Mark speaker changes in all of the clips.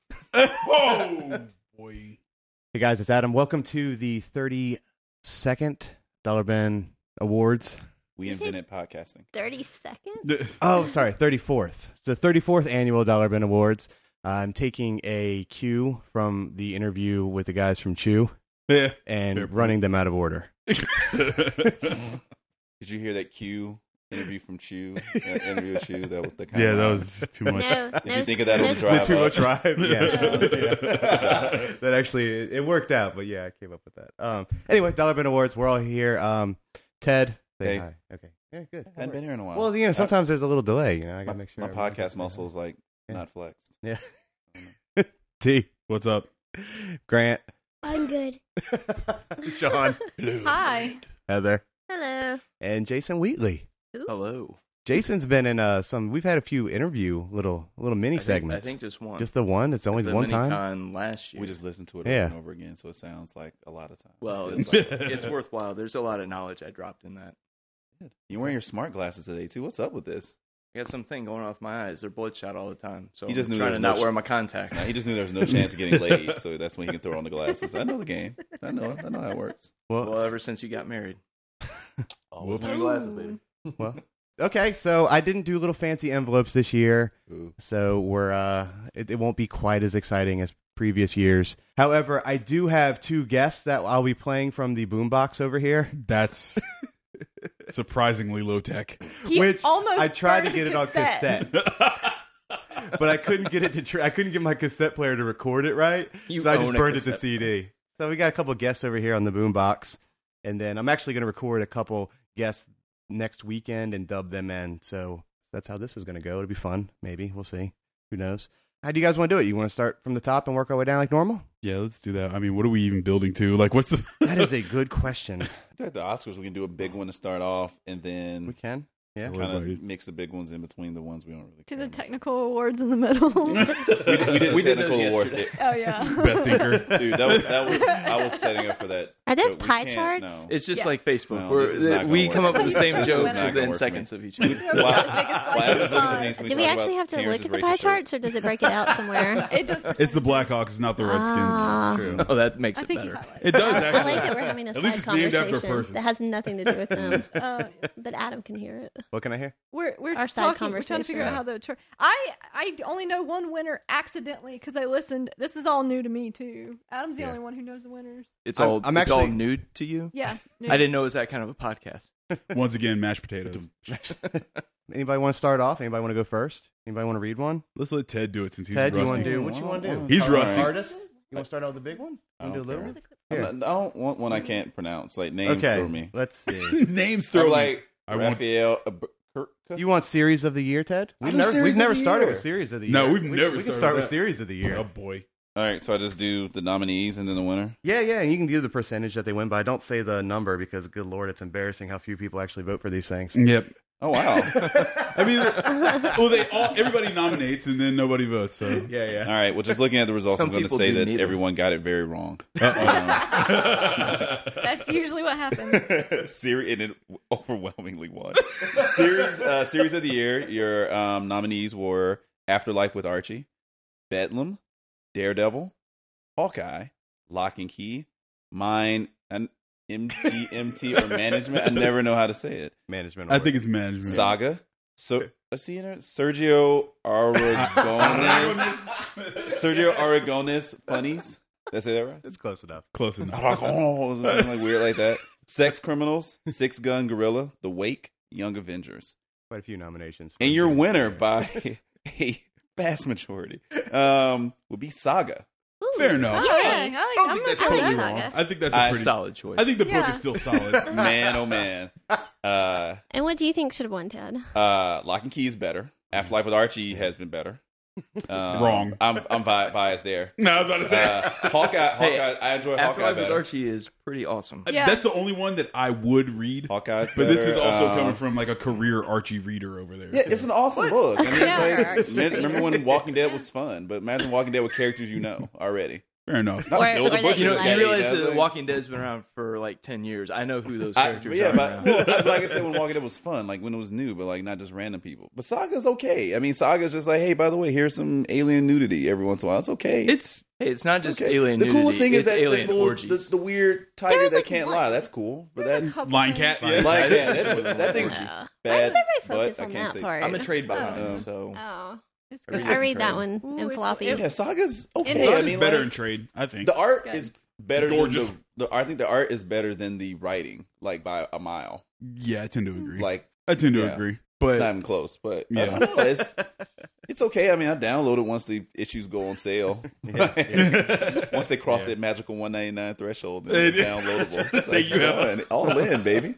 Speaker 1: oh boy.
Speaker 2: Hey guys, it's Adam. Welcome to the 32nd Dollar Bin Awards.
Speaker 3: We
Speaker 4: You said-
Speaker 3: invented podcasting.
Speaker 4: 30 seconds?
Speaker 2: Oh, sorry, 34th. It's the 34th annual Dollar Bin Awards. Uh, I'm taking a cue from the interview with the guys from Chew
Speaker 1: Yeah.
Speaker 2: and
Speaker 1: Fair point.
Speaker 2: running them out of order.
Speaker 3: Did you hear that Q interview from Chew? That interview with Chew? That was the kind
Speaker 5: Yeah,
Speaker 3: of,
Speaker 5: that was too much.
Speaker 4: No, no.
Speaker 3: you think of that
Speaker 4: no,
Speaker 3: on the
Speaker 4: s-
Speaker 3: drive?
Speaker 2: too
Speaker 3: up.
Speaker 2: much rhyme? yes.
Speaker 3: Yeah.
Speaker 2: Yeah. that actually it, it worked out, but yeah, I came up with that. Um, anyway, Dollar Bin Awards. We're all here. Um, Ted, say
Speaker 3: Hey.
Speaker 2: hi. Okay. Yeah, good.
Speaker 3: I hadn't been here in a while.
Speaker 2: Well, you
Speaker 6: Uh,
Speaker 2: know, sometimes there's a little delay. You know, I gotta make sure
Speaker 3: my
Speaker 2: everyone can
Speaker 3: podcast
Speaker 2: say hi.
Speaker 3: muscle is like
Speaker 2: Yeah.
Speaker 3: not flexed.
Speaker 2: Yeah. T.
Speaker 5: What's up?
Speaker 2: Grant.
Speaker 4: I'm good.
Speaker 2: Sean.
Speaker 7: Hi.
Speaker 2: Heather.
Speaker 4: Hello.
Speaker 2: And Jason Wheatley.
Speaker 6: Hello.
Speaker 2: Jason's been in uh, some. We've had a few interview little little mini
Speaker 6: I think-
Speaker 2: segments.
Speaker 6: I think just one.
Speaker 2: just the one. It's only
Speaker 6: the
Speaker 2: one time.
Speaker 6: MiniCon last year.
Speaker 3: We just listened to it over
Speaker 2: Yeah.
Speaker 3: and over again, so it sounds like a lot of time.
Speaker 6: well,
Speaker 3: It feels
Speaker 6: it's,
Speaker 3: like-
Speaker 6: it's worthwhile. There's a lot of knowledge I dropped in that.
Speaker 3: You're wearing your smart glasses today too. What's up with this?
Speaker 6: I got something going off my eyes. They're bloodshot all the time. So
Speaker 3: You just
Speaker 6: I'm
Speaker 3: knew there
Speaker 6: trying to
Speaker 3: was no
Speaker 6: not
Speaker 3: ch-
Speaker 6: wear my contacts.
Speaker 3: Now, he just knew there was no chance of getting laid, so that's when he can throw on the glasses. I know the game. I know. it. I know how it works.
Speaker 2: well,
Speaker 6: well, ever since you got married. Always
Speaker 5: Whoops.
Speaker 6: wear glasses, baby.
Speaker 2: well, okay. So I didn't do little fancy envelopes this year.
Speaker 3: Ooh.
Speaker 2: so we're uh it, it won't be quite as exciting as previous years however i do have two guests that i'll be playing from the boombox over here
Speaker 5: That's surprisingly low tech.
Speaker 7: He
Speaker 2: Which
Speaker 7: almost
Speaker 2: i tried to
Speaker 7: burned
Speaker 2: get
Speaker 7: a
Speaker 2: it on cassette but i couldn't get it to tr- i couldn't get my cassette player to record it right
Speaker 6: You
Speaker 2: so i
Speaker 6: own
Speaker 2: just
Speaker 6: a
Speaker 2: burned it to
Speaker 6: cassette
Speaker 2: cd so we got a couple guests over here on the boombox and then i'm actually going to record a couple guests next weekend and dub them in so that's how this is going to go it'll be fun maybe we'll see who knows how do you guys want to do it you want to start from the top and work our way down like normal
Speaker 5: Yeah, let's do that. I mean, what are we even building to? Like, what's the?
Speaker 2: That is a good question.
Speaker 3: I feel like the Oscars, we can do a big one to start off, and
Speaker 2: We
Speaker 3: then
Speaker 2: can. Yeah.
Speaker 5: Well,
Speaker 3: kind
Speaker 5: Right.
Speaker 3: of mix the big ones in between the ones we don't really.
Speaker 7: To
Speaker 3: care
Speaker 7: the
Speaker 3: about.
Speaker 7: technical awards in the middle.
Speaker 3: We did, we did the
Speaker 6: We did those
Speaker 3: technical awards,
Speaker 6: yesterday.
Speaker 7: oh yeah.
Speaker 5: Best inker.
Speaker 3: dude. That was, that was I was setting up for that.
Speaker 4: Are those
Speaker 3: but we
Speaker 4: pie
Speaker 3: can't,
Speaker 4: charts?
Speaker 3: no.
Speaker 6: It's just
Speaker 7: Yeah.
Speaker 6: like Facebook.
Speaker 3: No,
Speaker 6: We're-
Speaker 3: this is not gonna
Speaker 6: we
Speaker 3: work.
Speaker 6: come up with the same
Speaker 7: This is
Speaker 6: jokes
Speaker 7: not
Speaker 3: gonna
Speaker 6: within
Speaker 3: work,
Speaker 6: seconds of each other.
Speaker 7: Yeah, we
Speaker 3: Wow.
Speaker 7: gotta take a slice
Speaker 3: Wow, that was
Speaker 7: of
Speaker 3: one of the
Speaker 7: pie.
Speaker 3: things
Speaker 4: Do we
Speaker 3: talked
Speaker 4: actually
Speaker 3: about
Speaker 4: have to
Speaker 3: Terrence's
Speaker 4: look at the
Speaker 3: racial
Speaker 4: pie
Speaker 3: shirt.
Speaker 4: charts or does it break it out somewhere?
Speaker 7: It does.
Speaker 5: It's the Blackhawks, not the Redskins.
Speaker 4: Ah.
Speaker 6: Oh, that makes
Speaker 7: I
Speaker 6: it
Speaker 7: think you
Speaker 6: better.
Speaker 7: highlighted.
Speaker 5: It does
Speaker 4: I
Speaker 5: actually.
Speaker 4: like that we're having a
Speaker 5: At
Speaker 4: side
Speaker 5: least it's named
Speaker 4: conversation
Speaker 5: after a person.
Speaker 4: that has nothing to do with them,
Speaker 7: Oh, yes.
Speaker 4: but Adam can hear it.
Speaker 2: What can I hear?
Speaker 7: We're we're
Speaker 4: Our side
Speaker 7: talking. We're trying to
Speaker 4: conversation.
Speaker 7: figure out how the char- I I only know one winner accidentally because I listened. This is all new to me too. Adam's the
Speaker 2: Yeah.
Speaker 7: only one who knows the winners.
Speaker 6: It's
Speaker 2: I'm-
Speaker 6: all,
Speaker 2: I'm
Speaker 6: it's all
Speaker 2: actually-
Speaker 6: nude to you?
Speaker 7: Yeah.
Speaker 6: I didn't know it was that kind of a podcast.
Speaker 5: Once again, mashed potatoes.
Speaker 2: Anybody want to start off? Anybody want to go first? Anybody want to read one?
Speaker 5: Let's let Ted do it since he's
Speaker 2: Ted, you
Speaker 5: rusty.
Speaker 2: want to do? What you want to do?
Speaker 5: He's
Speaker 2: Start with
Speaker 5: rusty.
Speaker 2: Artist? You want to start out with the big one?
Speaker 3: I
Speaker 2: Want to do
Speaker 3: don't
Speaker 2: a
Speaker 3: care.
Speaker 2: little one?
Speaker 3: I'm
Speaker 2: Here.
Speaker 3: not- I don't want one I can't pronounce. Like names
Speaker 2: okay.
Speaker 3: throw me.
Speaker 2: Let's see.
Speaker 5: Names
Speaker 3: Throw
Speaker 5: throw me.
Speaker 3: like
Speaker 5: I won't-
Speaker 3: Raphael uh, Ab- Kirk-
Speaker 2: You want series of the year, Ted?
Speaker 3: I
Speaker 2: We've
Speaker 3: do
Speaker 2: never,
Speaker 3: series
Speaker 2: we've
Speaker 3: of
Speaker 2: never
Speaker 3: the
Speaker 2: started
Speaker 3: year.
Speaker 2: with series of the year.
Speaker 5: No, we've
Speaker 2: We-
Speaker 5: never
Speaker 2: We can
Speaker 5: started
Speaker 2: start
Speaker 5: with
Speaker 2: with
Speaker 5: that.
Speaker 2: series of the
Speaker 5: Oh
Speaker 2: year.
Speaker 5: boy.
Speaker 3: All right, so I just do the nominees and then the winner.
Speaker 2: Yeah, yeah, and you can do the percentage that they win, but I don't say the number because, good lord, it's embarrassing how few people actually vote for these things.
Speaker 5: Yep.
Speaker 3: Oh wow!
Speaker 5: I mean, well, they all everybody nominates and then nobody votes. So
Speaker 2: Yeah,
Speaker 3: All
Speaker 2: yeah.
Speaker 3: right, well, just looking at the results,
Speaker 6: Some
Speaker 3: I'm going to
Speaker 6: people
Speaker 3: say
Speaker 6: do
Speaker 3: that
Speaker 6: neither.
Speaker 3: everyone got it very wrong. Um,
Speaker 7: That's usually what happens.
Speaker 3: series and it overwhelmingly won. series uh, series of the year. Your um, nominees were Afterlife with Archie, Bedlam, Daredevil, Hawkeye, Lock and Key, Mine, and MGMT or Management. I never know how to say it.
Speaker 2: Management.
Speaker 5: I think it's management.
Speaker 3: Saga. So I see you know, Sergio Aragones. Sergio Aragones funnies. Did I say that right?
Speaker 2: it's close enough.
Speaker 5: Close enough.
Speaker 3: Dragons or something like weird like that. Sex Criminals, Six Gun Gorilla, The Wake, Young Avengers.
Speaker 2: Quite a few nominations. for
Speaker 3: And your
Speaker 2: series of the
Speaker 3: winner
Speaker 2: year.
Speaker 3: by a vast majority um, would be Saga.
Speaker 4: Ooh.
Speaker 5: Fair enough.
Speaker 4: Yeah.
Speaker 7: Okay, Oh, I like,
Speaker 5: I
Speaker 7: I'm not doing
Speaker 4: I
Speaker 5: think that's
Speaker 4: like
Speaker 5: totally
Speaker 7: that.
Speaker 5: wrong.
Speaker 4: Saga.
Speaker 5: I think that's a
Speaker 3: I-
Speaker 5: pretty.
Speaker 6: Solid choice.
Speaker 5: I think the
Speaker 7: Yeah.
Speaker 5: book is still solid.
Speaker 3: Man, oh man. Uh,
Speaker 4: And what do you think should have won, Ted?
Speaker 3: uh, Lock and Key is
Speaker 5: Mm-hmm.
Speaker 3: better. Afterlife with Archie has been better. Um,
Speaker 5: Wrong.
Speaker 3: I'm, I'm bi- biased there.
Speaker 5: no, I was about to say.
Speaker 3: Uh, Hawkeye, Hawkeye,
Speaker 6: Hey,
Speaker 3: I enjoy Hawkeye
Speaker 6: Afterlife with
Speaker 3: better.
Speaker 6: Archie is pretty awesome.
Speaker 7: Yeah.
Speaker 5: Uh, That's the only one that I would read.
Speaker 3: Hawkeye's
Speaker 5: But this is
Speaker 3: better.
Speaker 5: also
Speaker 3: Um,
Speaker 5: coming from like a career Archie reader over there.
Speaker 3: Yeah, it's an awesome book. I mean,
Speaker 7: Yeah.
Speaker 3: it's like,
Speaker 4: Yeah.
Speaker 3: remember when Walking Dead was fun, but imagine Walking Dead with characters you know already.
Speaker 5: Fair enough.
Speaker 3: Not
Speaker 4: Or-
Speaker 3: Bill the
Speaker 4: or that
Speaker 3: Butcher.
Speaker 6: You know,
Speaker 4: It's
Speaker 6: you
Speaker 4: like-
Speaker 6: realize
Speaker 3: Yeah,
Speaker 6: that
Speaker 3: like-
Speaker 6: Walking Dead's been around for like ten years. I know who those
Speaker 3: I, but
Speaker 6: characters
Speaker 3: yeah,
Speaker 6: are.
Speaker 3: but,
Speaker 6: now.
Speaker 3: well, but like I said, when Walking Dead was fun, like when it was new, but like not just random people. But Saga's okay. I mean, Saga's just like, hey, by the way, here's some alien nudity every once in a while. It's okay.
Speaker 6: it's hey, it's not just
Speaker 3: okay.
Speaker 6: alien.
Speaker 3: The
Speaker 6: nudity,
Speaker 3: coolest thing is
Speaker 6: it's
Speaker 3: that
Speaker 6: alien
Speaker 3: the, little-
Speaker 6: orgies.
Speaker 3: The, the weird tiger
Speaker 4: There's,
Speaker 3: that
Speaker 4: like,
Speaker 3: can't
Speaker 4: one-
Speaker 3: lie. That's cool, but
Speaker 7: There's a
Speaker 3: that's
Speaker 7: couple
Speaker 5: Lion
Speaker 7: things.
Speaker 2: Lion
Speaker 5: cat. Yeah.
Speaker 3: like
Speaker 6: Yeah,
Speaker 3: that,
Speaker 6: that's-
Speaker 3: that
Speaker 4: No.
Speaker 3: thing's
Speaker 4: Why does
Speaker 3: bad,
Speaker 4: everybody
Speaker 3: but
Speaker 4: focus
Speaker 3: I
Speaker 4: on
Speaker 3: can't
Speaker 4: that
Speaker 3: say-
Speaker 4: part?
Speaker 6: I'm a trade
Speaker 7: It's
Speaker 6: behind,
Speaker 3: fine.
Speaker 6: so
Speaker 4: Oh,
Speaker 7: It's
Speaker 6: I read
Speaker 7: good.
Speaker 6: it
Speaker 4: I
Speaker 6: in
Speaker 4: read that one
Speaker 6: trade.
Speaker 7: Ooh,
Speaker 4: in
Speaker 7: it's-
Speaker 4: floppy.
Speaker 7: it-
Speaker 3: yeah. Saga's okay.
Speaker 7: Saga's
Speaker 3: I
Speaker 5: Saga's
Speaker 3: mean,
Speaker 5: better
Speaker 3: like,
Speaker 5: in trade, I think.
Speaker 3: the art
Speaker 7: It's good.
Speaker 3: is better.
Speaker 5: Gorgeous.
Speaker 3: Than the, the, I think the art is better than the writing, like by a mile.
Speaker 5: yeah, I tend to agree.
Speaker 3: Like
Speaker 5: I tend to
Speaker 3: yeah.
Speaker 5: agree.
Speaker 3: not
Speaker 5: But
Speaker 3: even close, but yeah,
Speaker 5: Yeah.
Speaker 3: it's it's okay. I mean, I download it once the issues go on sale.
Speaker 2: Yeah, yeah.
Speaker 3: once they cross
Speaker 2: Yeah.
Speaker 3: that magical one ninety nine threshold, then it's
Speaker 5: Yeah, that's
Speaker 3: downloadable.
Speaker 5: what I
Speaker 3: It's
Speaker 5: say,
Speaker 3: like,
Speaker 5: you have-
Speaker 3: done. all in, baby.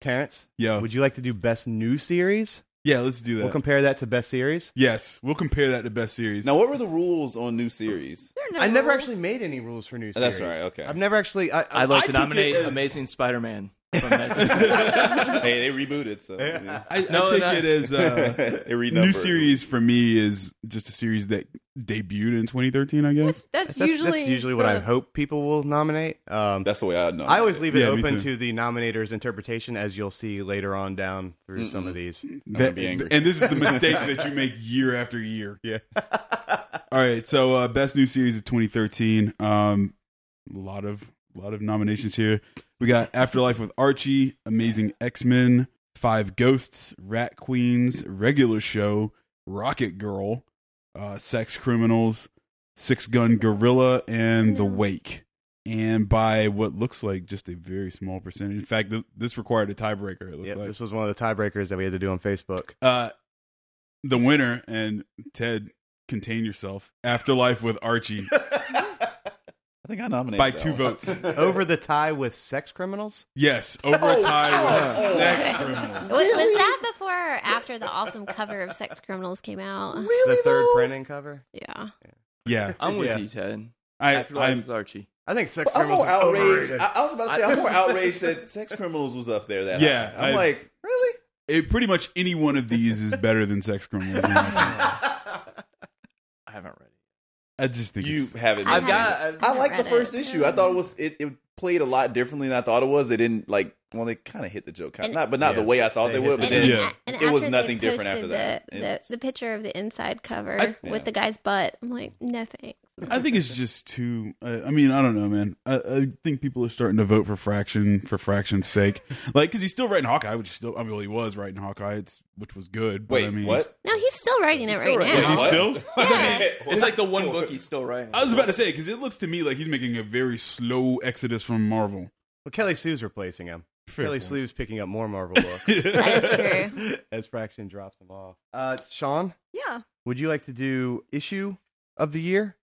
Speaker 2: Terrence,
Speaker 5: yeah,
Speaker 2: would you like to do best new series?
Speaker 5: yeah, let's do that.
Speaker 2: We'll compare that to best series.
Speaker 5: yes, we'll compare that to best series.
Speaker 3: Now, what were the rules on new series?
Speaker 7: There are no
Speaker 2: I never
Speaker 7: rules.
Speaker 2: actually made any rules for new
Speaker 3: Oh,
Speaker 2: series.
Speaker 3: that's all right, okay.
Speaker 2: I've never actually. I, I,
Speaker 6: I'd like
Speaker 5: I
Speaker 6: to
Speaker 5: took
Speaker 6: nominate
Speaker 5: it as-
Speaker 6: Amazing Spider-Man. From that.
Speaker 3: hey, they rebooted, so yeah.
Speaker 5: I,
Speaker 6: No,
Speaker 5: I take
Speaker 6: no.
Speaker 5: it as uh,
Speaker 3: they renumbered.
Speaker 5: new series for me is just a series that debuted in 2013. I guess.
Speaker 7: That's, that's,
Speaker 2: that's,
Speaker 7: usually
Speaker 2: that's usually what
Speaker 7: the-
Speaker 2: I hope people will nominate. Um,
Speaker 3: That's the way I know.
Speaker 2: I always leave it
Speaker 5: Yeah, me
Speaker 2: open
Speaker 5: too.
Speaker 2: to the nominator's interpretation, as you'll see later on down through some of these.
Speaker 5: That-
Speaker 3: be angry.
Speaker 5: And this is the mistake that you make year after year.
Speaker 2: Yeah.
Speaker 5: All right, so uh, best new series of 2013. Um, a lot of a lot of nominations here. We got Afterlife with Archie, Amazing X Men, Five Ghosts, Rat Queens, Regular Show, Rocket Girl, uh, Sex Criminals, Six Gun Gorilla, and The
Speaker 7: No.
Speaker 5: Wake. And by what looks like just a very small percentage. In fact, th- this required a tiebreaker. It looks
Speaker 2: Yep,
Speaker 5: like
Speaker 2: this was one of the tiebreakers that we had to do on Facebook.
Speaker 5: uh, the winner and Ted contain yourself. Afterlife with Archie
Speaker 3: I think I nominated
Speaker 5: by
Speaker 3: that
Speaker 5: two
Speaker 3: one.
Speaker 5: votes.
Speaker 2: Over the tie with sex criminals?
Speaker 5: Yes, over a tie with sex criminals.
Speaker 4: Wa- Was, that before or after the awesome cover of Sex Criminals came out?
Speaker 2: Really? The third printing cover?
Speaker 4: Yeah.
Speaker 5: Yeah,
Speaker 6: I'm with
Speaker 2: Yeah.
Speaker 6: you, Ted.
Speaker 5: I,
Speaker 6: Afterlife
Speaker 5: I'm,
Speaker 6: with Archie.
Speaker 2: I think sex
Speaker 3: But I'm
Speaker 2: criminals
Speaker 3: more
Speaker 2: is
Speaker 3: outraged.
Speaker 2: overrated.
Speaker 3: I, I was about to say I'm more outraged that Sex Criminals was up there. That
Speaker 5: Yeah,
Speaker 3: high. I'm
Speaker 5: I-
Speaker 3: like, really?
Speaker 5: it, pretty much any one of these is better than sex criminals. in my opinion.
Speaker 6: I haven't read it.
Speaker 5: I just think
Speaker 3: You
Speaker 5: it's-
Speaker 3: haven't.
Speaker 6: I've
Speaker 3: seen
Speaker 6: got.
Speaker 3: it.
Speaker 6: I've,
Speaker 3: I like
Speaker 4: read
Speaker 3: the first
Speaker 4: it.
Speaker 3: issue. I thought it was it, it played a lot differently than I thought it was. They didn't like well, they kind of hit the joke, kind
Speaker 4: And-
Speaker 3: not but not
Speaker 2: Yeah.
Speaker 3: the way I thought they,
Speaker 2: They hit
Speaker 3: would.
Speaker 2: the
Speaker 3: But
Speaker 5: joke.
Speaker 3: then
Speaker 5: Yeah.
Speaker 4: and
Speaker 3: It was
Speaker 4: after they
Speaker 3: nothing different after
Speaker 4: posted
Speaker 3: that.
Speaker 4: The, the,
Speaker 3: It's-
Speaker 4: the picture of the inside cover
Speaker 6: I-
Speaker 3: Yeah.
Speaker 4: with the guy's butt. I'm like, no thanks.
Speaker 5: I think it's just too. Uh, I mean, I don't know, man. I, I think people are starting to vote for Fraction for Fraction's sake, like because he's still writing Hawkeye, which is still. I mean, well, he was writing Hawkeye, it's which was good. But
Speaker 3: Wait,
Speaker 5: I mean,
Speaker 3: what?
Speaker 4: No, he's still writing it right
Speaker 3: Wait,
Speaker 5: Is
Speaker 4: now.
Speaker 5: he
Speaker 3: what?
Speaker 5: still?
Speaker 6: It's like the one book he's still writing.
Speaker 5: I was about to say because it looks to me like he's making a very slow exodus from Marvel.
Speaker 2: Well, Kelly Sue's replacing him.
Speaker 5: Fair
Speaker 2: Kelly
Speaker 5: point.
Speaker 2: Sue's picking up more Marvel books
Speaker 4: That is true.
Speaker 2: as Fraction drops them off. Uh, Sean,
Speaker 7: Yeah,
Speaker 2: would you like to do issue of the year?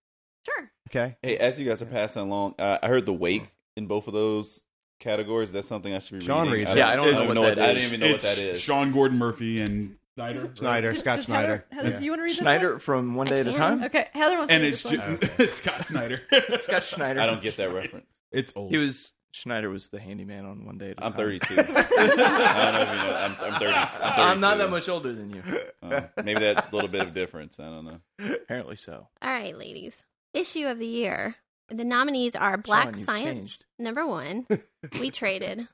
Speaker 7: sure.
Speaker 2: Okay.
Speaker 3: Hey, as you guys are passing along, uh, I heard the wake in both of those categories. That's something I should be.
Speaker 2: Sean
Speaker 3: reading.
Speaker 2: reads
Speaker 6: Yeah, I don't
Speaker 5: know
Speaker 6: what that
Speaker 3: I
Speaker 6: is.
Speaker 3: didn't even know
Speaker 5: it's
Speaker 3: what that is.
Speaker 5: Sean Gordon Murphy and Snyder. right?
Speaker 2: Snyder,
Speaker 7: Did-
Speaker 2: Scott
Speaker 7: did
Speaker 2: Snyder.
Speaker 7: Heather, Heather,
Speaker 2: Yeah.
Speaker 7: you want to read this
Speaker 6: Schneider from One
Speaker 4: I
Speaker 6: Day at a
Speaker 4: can.
Speaker 6: Time.
Speaker 7: One? Okay, Heather wants
Speaker 5: and
Speaker 7: to read
Speaker 5: it's
Speaker 7: this one.
Speaker 5: ju- Scott Snyder.
Speaker 6: Scott Schneider.
Speaker 3: I don't get that reference.
Speaker 5: It's old.
Speaker 6: He was Schneider was the handyman on One Day at a
Speaker 3: I'm
Speaker 6: Time.
Speaker 3: 32. I don't know if you know. I'm, I'm 30. I'm 32.
Speaker 6: I'm not that much older than you.
Speaker 3: Uh, maybe that little bit of difference. I don't know.
Speaker 6: Apparently so.
Speaker 4: All right, ladies. Issue of the year. The nominees are Black
Speaker 6: Sean, you've
Speaker 4: Science,
Speaker 6: changed.
Speaker 4: number one. we traded.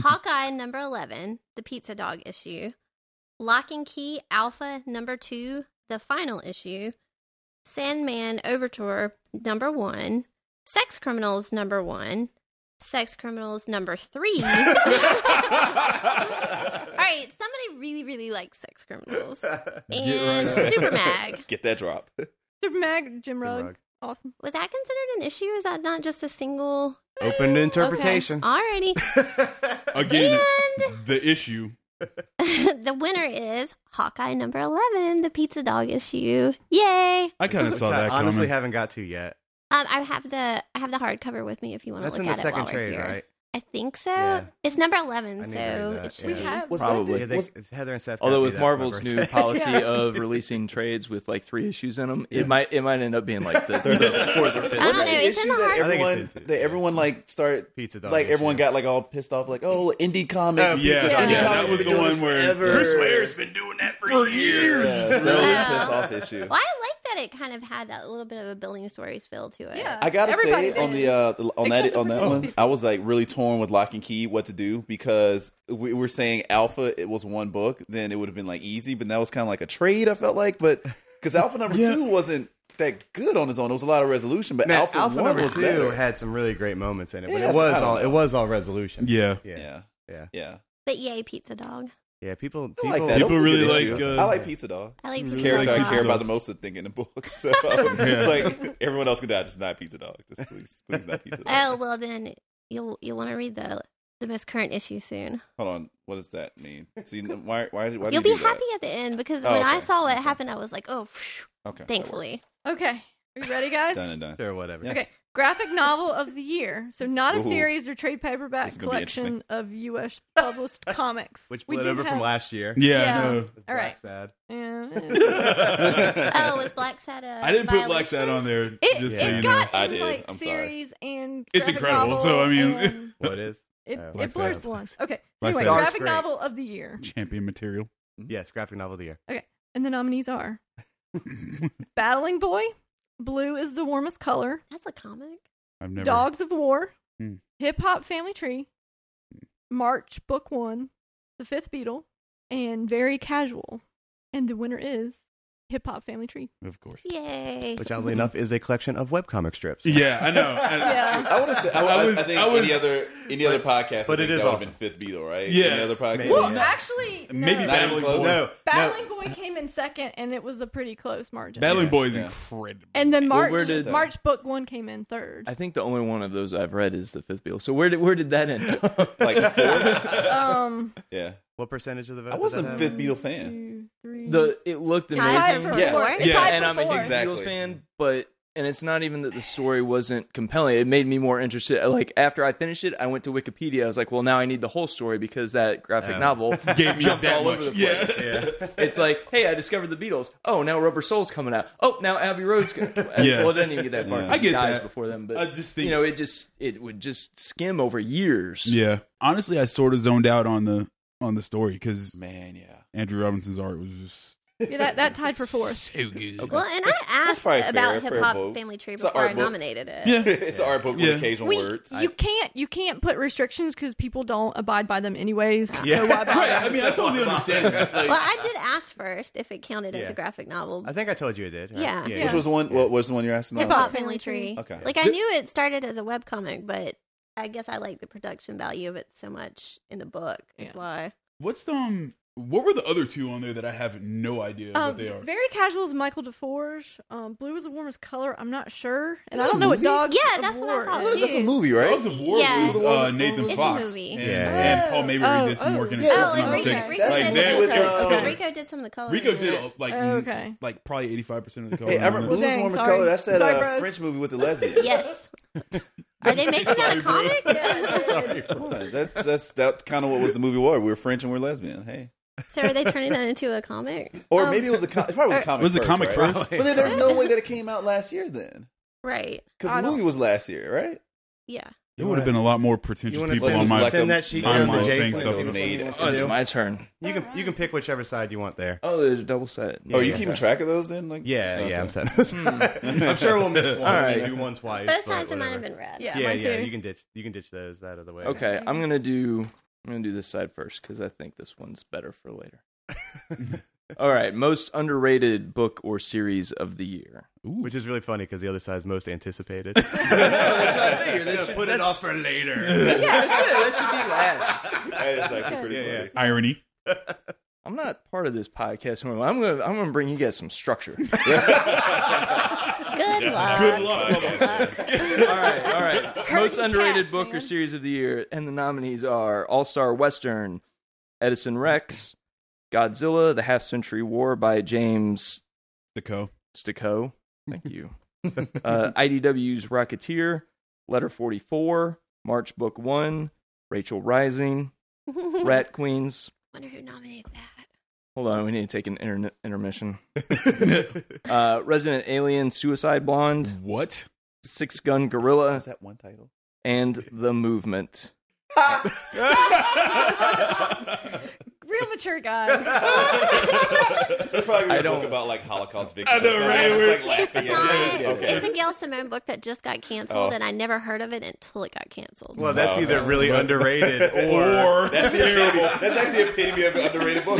Speaker 4: Hawkeye, number 11. The Pizza Dog issue. Lock and Key, Alpha, number two. The final issue. Sandman Overture, number one. Sex Criminals, number one. Sex Criminals, number three. All right, somebody really, really likes Sex Criminals. And
Speaker 5: right.
Speaker 4: Super Mag.
Speaker 3: Get that drop.
Speaker 7: Super Mag, Jim Rugg.
Speaker 2: Rugg.
Speaker 7: Awesome.
Speaker 4: Was that considered an issue? Is that not just a single
Speaker 2: Open to interpretation.
Speaker 4: Alrighty.
Speaker 5: again the issue.
Speaker 4: the winner is Hawkeye number eleven, the pizza dog issue. Yay!
Speaker 5: I kind of
Speaker 2: Which
Speaker 5: saw
Speaker 2: I
Speaker 5: that
Speaker 2: honestly
Speaker 5: coming.
Speaker 2: haven't got to yet.
Speaker 4: Um, I have the I have the hardcover with me if you want to
Speaker 2: That's
Speaker 4: look
Speaker 2: in
Speaker 4: at
Speaker 2: the
Speaker 4: it
Speaker 2: second
Speaker 4: while we're
Speaker 2: trade,
Speaker 4: here.
Speaker 2: right?
Speaker 4: I think so.
Speaker 2: Yeah.
Speaker 4: It's number
Speaker 2: I
Speaker 4: eleven, so
Speaker 2: need to read that,
Speaker 4: it should
Speaker 2: yeah.
Speaker 4: be.
Speaker 7: We have.
Speaker 6: Probably.
Speaker 2: Yeah, they, it's Heather and Seth. got
Speaker 6: Although
Speaker 2: me
Speaker 6: with
Speaker 2: that for my
Speaker 6: Marvel's new
Speaker 2: birthday.
Speaker 6: policy
Speaker 7: Yeah.
Speaker 6: of releasing trades with like three issues in them, it might it might end up being like the, the fourth or
Speaker 4: I
Speaker 6: fifth.
Speaker 4: don't know, it's in the
Speaker 3: that
Speaker 4: hard-
Speaker 2: I think it's
Speaker 3: everyone
Speaker 2: into it,
Speaker 3: that
Speaker 2: yeah.
Speaker 3: everyone like started
Speaker 2: Pizza dog
Speaker 3: like
Speaker 2: issue.
Speaker 3: everyone got like all pissed off like oh indie comics.
Speaker 2: Oh,
Speaker 5: yeah,
Speaker 3: indie comics
Speaker 5: yeah, that
Speaker 3: have
Speaker 5: was
Speaker 3: been
Speaker 5: the
Speaker 3: doing
Speaker 5: one
Speaker 3: this
Speaker 5: where
Speaker 3: forever.
Speaker 5: Chris Ware's
Speaker 2: been doing that for, years.
Speaker 3: Yeah, so that was a piss off issue.
Speaker 4: Well, I like that that it kind of had that little bit of a building stories feel to it.
Speaker 7: Yeah.
Speaker 3: I gotta
Speaker 7: Everybody
Speaker 3: say on
Speaker 7: did.
Speaker 3: the uh, on
Speaker 7: Except
Speaker 3: that
Speaker 7: the
Speaker 3: on that
Speaker 7: producer
Speaker 3: one,
Speaker 7: people.
Speaker 3: I was like really torn with Lock and Key what to do because we were saying Alpha it was one book, then it would have been like easy, but that was kind of like a trade. I felt like, but because Alpha number
Speaker 5: Yeah.
Speaker 3: two wasn't that good on its own. It was a lot of resolution, but
Speaker 2: Man,
Speaker 3: Alpha,
Speaker 2: Alpha,
Speaker 3: one
Speaker 2: number
Speaker 3: was
Speaker 2: two
Speaker 3: better.
Speaker 2: had some really great moments in it, but
Speaker 3: Yes,
Speaker 2: it was
Speaker 3: I don't
Speaker 2: all
Speaker 3: know.
Speaker 2: it was all resolution.
Speaker 5: Yeah.
Speaker 2: yeah, yeah.
Speaker 3: yeah, yeah.
Speaker 4: But yay, Pizza Dog.
Speaker 2: Yeah,
Speaker 3: I
Speaker 2: people, people,
Speaker 3: like that. That
Speaker 5: People
Speaker 3: was a
Speaker 5: really
Speaker 3: good
Speaker 5: like,
Speaker 3: issue.
Speaker 5: uh,
Speaker 3: I like Pizza Dog.
Speaker 4: I like
Speaker 5: The
Speaker 4: Pizza
Speaker 5: Really
Speaker 3: Character
Speaker 4: Dog.
Speaker 3: I
Speaker 5: like
Speaker 3: care
Speaker 5: Pizza
Speaker 3: about
Speaker 5: Dog.
Speaker 3: the most, I think, in the book. So it's like everyone else could die, just not Pizza Dog. Just please, please not Pizza Dog.
Speaker 4: Oh well, then you'll you'll want to read the the most current issue soon.
Speaker 3: Hold on, what does that mean? See, why, why, why do you
Speaker 4: You'll be
Speaker 3: do that?
Speaker 4: happy at the end because
Speaker 3: Oh,
Speaker 4: when I
Speaker 3: okay.
Speaker 4: saw what
Speaker 3: Okay.
Speaker 4: happened, I was like, oh, phew,
Speaker 3: Okay, that
Speaker 4: thankfully.
Speaker 3: works.
Speaker 7: Okay. Are you ready, guys?
Speaker 3: done and done.
Speaker 2: or whatever.
Speaker 3: Yeah.
Speaker 7: Okay.
Speaker 3: Yes.
Speaker 7: Graphic novel of the year. So not a
Speaker 3: Ooh.
Speaker 7: series or trade
Speaker 3: This
Speaker 7: paperback
Speaker 3: is gonna be
Speaker 7: collection of U.S. published comics.
Speaker 2: Which
Speaker 7: We
Speaker 2: bled
Speaker 7: did
Speaker 2: over from
Speaker 7: have-
Speaker 2: last year.
Speaker 5: Yeah.
Speaker 7: Yeah.
Speaker 5: No.
Speaker 2: It's
Speaker 7: All
Speaker 2: black
Speaker 7: right.
Speaker 2: Sad.
Speaker 7: Yeah.
Speaker 4: Oh, was Black Sad a
Speaker 5: I didn't put
Speaker 4: violation?
Speaker 5: Black Sad on there.
Speaker 7: It,
Speaker 5: just so
Speaker 7: it
Speaker 5: you know.
Speaker 7: got
Speaker 3: I
Speaker 7: in
Speaker 3: did.
Speaker 7: like
Speaker 3: I'm sorry.
Speaker 7: series and
Speaker 5: It's
Speaker 7: graphic
Speaker 5: incredible,
Speaker 7: novel
Speaker 5: so, I mean-
Speaker 7: and
Speaker 2: What is?
Speaker 7: it,
Speaker 2: Uh,
Speaker 7: it
Speaker 2: Black
Speaker 7: blurs
Speaker 2: Sabbath.
Speaker 7: the lines. Okay, so
Speaker 5: Black
Speaker 7: anyway,
Speaker 5: Sabbath.
Speaker 7: graphic
Speaker 2: Dark's great.
Speaker 7: novel of the year,
Speaker 5: Champion material.
Speaker 2: Mm-hmm. Yes, graphic novel of the year.
Speaker 7: and the nominees are Battling Boy, Blue is the warmest color,
Speaker 4: That's a comic.
Speaker 5: I've never.
Speaker 7: Dogs of War,
Speaker 5: Hmm.
Speaker 7: Hip Hop Family Tree, March Book One, The Fifth Beetle, and Very Casual, and the winner is Hip Hop Family Tree.
Speaker 5: Of course.
Speaker 4: Yay!
Speaker 2: Which, oddly enough, is a collection of webcomic strips.
Speaker 5: Yeah, I know. I-
Speaker 7: Yeah.
Speaker 3: I would have said. I,
Speaker 5: I
Speaker 3: I
Speaker 5: was-
Speaker 3: I think
Speaker 5: I was-
Speaker 3: any other any other podcast,
Speaker 2: but
Speaker 3: I
Speaker 2: it
Speaker 3: think
Speaker 2: is
Speaker 3: that would've
Speaker 2: awesome.
Speaker 3: been Fifth Beetle, right?
Speaker 5: Yeah.
Speaker 3: Any other podcast?
Speaker 2: Maybe.
Speaker 7: Well,
Speaker 2: Yeah.
Speaker 7: actually, no.
Speaker 3: Not
Speaker 5: Maybe
Speaker 3: even
Speaker 5: Battling
Speaker 3: close.
Speaker 5: Boy.
Speaker 2: No,
Speaker 7: Battling Boy came in second, and it was a pretty close margin.
Speaker 5: Battling
Speaker 2: Yeah,
Speaker 5: Boy is
Speaker 3: yeah.
Speaker 5: incredible.
Speaker 7: And then
Speaker 6: Well,
Speaker 7: March,
Speaker 6: where did-
Speaker 7: March book one came in third.
Speaker 6: I think the only one of those I've read is the fifth Beetle. So where did where did that end? up?
Speaker 3: Like four.
Speaker 7: Um,
Speaker 3: yeah,
Speaker 2: What percentage of the vote?
Speaker 3: I
Speaker 2: does
Speaker 3: was
Speaker 2: that
Speaker 3: a
Speaker 2: have?
Speaker 3: Fifth Beetle fan.
Speaker 7: two, three.
Speaker 6: the it looked amazing.
Speaker 4: Tied
Speaker 7: for
Speaker 3: Yeah.
Speaker 7: fourth.
Speaker 4: Yeah,
Speaker 7: It's tied
Speaker 6: and
Speaker 7: for
Speaker 6: I'm a
Speaker 7: fourth.
Speaker 6: huge
Speaker 3: Exactly.
Speaker 6: Beatles fan, but and it's not even that the story wasn't compelling. It made me more interested. Like after I finished it, I went to Wikipedia. I was like, well, now I need the whole story because that graphic
Speaker 2: Oh.
Speaker 6: novel
Speaker 5: Gave me
Speaker 6: jumped
Speaker 5: that
Speaker 6: all
Speaker 5: much.
Speaker 6: over the
Speaker 5: Yeah.
Speaker 6: place.
Speaker 2: Yeah.
Speaker 6: It's like, hey, I discovered the Beatles. Oh, now Rubber Soul's coming out. Oh, now Abbey Road's. Gonna...
Speaker 5: Yeah.
Speaker 6: Well, it didn't even get that far.
Speaker 3: Yeah.
Speaker 6: because
Speaker 5: I get
Speaker 6: he dies
Speaker 5: that.
Speaker 6: before them, but
Speaker 5: I just think-
Speaker 6: you know, it just it would just skim over years.
Speaker 5: Yeah. Honestly, I sort of zoned out on the on the story because
Speaker 3: Man, yeah.
Speaker 5: Andrew Robinson's art was just
Speaker 7: yeah, that, that tied for fourth.
Speaker 5: so good.
Speaker 4: Well, and I asked
Speaker 3: probably fair,
Speaker 4: about Hip
Speaker 3: fair vote.
Speaker 4: Hop Family Tree
Speaker 3: It's an
Speaker 4: before
Speaker 3: art
Speaker 4: I
Speaker 3: book.
Speaker 4: nominated it.
Speaker 5: Yeah.
Speaker 3: it's an art book with
Speaker 5: Yeah.
Speaker 3: occasional
Speaker 7: We,
Speaker 3: words.
Speaker 7: you can't you can't put restrictions because people don't abide by them anyways.
Speaker 2: Yeah.
Speaker 7: So why bother?
Speaker 5: Right. I mean, I totally understand that.
Speaker 3: Oh,
Speaker 5: Like,
Speaker 4: Well, I did ask first if it counted as
Speaker 2: Yeah.
Speaker 4: a graphic novel.
Speaker 2: I think I told you it did. right?
Speaker 4: Yeah.
Speaker 2: yeah.
Speaker 7: Yeah.
Speaker 3: Which was the one? What was the one you're asking?
Speaker 4: Hip
Speaker 3: about?
Speaker 4: Hop Family Tree.
Speaker 3: Okay.
Speaker 4: Like I knew it started as a webcomic, but I guess I like the production value of it so much in the book. That's
Speaker 7: Yeah.
Speaker 4: why.
Speaker 5: what's the, um? What were the other two on there that I have no idea
Speaker 7: Um,
Speaker 5: what they are?
Speaker 7: very casual is Michael DeForge. Um, blue is the warmest color. I'm not sure, and I don't know what dogs.
Speaker 4: Yeah,
Speaker 7: of
Speaker 4: that's what I
Speaker 7: war
Speaker 4: thought,
Speaker 7: is.
Speaker 4: too.
Speaker 3: That's a movie, right?
Speaker 5: Dogs of War
Speaker 4: Yeah.
Speaker 5: was uh, Nathan
Speaker 4: It's a
Speaker 5: Fox
Speaker 4: movie.
Speaker 5: and,
Speaker 2: Yeah.
Speaker 5: and Paul Mayberry
Speaker 7: Oh,
Speaker 5: did some
Speaker 7: oh.
Speaker 5: work in it.
Speaker 3: Yeah,
Speaker 5: if
Speaker 4: Oh,
Speaker 5: I'm
Speaker 4: and
Speaker 5: not
Speaker 4: Rico,
Speaker 5: mistaken.
Speaker 4: Rico,
Speaker 5: like,
Speaker 4: did
Speaker 5: they-
Speaker 4: some of the colors.
Speaker 3: um,
Speaker 4: Rico did some of the colors.
Speaker 5: Rico did
Speaker 4: Yeah.
Speaker 5: uh, like
Speaker 7: Oh,
Speaker 5: m-
Speaker 7: okay.
Speaker 5: like probably eighty five percent of the color.
Speaker 3: Hey, I remember
Speaker 5: on
Speaker 7: Well,
Speaker 5: that.
Speaker 3: Blue's
Speaker 7: dang,
Speaker 3: Warmest
Speaker 7: sorry.
Speaker 3: Color. That's that
Speaker 7: Sorry,
Speaker 3: uh,
Speaker 7: bros.
Speaker 3: French movie with the lesbian.
Speaker 4: Yes. Are they making that
Speaker 5: Sorry,
Speaker 4: a
Speaker 5: bro.
Speaker 4: comic?
Speaker 3: Come on, that's that's that's kind of what was the movie war. We were French and we are lesbian. Hey,
Speaker 4: So are they turning that Oh. into a comic?
Speaker 3: or
Speaker 7: Um,
Speaker 3: maybe it was a com- it probably was a
Speaker 7: or-
Speaker 3: comic.
Speaker 5: Was the
Speaker 3: first,
Speaker 5: comic
Speaker 3: right?
Speaker 5: first?
Speaker 3: But then there's Oh. no way that it came out last year then,
Speaker 4: Right.
Speaker 3: because
Speaker 7: I
Speaker 3: the
Speaker 7: don't-
Speaker 3: movie was last year, right?
Speaker 4: Yeah.
Speaker 5: There would have been a lot more pretentious
Speaker 2: You want to
Speaker 5: people
Speaker 3: say
Speaker 5: on
Speaker 2: send,
Speaker 5: my.
Speaker 3: like
Speaker 2: send
Speaker 3: a
Speaker 2: that sheet
Speaker 5: timeline
Speaker 2: to
Speaker 5: saying
Speaker 2: Jason?
Speaker 5: stuff
Speaker 2: see
Speaker 5: was
Speaker 2: what
Speaker 3: made.
Speaker 2: he wants to
Speaker 6: Oh, it's
Speaker 2: do?
Speaker 6: my turn.
Speaker 2: You can you can pick whichever side you want there.
Speaker 6: Oh, there's a double set.
Speaker 3: oh, are you
Speaker 2: yeah.
Speaker 3: keeping track of those then? Like,
Speaker 2: Yeah,
Speaker 3: Okay.
Speaker 2: yeah, I'm set.
Speaker 6: Hmm.
Speaker 2: I'm sure we'll miss one.
Speaker 6: All right.
Speaker 2: do one twice.
Speaker 4: Both
Speaker 2: but
Speaker 4: sides of mine have
Speaker 2: whatever.
Speaker 4: been read.
Speaker 7: Yeah,
Speaker 2: Yeah,
Speaker 7: mine
Speaker 2: yeah,
Speaker 7: too.
Speaker 2: you can ditch you can ditch those that of the way.
Speaker 6: Okay, I'm gonna do I'm gonna do this side first because I think this one's better for later. All right, most underrated book or series of the year.
Speaker 2: Which is really funny because the other side's most anticipated. Put it off for later.
Speaker 6: Yeah, that should, that should be last.
Speaker 3: That is actually pretty
Speaker 2: Yeah,
Speaker 3: funny.
Speaker 2: yeah.
Speaker 5: Irony.
Speaker 6: I'm not part of this podcast. anymore. I'm gonna I'm gonna bring you guys some structure.
Speaker 4: Good luck.
Speaker 6: all right, all right. Most underrated
Speaker 7: cats,
Speaker 6: book or
Speaker 7: man.
Speaker 6: series of the year, and the nominees are All Star Western, Edison Rex, Godzilla: The Half Century War by James
Speaker 5: Deco.
Speaker 6: Sticko. Thank you. uh, IDW's Rocketeer, Letter 44, March Book 1, Rachel Rising, Rat Queens.
Speaker 4: Wonder who nominated that.
Speaker 6: Hold on, we need to take an interne- intermission. Uh, Resident Alien, Suicide Blonde,
Speaker 5: What?
Speaker 6: Six Gun Gorilla,
Speaker 3: Is that one title?
Speaker 6: and The Movement.
Speaker 7: Real
Speaker 1: real mature guys.
Speaker 3: That's probably
Speaker 6: I
Speaker 3: a
Speaker 6: don't-
Speaker 3: book about like Holocaust victims.
Speaker 5: know, right?
Speaker 3: It's like
Speaker 4: It's
Speaker 3: laughing
Speaker 4: not.
Speaker 3: at it.
Speaker 4: It's
Speaker 3: Okay.
Speaker 4: a Gail Simone book that just got canceled,
Speaker 3: Oh.
Speaker 4: and I never heard of it until it got canceled.
Speaker 2: Well,
Speaker 6: Oh,
Speaker 2: that's
Speaker 3: No,
Speaker 2: either
Speaker 3: no.
Speaker 2: really underrated or,
Speaker 5: Or
Speaker 3: That's the epitome. That's actually epitome of an underrated book.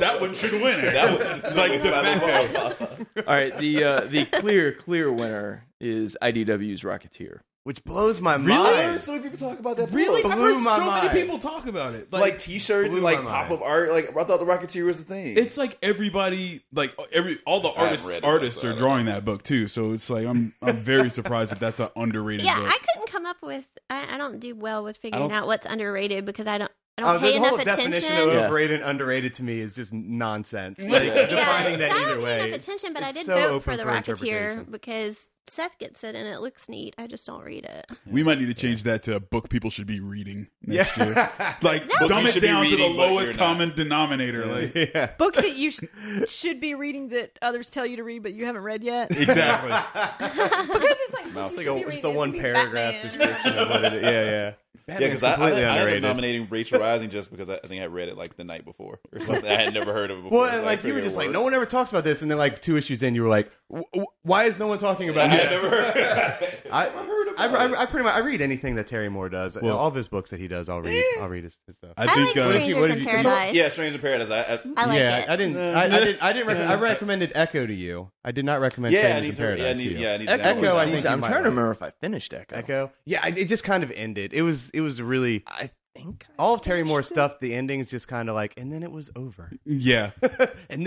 Speaker 5: that one should win it.
Speaker 3: That was
Speaker 5: Like, de
Speaker 3: facto.
Speaker 6: All right, the uh, the clear clear winner is IDW's Rocketeer.
Speaker 2: which blows my
Speaker 3: I heard
Speaker 2: mind.
Speaker 3: so many people talk about that.
Speaker 5: really?
Speaker 3: book.
Speaker 5: I've
Speaker 2: Blew
Speaker 5: heard
Speaker 2: my
Speaker 5: so
Speaker 2: mind.
Speaker 5: many people talk about it.
Speaker 3: Like, T-shirts
Speaker 2: blew
Speaker 3: and like
Speaker 2: my mind.
Speaker 3: pop-up art. Like I thought the Rocketeer was the thing.
Speaker 5: it's like everybody, like every all the
Speaker 3: haven't
Speaker 5: artists
Speaker 3: read it,
Speaker 5: artists
Speaker 3: so I
Speaker 5: are
Speaker 3: don't
Speaker 5: drawing that book too. So it's like I'm I'm very surprised that that's an underrated
Speaker 4: yeah,
Speaker 5: book.
Speaker 4: I couldn't come up with. I, I don't do well with figuring
Speaker 3: don't-
Speaker 4: out what's underrated because I don't. I don't
Speaker 2: Uh,
Speaker 4: pay
Speaker 2: the
Speaker 4: enough
Speaker 2: whole definition of
Speaker 4: attention.
Speaker 6: Yeah.
Speaker 2: overrated and underrated to me is just nonsense. Like
Speaker 3: Yeah.
Speaker 2: defining
Speaker 4: so I
Speaker 2: that
Speaker 4: don't
Speaker 2: either
Speaker 4: pay
Speaker 2: way.
Speaker 4: enough
Speaker 2: it's-
Speaker 4: attention, but I
Speaker 2: it's
Speaker 4: did
Speaker 2: so
Speaker 4: vote
Speaker 2: open
Speaker 4: for the
Speaker 2: interpretation.
Speaker 4: Rocketeer because Seth gets it and it looks neat. I just don't read it.
Speaker 5: we might need to change that to a book people should be reading next year.
Speaker 2: Yeah.
Speaker 5: Like
Speaker 3: Book
Speaker 5: dumb
Speaker 3: you
Speaker 5: it
Speaker 3: should be
Speaker 5: down to the
Speaker 3: reading, but
Speaker 5: lowest
Speaker 3: you're not.
Speaker 5: common denominator. Like
Speaker 2: yeah.
Speaker 7: Book that you sh- should be reading that others tell you to read, but you haven't read yet.
Speaker 5: exactly.
Speaker 1: because it's like,
Speaker 3: No,
Speaker 1: no,
Speaker 3: it's
Speaker 2: It's like a, just a one paragraph description of what it is. Yeah, yeah.
Speaker 3: yeah,
Speaker 2: Batman's
Speaker 3: because I, I,
Speaker 2: completely
Speaker 3: I ended up
Speaker 2: underrated.
Speaker 3: nominating Rachel Rising just because I, I think I read it like the night before or something. I had never heard of it before.
Speaker 2: Well,
Speaker 3: so I
Speaker 2: and like you were
Speaker 3: figured it
Speaker 2: just like,
Speaker 3: worked.
Speaker 2: no one ever talks about this, and then like two issues in, you were like, w- w- why is no one talking
Speaker 3: I
Speaker 2: about
Speaker 3: had
Speaker 2: this?
Speaker 3: never heard.
Speaker 2: I,
Speaker 3: heard
Speaker 2: I,
Speaker 3: about
Speaker 2: I, I pretty much I read anything that Terry Moore does.
Speaker 5: Well-
Speaker 2: all of his books that he does, I'll read. I'll read his, his stuff.
Speaker 5: I
Speaker 4: I,
Speaker 5: think
Speaker 4: like
Speaker 5: uh,
Speaker 4: Strangers
Speaker 6: what if
Speaker 4: in
Speaker 6: you-
Speaker 4: Paradise.
Speaker 3: Yeah, Strangers in Paradise. I, I,
Speaker 4: I like
Speaker 2: yeah,
Speaker 4: it.
Speaker 2: I didn't. I, I didn't. I didn't. Rec- I recommended Echo to you. I did not recommend.
Speaker 3: yeah, I
Speaker 2: Strangers
Speaker 3: need to. Yeah, I
Speaker 2: in Paradise to
Speaker 3: need.
Speaker 2: you.
Speaker 3: Yeah, I need
Speaker 6: Echo
Speaker 3: to
Speaker 2: Echo,
Speaker 6: was
Speaker 2: I
Speaker 3: download
Speaker 2: think
Speaker 6: decent.
Speaker 2: you
Speaker 6: I'm
Speaker 2: might
Speaker 6: trying to
Speaker 2: like.
Speaker 6: remember if I finished Echo.
Speaker 2: Echo. Yeah, I- it just kind of ended. It was. It was really
Speaker 6: I think I
Speaker 2: all of Terry
Speaker 6: finished
Speaker 2: Moore's
Speaker 6: it.
Speaker 2: stuff. The endings just kind of like, and then it was over.
Speaker 5: yeah.
Speaker 2: and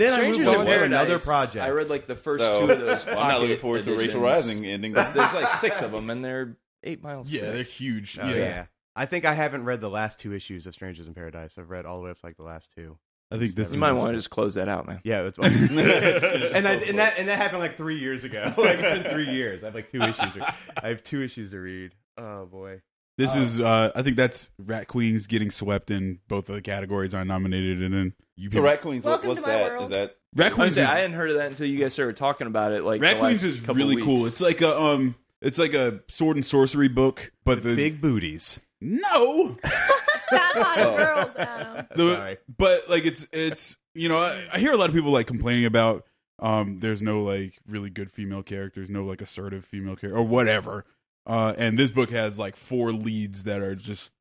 Speaker 2: then
Speaker 6: Strangers
Speaker 2: I
Speaker 6: in
Speaker 2: moved on to
Speaker 6: Paradise,
Speaker 2: another project.
Speaker 6: I read like the first
Speaker 3: So,
Speaker 6: two of those.
Speaker 3: I'm not looking
Speaker 6: pocket
Speaker 3: forward to Rachel
Speaker 6: editions.
Speaker 3: Rising ending.
Speaker 6: There's like six of them, and they're eight miles.
Speaker 5: Yeah,
Speaker 6: thick.
Speaker 5: they're huge.
Speaker 2: Oh,
Speaker 5: yeah.
Speaker 2: yeah. I think I haven't read the last two issues of Strangers in Paradise. I've read all the way up to like the last two.
Speaker 5: I think this
Speaker 6: you
Speaker 5: is
Speaker 6: might want to just close that out, man.
Speaker 2: Yeah, it's and I, and that and that happened like three years ago. Like it's been three years. I have like two issues. I have two issues to read. Oh boy.
Speaker 5: this
Speaker 2: Uh,
Speaker 5: is uh I think that's Rat Queens getting swept in both of the categories I nominated and then you
Speaker 3: So Rat Queens, what,
Speaker 1: Welcome
Speaker 3: what's
Speaker 1: to my
Speaker 3: that?
Speaker 1: world.
Speaker 3: Is that
Speaker 5: Rat
Speaker 6: I,
Speaker 5: Queens
Speaker 6: say,
Speaker 5: is,
Speaker 6: I hadn't heard of that until you guys started talking about it. Like
Speaker 5: Rat
Speaker 6: the
Speaker 5: Queens
Speaker 6: last
Speaker 5: is
Speaker 6: couple
Speaker 5: really
Speaker 6: weeks.
Speaker 5: cool. It's like a um it's like a sword and sorcery book, but the,
Speaker 2: Big booties.
Speaker 5: no
Speaker 1: Fat
Speaker 6: Oh.
Speaker 1: bottom girls, Adam.
Speaker 5: the,
Speaker 2: Sorry.
Speaker 5: but like it's it's you know I, I hear a lot of people like complaining about um there's no like really good female characters no like assertive female character or whatever uh and this book has like four leads that are just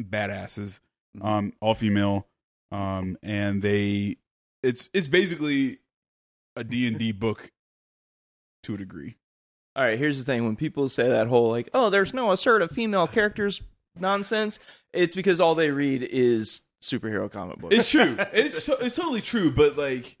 Speaker 5: badasses
Speaker 6: Mm-hmm.
Speaker 5: um all female um and they it's it's basically a D&D book to a degree
Speaker 6: All right, here's the thing: when people say that whole like, "Oh, there's no assertive female characters" nonsense, it's because all they read is superhero comic books.
Speaker 5: it's true it's to- it's totally true but like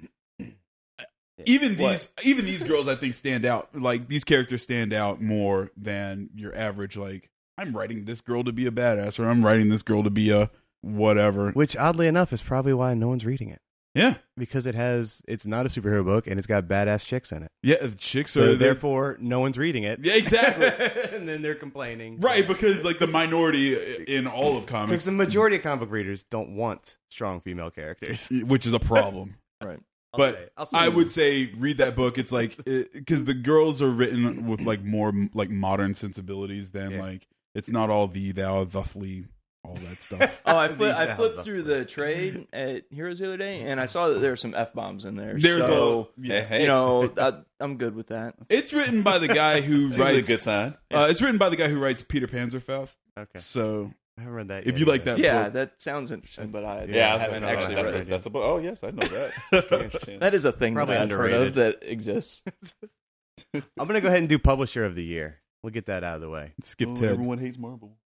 Speaker 5: even these
Speaker 3: What?
Speaker 5: even these girls i think stand out like these characters stand out more than your average like i'm writing this girl to be a badass or i'm writing this girl to be a whatever
Speaker 2: Which oddly enough is probably why no one's reading it.
Speaker 5: yeah
Speaker 2: Because it has it's not a superhero book and it's got badass chicks in it.
Speaker 5: yeah
Speaker 3: uh,
Speaker 5: the chicks
Speaker 2: So,
Speaker 5: are there
Speaker 2: therefore no one's reading it.
Speaker 5: yeah exactly
Speaker 2: and then they're complaining.
Speaker 5: right because like the minority i- in all of
Speaker 2: because
Speaker 5: comics
Speaker 2: the majority of comic book readers don't want strong female characters.
Speaker 5: which is a problem
Speaker 6: right.
Speaker 2: I'll
Speaker 5: But
Speaker 2: say it. I'll say
Speaker 5: I
Speaker 2: it.
Speaker 5: would say read that book. It's like because the girls are written with like more like modern sensibilities than
Speaker 2: Yeah.
Speaker 5: like it's not all thee thou thusly all that stuff.
Speaker 6: Oh, I, fli-
Speaker 2: Leave
Speaker 6: I
Speaker 2: that
Speaker 6: flipped
Speaker 2: alone.
Speaker 6: through the trade at Heroes the other day, and I saw that there were some f bombs in there.
Speaker 5: There's
Speaker 6: so,
Speaker 5: a yeah.
Speaker 3: hey,
Speaker 6: you know, I, I'm good with that.
Speaker 5: It's written by the guy who
Speaker 3: it's usually a
Speaker 5: writes.
Speaker 3: good sign.
Speaker 5: uh, it's written by the guy who writes Peter Panzerfaust.
Speaker 2: Okay.
Speaker 5: So
Speaker 2: I haven't read that yet
Speaker 5: if you like
Speaker 2: either.
Speaker 5: that,
Speaker 6: Yeah,
Speaker 5: book,
Speaker 6: that sounds interesting, but I,
Speaker 3: Yeah, I
Speaker 6: I
Speaker 3: was like,
Speaker 6: haven't
Speaker 3: oh,
Speaker 6: actually
Speaker 3: that's,
Speaker 6: read
Speaker 3: a,
Speaker 6: it.
Speaker 3: that's a book. Oh yes, I know that.
Speaker 6: That is a thing
Speaker 2: Probably
Speaker 6: that I've heard of that exists.
Speaker 2: I'm gonna go ahead and do publisher of the year. We'll get that out of the way.
Speaker 5: skip Ted.
Speaker 3: hates Marvel.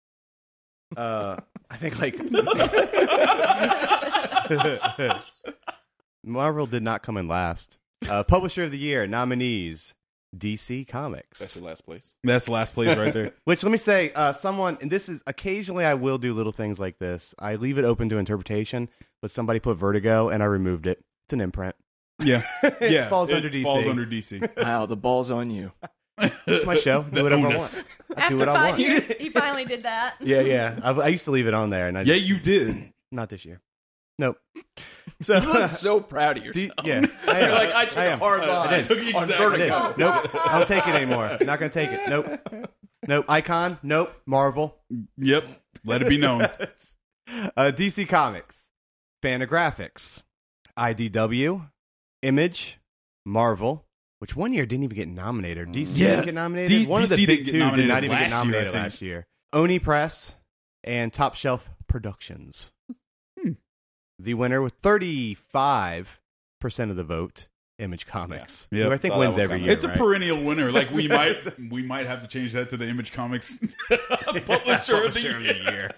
Speaker 2: Uh, I think like Marvel did not come in last. Uh, publisher of the year nominees: DC
Speaker 3: That's
Speaker 2: Comics.
Speaker 3: the last place.
Speaker 5: That's the last place right there.
Speaker 2: Which let me say, uh, someone and this is occasionally I will do little things like this. I leave it open to interpretation, but somebody put Vertigo and I removed it. It's an imprint.
Speaker 5: Yeah,
Speaker 2: it
Speaker 5: yeah.
Speaker 2: falls
Speaker 5: it
Speaker 2: under DC.
Speaker 5: Falls under DC.
Speaker 6: Wow, the ball's on you.
Speaker 2: it's my show. Do
Speaker 5: The
Speaker 2: whatever I
Speaker 5: onus.
Speaker 2: want. I do
Speaker 1: After
Speaker 2: what I
Speaker 1: five
Speaker 2: want.
Speaker 1: years, he finally did that.
Speaker 2: Yeah, yeah. I, I used to leave it on there, and I
Speaker 5: Yeah,
Speaker 2: just,
Speaker 5: you did.
Speaker 2: not this year. Nope. So
Speaker 6: You look so proud of yourself.
Speaker 2: D- yeah, I
Speaker 6: You're like, I took
Speaker 2: I
Speaker 6: a
Speaker 2: am.
Speaker 6: hard line.
Speaker 2: did.
Speaker 5: Took exactly-
Speaker 2: I did. Nope. I don't take it anymore. Not gonna take it. Nope. Nope. Icon. Nope. Marvel.
Speaker 5: Yep. Let it be known.
Speaker 2: uh, DC Comics. Fantagraphics, IDW, Image, Marvel, which one year didn't even get nominated. DC
Speaker 5: Yeah.
Speaker 2: didn't get nominated.
Speaker 5: D-
Speaker 2: one of
Speaker 5: DC
Speaker 2: the
Speaker 5: didn't
Speaker 2: big
Speaker 5: get
Speaker 2: two did
Speaker 5: nominated
Speaker 2: not even
Speaker 5: last
Speaker 2: get
Speaker 5: year, I
Speaker 2: nominated
Speaker 5: think.
Speaker 2: last year. Oni Press and Top Shelf Productions.
Speaker 5: Hmm.
Speaker 2: The winner with 35% of the vote, Image Comics,
Speaker 5: Yeah.
Speaker 2: who I think
Speaker 3: Saw that
Speaker 2: wins
Speaker 3: one
Speaker 2: every
Speaker 3: coming.
Speaker 2: year.
Speaker 5: it's a
Speaker 2: right?
Speaker 5: perennial winner. Like we might we might have to change that to the Image Comics publisher of the
Speaker 2: Publisher
Speaker 5: year.
Speaker 2: of the year.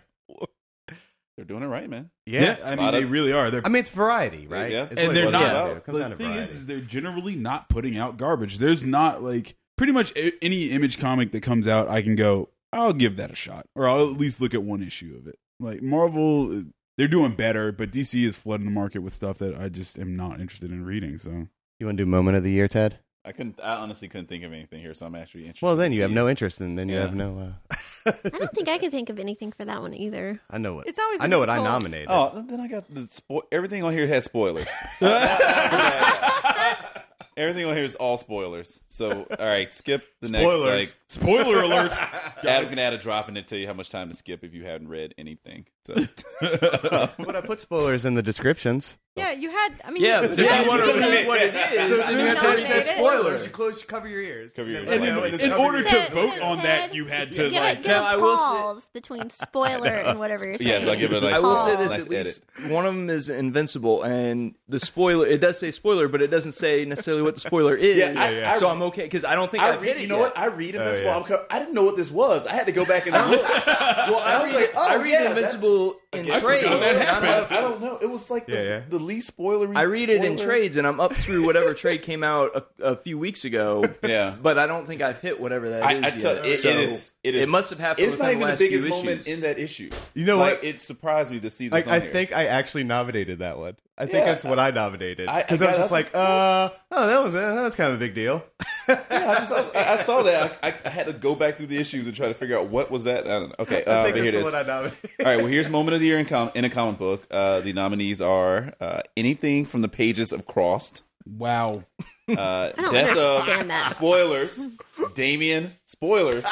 Speaker 3: They're doing it right, man.
Speaker 2: Yeah.
Speaker 5: Yeah, I mean
Speaker 3: Lot of-
Speaker 5: they really are. They're
Speaker 2: I mean, it's variety, right?
Speaker 3: Yeah.
Speaker 2: It's
Speaker 3: And
Speaker 2: what it
Speaker 5: they're
Speaker 2: comes
Speaker 5: not-
Speaker 2: down to. It comes
Speaker 5: But
Speaker 2: down
Speaker 5: the
Speaker 2: to
Speaker 5: thing is,
Speaker 2: variety.
Speaker 5: is they're generally not putting out garbage. There's not like pretty much a- any image comic that comes out, I can go, I'll give that a shot, or I'll at least look at one issue of it. Like Marvel, uh, they're doing better, but DC is flooding the market with stuff that I just am not interested in reading. So
Speaker 2: You want to do moment of the year, Ted?
Speaker 3: I couldn't. I honestly couldn't think of anything here, so I'm actually interested.
Speaker 2: Well, then
Speaker 3: to
Speaker 2: you have
Speaker 3: see
Speaker 2: no
Speaker 3: it.
Speaker 2: interest, and then you
Speaker 3: Yeah.
Speaker 2: have no. Uh...
Speaker 4: I don't think I can think of anything for that one either.
Speaker 2: I know what
Speaker 7: It's always
Speaker 2: I know what I
Speaker 7: difficult.
Speaker 2: nominated.
Speaker 3: Oh, th- then I got the spo- everything on here has spoilers. everything on here is all spoilers. So, all right, skip the next.
Speaker 2: Spoilers.
Speaker 3: Like,
Speaker 5: spoiler alert.
Speaker 3: Adam's gonna add a drop in to tell you how much time to skip if you haven't read anything. So,
Speaker 2: But I put spoilers in the descriptions.
Speaker 7: Yeah, you had. I mean,
Speaker 6: Yeah,
Speaker 7: you-
Speaker 6: but
Speaker 7: you
Speaker 6: if
Speaker 7: had-
Speaker 6: you want to read what it is,
Speaker 2: So
Speaker 7: soon as Ted says
Speaker 2: spoilers, you close, you cover your ears.
Speaker 3: Cover your
Speaker 2: And
Speaker 3: ears.
Speaker 2: then-
Speaker 3: And
Speaker 2: no,
Speaker 3: in-
Speaker 2: it's
Speaker 5: in
Speaker 2: cover
Speaker 5: order
Speaker 2: your
Speaker 5: to
Speaker 2: ears.
Speaker 4: So-
Speaker 5: vote
Speaker 4: so
Speaker 5: on
Speaker 4: Ted-
Speaker 5: that, you had to
Speaker 4: Give
Speaker 5: like
Speaker 4: it, give
Speaker 6: Now,
Speaker 4: a
Speaker 6: I will say-
Speaker 4: pause between spoiler and whatever you're saying.
Speaker 3: Yes, I'll give it a nice
Speaker 6: I will say
Speaker 4: Pause.
Speaker 6: this:
Speaker 3: Nice
Speaker 6: at least one of them is invincible, and the spoiler it does say spoiler, but it doesn't say necessarily what the spoiler is.
Speaker 3: Yeah, I- I-
Speaker 6: so I'm okay because I don't think
Speaker 3: I
Speaker 6: have hit
Speaker 3: read,
Speaker 6: it
Speaker 3: you know what?
Speaker 6: yet.
Speaker 3: I read Invincible.
Speaker 2: yeah.
Speaker 3: I'm co- I didn't know what this was. I had to go back and look. well,
Speaker 6: I, read, I read Invincible in
Speaker 3: oh, I
Speaker 6: trades.
Speaker 5: forgot that
Speaker 6: and I'm
Speaker 5: happened.
Speaker 6: up-
Speaker 3: I don't know. It was like the,
Speaker 2: Yeah, yeah.
Speaker 3: the least spoilery.
Speaker 6: I read it in
Speaker 3: spoiler-
Speaker 6: trades, and I'm up through whatever trade came out a, a few weeks ago.
Speaker 3: Yeah.
Speaker 6: but I don't think I've hit whatever that is
Speaker 3: I, I tell
Speaker 6: yet.
Speaker 3: it,
Speaker 6: so
Speaker 3: it is. It is.
Speaker 6: must have happened.
Speaker 3: It's
Speaker 6: within
Speaker 3: not even the
Speaker 6: last few
Speaker 3: biggest moment
Speaker 6: issues.
Speaker 3: in that issue.
Speaker 2: You know
Speaker 3: Like,
Speaker 2: what?
Speaker 3: It surprised me to see this.
Speaker 2: Like, I
Speaker 3: on here.
Speaker 2: think I actually nominated that one. I think
Speaker 3: Yeah, uh,
Speaker 2: that's what I nominated
Speaker 3: I- I
Speaker 2: because I,
Speaker 3: got-
Speaker 2: was just
Speaker 3: that's-
Speaker 2: like, uh, oh, that was that was kind of a big deal.
Speaker 3: I, just- I was- I- I saw that. I, I- I had to go back through the issues and try to figure out what was that. I don't know. Okay, uh,
Speaker 2: I think
Speaker 3: but here
Speaker 2: that's
Speaker 3: it
Speaker 2: the
Speaker 3: is.
Speaker 2: one I nominated.
Speaker 3: All right. Well, here's moment of the year in, com- in a comic book. Uh, the nominees are uh, anything from the pages of Crossed,
Speaker 5: wow.
Speaker 3: uh,
Speaker 4: I don't
Speaker 3: Death of
Speaker 4: understand that.
Speaker 3: spoilers, Damien spoilers,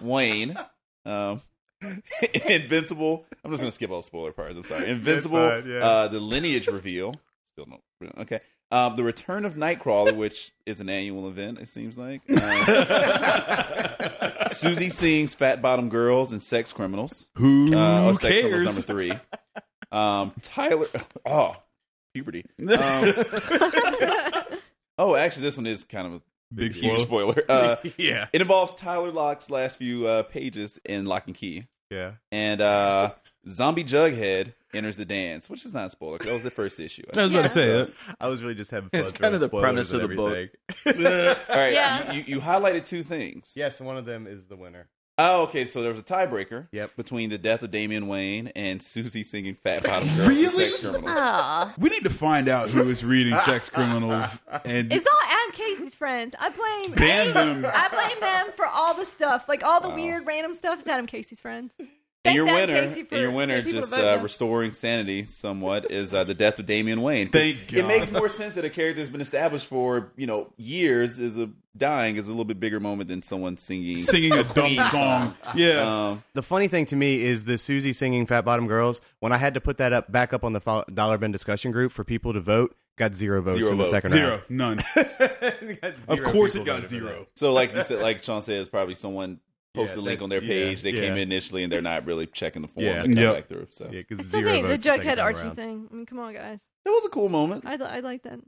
Speaker 3: Wayne, um, Invincible. I'm just gonna skip all the spoiler parts. I'm sorry. Invincible.
Speaker 2: fine, yeah.
Speaker 3: uh, the lineage reveal. Still no. Okay. Um, the return of Nightcrawler, which is an annual event, it seems like. Um, Susie sings Fat Bottom Girls and Sex Criminals.
Speaker 5: Who
Speaker 3: Uh, or Sex Criminals number
Speaker 5: cares?
Speaker 3: three. Um, Tyler. Oh, puberty. Um, oh, actually, this one is kind of a
Speaker 5: Big
Speaker 3: huge
Speaker 5: spoiler.
Speaker 3: spoiler. Uh,
Speaker 2: yeah,
Speaker 3: it involves Tyler Locke's last few uh, pages in Lock and Key.
Speaker 2: yeah.
Speaker 3: And uh, Zombie Jughead enters the dance, which is not a spoiler. 'cause That was the first issue. I
Speaker 5: I was about to say that.
Speaker 2: I was really just having fun.
Speaker 6: It's kind of the premise of the book.
Speaker 2: book.
Speaker 3: All right,
Speaker 1: Yeah.
Speaker 3: you, you highlighted two things.
Speaker 2: yes, one of them is the winner.
Speaker 3: Oh, okay. So there was a tiebreaker.
Speaker 2: Yep.
Speaker 3: Between the death of Damian Wayne and Susie singing "Fat Bottom Girls" and
Speaker 5: Really?
Speaker 3: Sex Criminals.
Speaker 4: Aw.
Speaker 5: We need to find out who is reading Sex Criminals and
Speaker 7: It's all Adam Casey's friends. I blame.
Speaker 5: ban them.
Speaker 7: I blame them for all the stuff, like all the
Speaker 3: Wow.
Speaker 7: weird random stuff. Is Adam Casey's friends?
Speaker 3: And
Speaker 7: Thanks,
Speaker 3: your
Speaker 7: Adam
Speaker 3: winner,
Speaker 7: Casey, for
Speaker 3: and your winner,
Speaker 7: getting people
Speaker 3: just
Speaker 7: to vote
Speaker 3: uh,
Speaker 7: now.
Speaker 3: restoring sanity somewhat, is uh, the death of Damian Wayne. 'Cause
Speaker 5: Thank
Speaker 3: It
Speaker 5: God.
Speaker 3: makes more sense that a character has been established for you know years is a dying is a little bit bigger moment than someone singing
Speaker 5: Singing a dumb
Speaker 3: Queen
Speaker 5: song. Yeah.
Speaker 3: Um,
Speaker 2: The funny thing to me is the Susie singing "Fat Bottom Girls." When I had to put that up back up on the fo- Dollar Bin discussion group for people to vote, got zero votes
Speaker 3: Zero
Speaker 2: in the
Speaker 3: votes.
Speaker 2: second
Speaker 5: Zero.
Speaker 2: round.
Speaker 5: None.
Speaker 2: It got
Speaker 5: Of
Speaker 2: zero
Speaker 5: course it
Speaker 2: people
Speaker 5: got
Speaker 2: voted for
Speaker 5: zero.
Speaker 3: so, like you said, like Sean said, it's probably someone posted a
Speaker 2: Yeah,
Speaker 3: link
Speaker 2: that-
Speaker 3: on their
Speaker 2: yeah,
Speaker 3: page. they came
Speaker 2: yeah.
Speaker 3: in initially and they're not really checking the form.
Speaker 2: Yeah.
Speaker 3: They come
Speaker 5: Yep.
Speaker 3: back through. So
Speaker 2: that. Yeah,
Speaker 7: I
Speaker 2: 'cause
Speaker 7: still
Speaker 2: zero
Speaker 7: think the
Speaker 2: votes the second
Speaker 7: Jughead
Speaker 2: time
Speaker 7: Archie
Speaker 2: around.
Speaker 7: thing. I mean, come on, guys.
Speaker 3: that was a cool moment.
Speaker 7: I, li- I like that.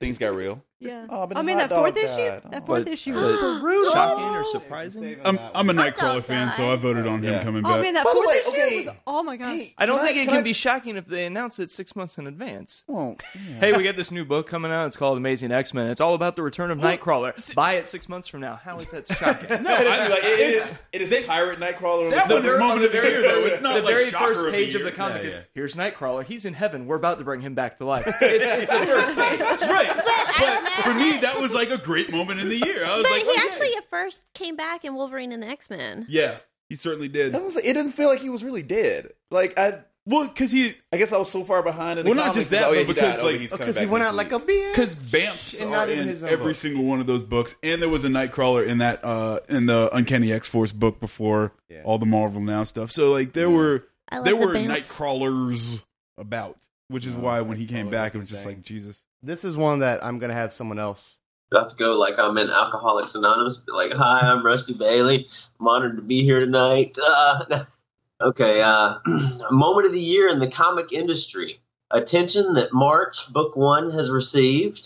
Speaker 3: Things got real.
Speaker 7: Yeah.
Speaker 3: Oh, but
Speaker 7: I mean,
Speaker 3: hot
Speaker 7: that fourth
Speaker 3: dog
Speaker 7: issue.
Speaker 3: died. Oh.
Speaker 7: That fourth
Speaker 6: But-
Speaker 7: issue
Speaker 6: but-
Speaker 7: was brutal.
Speaker 6: Shocking or surprising?
Speaker 5: I'm, I'm a
Speaker 4: I
Speaker 5: Nightcrawler
Speaker 4: thought
Speaker 5: fan,
Speaker 4: that.
Speaker 5: so I voted on him
Speaker 3: Yeah.
Speaker 5: coming
Speaker 7: Oh
Speaker 5: back.
Speaker 7: man, that
Speaker 3: By the
Speaker 7: fourth
Speaker 3: way,
Speaker 7: issue
Speaker 3: okay.
Speaker 7: was. Oh my god.
Speaker 3: Hey,
Speaker 6: I don't think it can
Speaker 3: I-
Speaker 6: be shocking if they announce it six months in advance.
Speaker 3: Well,
Speaker 6: Hey, we got this new book coming out. It's called Amazing X Men. It's all about the return of Nightcrawler. Buy it six months from now. How is that shocking?
Speaker 3: no, it is, like, it is- it is pirate Nightcrawler.
Speaker 6: That
Speaker 3: on the cover.
Speaker 6: one, they're-
Speaker 5: moment
Speaker 6: on the
Speaker 5: of the year, though. It's not
Speaker 6: the
Speaker 5: like
Speaker 6: very
Speaker 5: shocker
Speaker 6: first
Speaker 5: of the
Speaker 6: page of
Speaker 5: year.
Speaker 6: the comic
Speaker 2: Yeah,
Speaker 6: is
Speaker 2: yeah.
Speaker 6: here's Nightcrawler. He's in heaven. We're about to bring him back to life. It's, it's the first page.
Speaker 5: Right.
Speaker 4: But I love
Speaker 5: For me,
Speaker 4: it.
Speaker 5: that was like a great moment in the year. I was
Speaker 4: But
Speaker 5: like,
Speaker 4: he
Speaker 5: oh, yeah.
Speaker 4: actually at first came back in Wolverine and the X Men.
Speaker 5: yeah, he certainly did.
Speaker 3: That was- it didn't feel like he was really dead. Like I,
Speaker 5: Well, because he
Speaker 3: I guess I was so far behind. In the
Speaker 5: Well, not
Speaker 3: comics
Speaker 5: just that,
Speaker 3: oh, yeah,
Speaker 5: but
Speaker 3: he died.
Speaker 5: because,
Speaker 3: Oh,
Speaker 5: like-
Speaker 3: he's coming
Speaker 2: Because he
Speaker 3: back
Speaker 2: went
Speaker 3: next
Speaker 2: out like
Speaker 3: week.
Speaker 2: a bitch.
Speaker 5: because Bamps
Speaker 2: And
Speaker 5: are
Speaker 2: not even
Speaker 5: in
Speaker 2: his own
Speaker 5: every
Speaker 2: book.
Speaker 5: single one of those books, and there was a Nightcrawler in that uh in the Uncanny X Force book before
Speaker 2: Yeah.
Speaker 5: all the Marvel Now stuff. So like there were
Speaker 4: I love
Speaker 5: there
Speaker 4: the
Speaker 5: were
Speaker 4: Bamps.
Speaker 5: Nightcrawlers about. which is
Speaker 6: No,
Speaker 5: why when
Speaker 6: Oh, that's
Speaker 5: he came
Speaker 6: probably
Speaker 5: back, it
Speaker 6: what
Speaker 5: was
Speaker 6: I'm
Speaker 5: just
Speaker 6: saying.
Speaker 5: like Jesus.
Speaker 2: This is one that I'm gonna have someone else.
Speaker 8: Do I have to go like I'm in Alcoholics Anonymous? Like, hi, I'm Rusty Bailey. I'm honored to be here tonight. Uh, okay, uh, moment of the year in the comic industry. Attention that March Book One has received.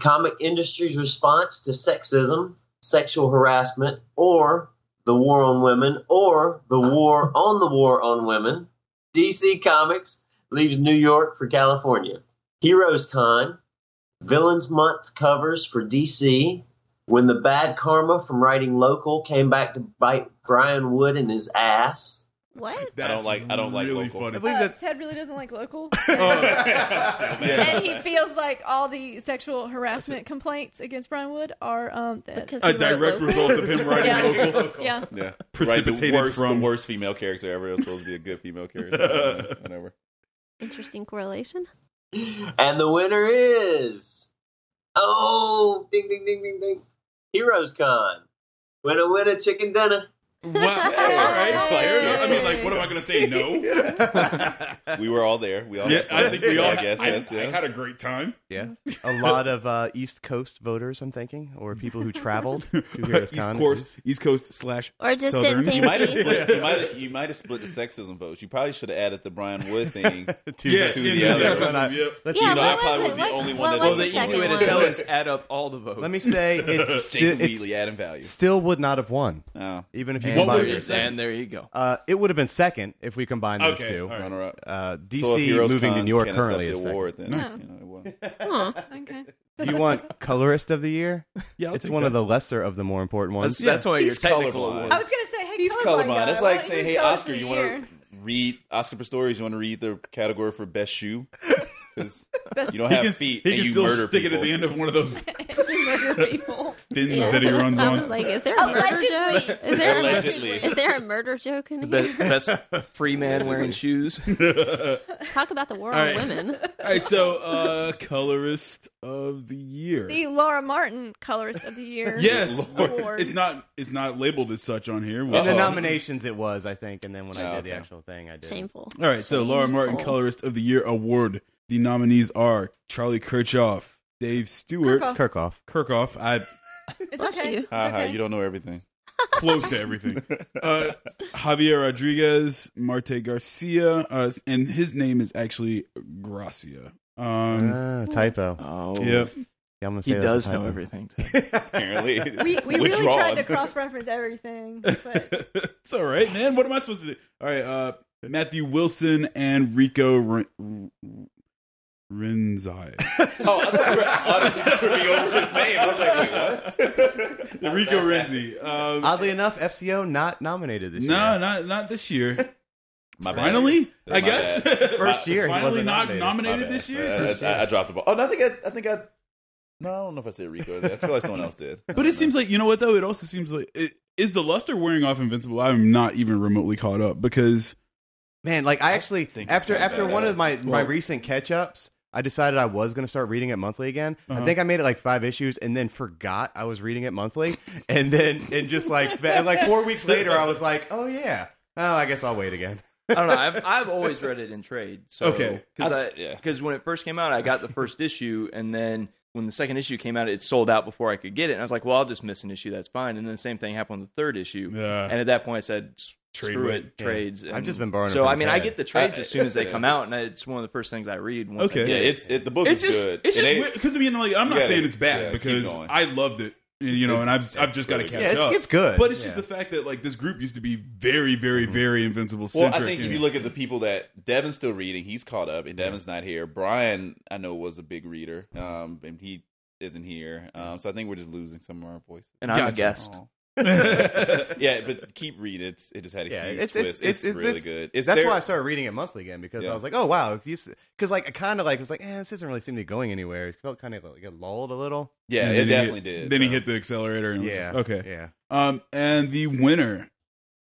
Speaker 8: Comic industry's response to sexism, sexual harassment, or the war on women, or the war on the war on women. DC Comics leaves New York for California. Heroes Con Villains Month covers for DC. When the bad karma from writing local came back to bite Brian Wood in his ass.
Speaker 4: What?
Speaker 3: I don't like- I don't like
Speaker 5: really
Speaker 3: local.
Speaker 5: funny.
Speaker 2: I believe that's
Speaker 7: Uh, Ted really doesn't like local.
Speaker 5: Oh, Yeah.
Speaker 7: and he feels like all the sexual harassment complaints against Brian Wood are um that
Speaker 4: Because
Speaker 5: a
Speaker 4: he wrote
Speaker 5: direct
Speaker 4: local.
Speaker 5: result of him writing
Speaker 7: Yeah.
Speaker 5: local.
Speaker 7: yeah
Speaker 3: Yeah,
Speaker 5: Precipitated
Speaker 3: right, the worst,
Speaker 5: from-
Speaker 3: the worst female character ever. It was supposed to be a good female character. Whatever.
Speaker 4: Interesting correlation.
Speaker 8: And the winner is. Oh, ding, ding, ding, ding, ding. Heroes Con. Winner, winner, chicken dinner.
Speaker 5: Wow. All right. Fair enough. I mean, like, what am I going to say? No.
Speaker 3: We were all there. We all.
Speaker 5: yeah,
Speaker 3: had fun.
Speaker 5: I think we all.
Speaker 3: I guess.
Speaker 5: I,
Speaker 3: yes,
Speaker 5: I
Speaker 3: yeah.
Speaker 5: had a great time.
Speaker 2: yeah. A lot of uh, East Coast voters, I'm thinking, or people who traveled to
Speaker 5: East Coast, East Coast slash
Speaker 4: Or just didn't
Speaker 5: Southern.
Speaker 4: think-
Speaker 3: you might have split. You might. You might have split the sexism votes. You probably should have added the Brian Wood thing.
Speaker 5: Yeah,
Speaker 3: to
Speaker 5: yeah,
Speaker 3: the
Speaker 5: yeah,
Speaker 3: other.
Speaker 5: yeah, yeah, yeah.
Speaker 2: Let's
Speaker 4: Yeah,
Speaker 3: You know, I
Speaker 4: what
Speaker 3: probably
Speaker 4: was it?
Speaker 3: was the
Speaker 4: What,
Speaker 3: only one
Speaker 4: what
Speaker 3: that
Speaker 6: Well,
Speaker 3: didn't
Speaker 4: was the
Speaker 6: the
Speaker 3: vote.
Speaker 6: easy
Speaker 4: second
Speaker 6: way to
Speaker 4: one?
Speaker 6: tell is add up all the votes.
Speaker 2: Let me say it's, still,
Speaker 3: Jason
Speaker 2: it's
Speaker 3: Wheatley, adding value.
Speaker 2: still would not have won,
Speaker 3: Oh,
Speaker 2: even if you
Speaker 6: And,
Speaker 5: What
Speaker 2: combine
Speaker 5: were your
Speaker 6: there,
Speaker 2: it.
Speaker 5: second?
Speaker 6: and there you go.
Speaker 2: Uh, it would have been second if we combined those
Speaker 5: Okay,
Speaker 2: two.
Speaker 5: all right.
Speaker 3: runner up.
Speaker 2: Uh, DC
Speaker 3: So if Heroes
Speaker 2: moving to
Speaker 3: Con
Speaker 2: New York
Speaker 3: can't accept
Speaker 2: currently is
Speaker 3: the
Speaker 2: second.
Speaker 3: award. Then
Speaker 5: Nice.
Speaker 3: you know, it won.
Speaker 4: Huh.
Speaker 7: okay
Speaker 2: Do you want colorist of the year?
Speaker 5: Yeah, I'll
Speaker 2: it's
Speaker 5: take
Speaker 2: one
Speaker 5: that.
Speaker 2: of the lesser of the more important
Speaker 6: That's,
Speaker 2: ones.
Speaker 6: that's one of your
Speaker 3: He's
Speaker 6: technical
Speaker 3: colorblind.
Speaker 6: awards.
Speaker 7: I was gonna say hey
Speaker 3: He's
Speaker 7: colorblind
Speaker 3: colorblind.
Speaker 7: guy,
Speaker 3: That's
Speaker 7: why
Speaker 3: like
Speaker 7: don't
Speaker 3: saying,
Speaker 7: you
Speaker 3: hey,
Speaker 7: go
Speaker 3: Oscar,
Speaker 7: the
Speaker 3: you want
Speaker 7: year?
Speaker 3: to read Oscar Pistorius? You want to read the category for best shoe? Because
Speaker 7: Best-
Speaker 3: you don't
Speaker 5: He
Speaker 3: have
Speaker 5: can,
Speaker 3: feet
Speaker 5: he
Speaker 3: and
Speaker 5: can
Speaker 3: you
Speaker 5: still
Speaker 3: murder
Speaker 5: stick
Speaker 3: people.
Speaker 5: it at the end of one of those
Speaker 7: You murder people
Speaker 5: fins
Speaker 4: Yeah.
Speaker 5: that he runs
Speaker 4: I
Speaker 5: on.
Speaker 4: was like, is
Speaker 6: Oh,
Speaker 4: there a murder
Speaker 7: Allegedly.
Speaker 4: joke? Is there,
Speaker 3: Allegedly.
Speaker 4: is there a murder joke in
Speaker 6: The
Speaker 4: here?
Speaker 6: be- best free man wearing shoes.
Speaker 4: Talk about the war
Speaker 5: All
Speaker 4: on
Speaker 5: right.
Speaker 4: women.
Speaker 5: All right, so uh, colorist of the year.
Speaker 7: the Laura Martin colorist of the year
Speaker 5: yes,
Speaker 7: Lord.
Speaker 5: it's not it's not labeled as such on here.
Speaker 2: In the
Speaker 5: Uh-oh.
Speaker 2: nominations, it was, I think, and then when I
Speaker 3: Oh,
Speaker 2: did the
Speaker 3: okay.
Speaker 2: actual thing, I did.
Speaker 4: Shameful.
Speaker 5: All right, so Laura Martin
Speaker 4: Shameful.
Speaker 5: colorist of the year award. The nominees are Charlie Kirchhoff, Dave Stewart,
Speaker 7: Kirchhoff.
Speaker 2: Kirkhoff.
Speaker 5: Kirchhoff. I
Speaker 7: It's
Speaker 4: Bless
Speaker 7: okay.
Speaker 4: you.
Speaker 7: It's
Speaker 3: Ha ha,
Speaker 7: okay.
Speaker 3: you don't know everything.
Speaker 5: close to everything. Uh, Javier Rodriguez, Marte Garcia, uh, and his name is actually Gracia. Um,
Speaker 2: Ah, typo.
Speaker 6: Oh,
Speaker 2: Yeah,
Speaker 5: yeah.
Speaker 2: I'm gonna say
Speaker 6: he
Speaker 2: that's a
Speaker 6: does know
Speaker 2: typo.
Speaker 6: everything. Ted.
Speaker 3: Apparently,
Speaker 7: we, we really
Speaker 3: Withdrawn.
Speaker 7: tried to cross reference everything but
Speaker 5: it's all right, man. What am I supposed to do? All right, uh, Matthew Wilson and Rico Ren- Renzai.
Speaker 3: Oh, I thought you were honestly tripping over his name. I was like, wait, what?
Speaker 5: The Rico Renzi. Um,
Speaker 2: Oddly enough, FCO not nominated this year.
Speaker 5: no, not not this year.
Speaker 3: My bad.
Speaker 5: Finally,
Speaker 3: That's my
Speaker 5: I guess.
Speaker 3: bad.
Speaker 2: First year, he
Speaker 5: Finally,
Speaker 2: wasn't
Speaker 5: not
Speaker 2: nominated.
Speaker 3: My
Speaker 5: nominated
Speaker 3: bad.
Speaker 5: this year.
Speaker 3: Uh,
Speaker 5: This
Speaker 3: I, I
Speaker 5: year.
Speaker 3: dropped the ball. Oh, no, I think I, I think I. No, I don't know if I said Rico. I feel like someone else did.
Speaker 5: But it seems like you know what though. It also seems like it, is the luster wearing off Invincible. I'm not even remotely caught up because
Speaker 2: Man, like I actually
Speaker 3: think it's
Speaker 2: after
Speaker 3: kinda
Speaker 2: after one of
Speaker 3: badass.
Speaker 2: my my
Speaker 5: Well-
Speaker 2: recent catch ups, I decided I was gonna start reading it monthly again.
Speaker 5: Uh-huh.
Speaker 2: I think I made it like five issues and then forgot I was reading it monthly, and then and just like fa- and, like four weeks later, I was like, oh yeah, oh I guess I'll wait again.
Speaker 6: I don't know. I've, I've always read it in trade. So,
Speaker 5: Okay.
Speaker 6: Because
Speaker 3: I-
Speaker 6: I,
Speaker 3: yeah.
Speaker 6: because when it first came out, I got the first issue, and then when the second issue came out, it sold out before I could get it. And I was like, well, I'll just miss an issue. That's fine. And then the same thing happened with the third issue.
Speaker 5: Yeah.
Speaker 6: And at that point, I said, s-
Speaker 5: Trade
Speaker 6: screw
Speaker 5: with-
Speaker 6: it, trades.
Speaker 2: I've
Speaker 6: And
Speaker 2: just been borrowing it
Speaker 6: So,
Speaker 2: from
Speaker 6: I mean, I
Speaker 2: Ted.
Speaker 6: get the trades
Speaker 3: I-
Speaker 6: as soon as they
Speaker 3: yeah.
Speaker 6: come out, and it's one of the first things I read. Once I
Speaker 5: Okay.
Speaker 3: yeah,
Speaker 6: get it.
Speaker 3: it's it, the book
Speaker 5: it's
Speaker 3: is
Speaker 5: just
Speaker 3: good.
Speaker 5: it's
Speaker 3: It
Speaker 5: just
Speaker 3: ain't-
Speaker 5: weird because I mean like I'm not
Speaker 3: Yeah,
Speaker 5: saying it's bad
Speaker 3: yeah, keep
Speaker 5: because
Speaker 3: going.
Speaker 5: I loved it you know and I've
Speaker 3: It's-
Speaker 5: I've just got to catch
Speaker 2: Yeah,
Speaker 5: up.
Speaker 2: it's, it's good,
Speaker 5: But it's just
Speaker 2: Yeah.
Speaker 5: the fact that like this group used to be very very very Invincible
Speaker 3: Well,
Speaker 5: centric.
Speaker 3: I think if you look at the people that Devin's still reading, he's caught up, and Devin's not here. Brian, I know, was a big reader, um, and he isn't here. Um, so I think we're just losing some of our voices.
Speaker 6: and I'm a
Speaker 5: Gotcha.
Speaker 6: guest.
Speaker 3: Aw.
Speaker 5: at
Speaker 3: yeah, but keep reading. It's it just had a
Speaker 2: Yeah,
Speaker 3: huge
Speaker 2: it's-
Speaker 3: twist.
Speaker 2: it's-
Speaker 3: It's,
Speaker 2: it's- it's-
Speaker 3: really
Speaker 2: it's-
Speaker 3: good. It's
Speaker 2: That's
Speaker 3: there-
Speaker 2: why I started reading it monthly again because
Speaker 3: Yeah.
Speaker 2: I was like, oh wow, because like I kind of like was like, eh, this doesn't really seem to be going anywhere. It felt kind of like it lulled a little.
Speaker 3: yeah, it definitely did.
Speaker 5: Then he
Speaker 3: so.
Speaker 5: hit the accelerator and
Speaker 2: Yeah.
Speaker 5: okay.
Speaker 2: Yeah.
Speaker 5: Um, and the winner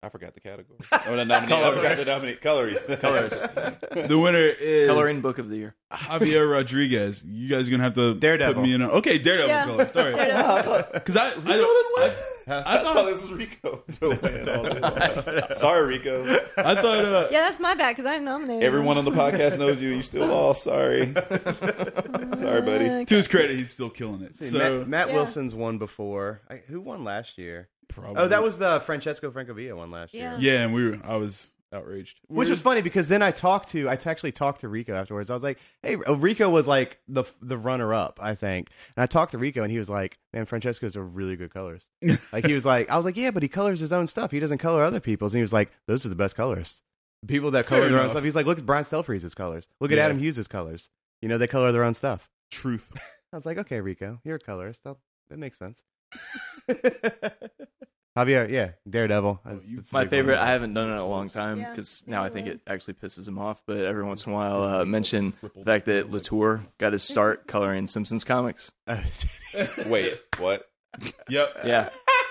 Speaker 3: I forgot the category. Oh, the nominee. I forgot the nominee. Colors.
Speaker 6: Colors.
Speaker 5: The winner is
Speaker 6: Coloring book of the year.
Speaker 5: Javier Rodriguez. You guys are gonna have to
Speaker 2: Daredevil.
Speaker 5: put me in. A, okay, Daredevil
Speaker 7: Yeah.
Speaker 5: colors. Sorry, because I, I, I, I,
Speaker 3: I thought
Speaker 5: thought
Speaker 3: this was Rico. to win all day long. Sorry, Rico.
Speaker 5: I thought uh,
Speaker 7: Yeah, that's my bad because I nominated.
Speaker 3: Everyone on the podcast knows you. You still lost. Sorry. Sorry, buddy.
Speaker 5: to his credit, he's still killing it.
Speaker 2: See,
Speaker 5: So
Speaker 2: Matt, Matt
Speaker 7: Yeah.
Speaker 2: Wilson's won before. I, who won last year?
Speaker 5: probably,
Speaker 2: Oh, that was the Francesco Francovilla one last year.
Speaker 1: Yeah.
Speaker 5: yeah, and we were. I was outraged.
Speaker 2: Which was funny because then I talked to I actually talked to Rico afterwards. I was like, "Hey, oh, Rico was like the the runner up, I think." And I talked to Rico, and he was like, "Man, Francesco's are really good colors." like he was like, "I was like, yeah, but he colors his own stuff. He doesn't color other people's." And he was like, "Those are the best colors. People that
Speaker 5: Fair
Speaker 2: color their own
Speaker 5: enough.
Speaker 2: stuff." He's like, "Look at Brian Stelfreeze's colors. Look at
Speaker 5: Yeah.
Speaker 2: Adam Hughes's colors. You know, they color their own stuff."
Speaker 5: truth.
Speaker 2: I was like, "Okay, Rico, you're a colorist. That that makes sense." Javier, yeah, Daredevil. That's-
Speaker 5: you-
Speaker 2: that's a
Speaker 6: Oh, My
Speaker 2: big one.
Speaker 6: favorite. I haven't done it in a long time
Speaker 7: Yeah.
Speaker 6: because now I think
Speaker 7: Yeah.
Speaker 6: it actually pisses him off. But every once in a while, uh, mention the fact that Latour got his start coloring Simpsons comics.
Speaker 3: Wait, what?
Speaker 5: Yep.
Speaker 6: Yeah,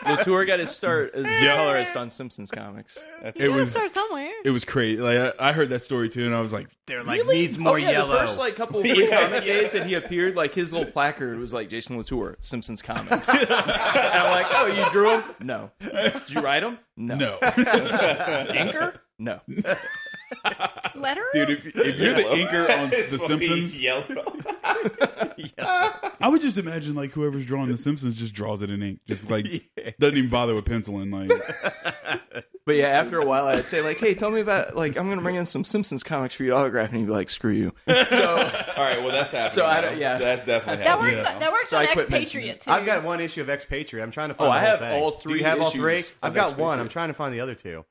Speaker 6: Latour got his start as a
Speaker 5: Yeah.
Speaker 6: colorist on Simpsons comics.
Speaker 3: That's
Speaker 5: It was.
Speaker 7: start somewhere.
Speaker 5: It was crazy. Like I, I heard that story too, and I was like,
Speaker 2: They're like needs more
Speaker 6: oh, yeah,
Speaker 2: yellow.
Speaker 6: The first like couple of free comic days that he appeared, like his little placard was like Jason Latour, Simpsons comics. and I'm like, oh, you drew him? No. Did you write him? No.
Speaker 5: no,
Speaker 6: Inker? No.
Speaker 7: Letter.
Speaker 5: dude. If, if you're the inker on The Simpsons,
Speaker 3: Yellow.
Speaker 5: I would just imagine like whoever's drawing The Simpsons just draws it in ink, just like doesn't even bother with penciling. Like
Speaker 6: But yeah, after a while, I'd say like, hey, tell me about like I'm gonna bring in some Simpsons comics for you to autograph, and he'd be like, screw you. So
Speaker 3: All right, well, that's happening.
Speaker 6: So I don't-
Speaker 3: now.
Speaker 6: yeah.
Speaker 3: That's definitely
Speaker 1: That
Speaker 3: happening.
Speaker 1: works.
Speaker 3: now.
Speaker 1: That works
Speaker 6: So
Speaker 1: on
Speaker 6: I quit mentioning
Speaker 1: expatriate
Speaker 6: it.
Speaker 1: too.
Speaker 2: I've got one issue of Expatriate. I'm trying to find.
Speaker 6: Oh,
Speaker 2: the
Speaker 6: I
Speaker 2: whole
Speaker 6: have
Speaker 2: thing.
Speaker 6: all
Speaker 2: Do
Speaker 6: three
Speaker 2: you have all
Speaker 6: issues
Speaker 2: three?
Speaker 6: of
Speaker 2: I've got
Speaker 6: Expatriate.
Speaker 2: one. I'm trying to find the other two.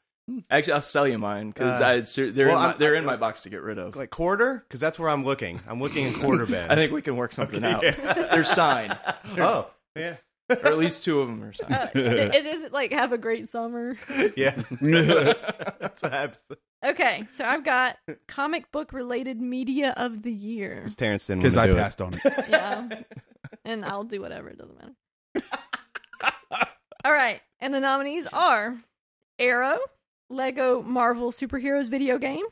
Speaker 6: actually, I'll sell you mine because
Speaker 2: Uh,
Speaker 6: I ser- they're
Speaker 2: well,
Speaker 6: in my,
Speaker 2: I'm-
Speaker 6: they're in my box to get rid of.
Speaker 2: Like quarter, because that's where I'm looking. I'm looking in quarter bins.
Speaker 6: I think we can work something out. They're signed,
Speaker 2: oh yeah,
Speaker 6: or at least two of them are signed.
Speaker 7: Uh, it, it is like have a great summer.
Speaker 2: yeah. that's what happens.
Speaker 7: Okay, so I've got comic book related media of the year.
Speaker 2: It's Terrence didn't
Speaker 5: because
Speaker 2: wanna do
Speaker 5: I
Speaker 2: it.
Speaker 5: passed on it.
Speaker 7: Yeah, and I'll do whatever. It doesn't matter. All right, and the nominees are Arrow, Lego Marvel Superheroes video game,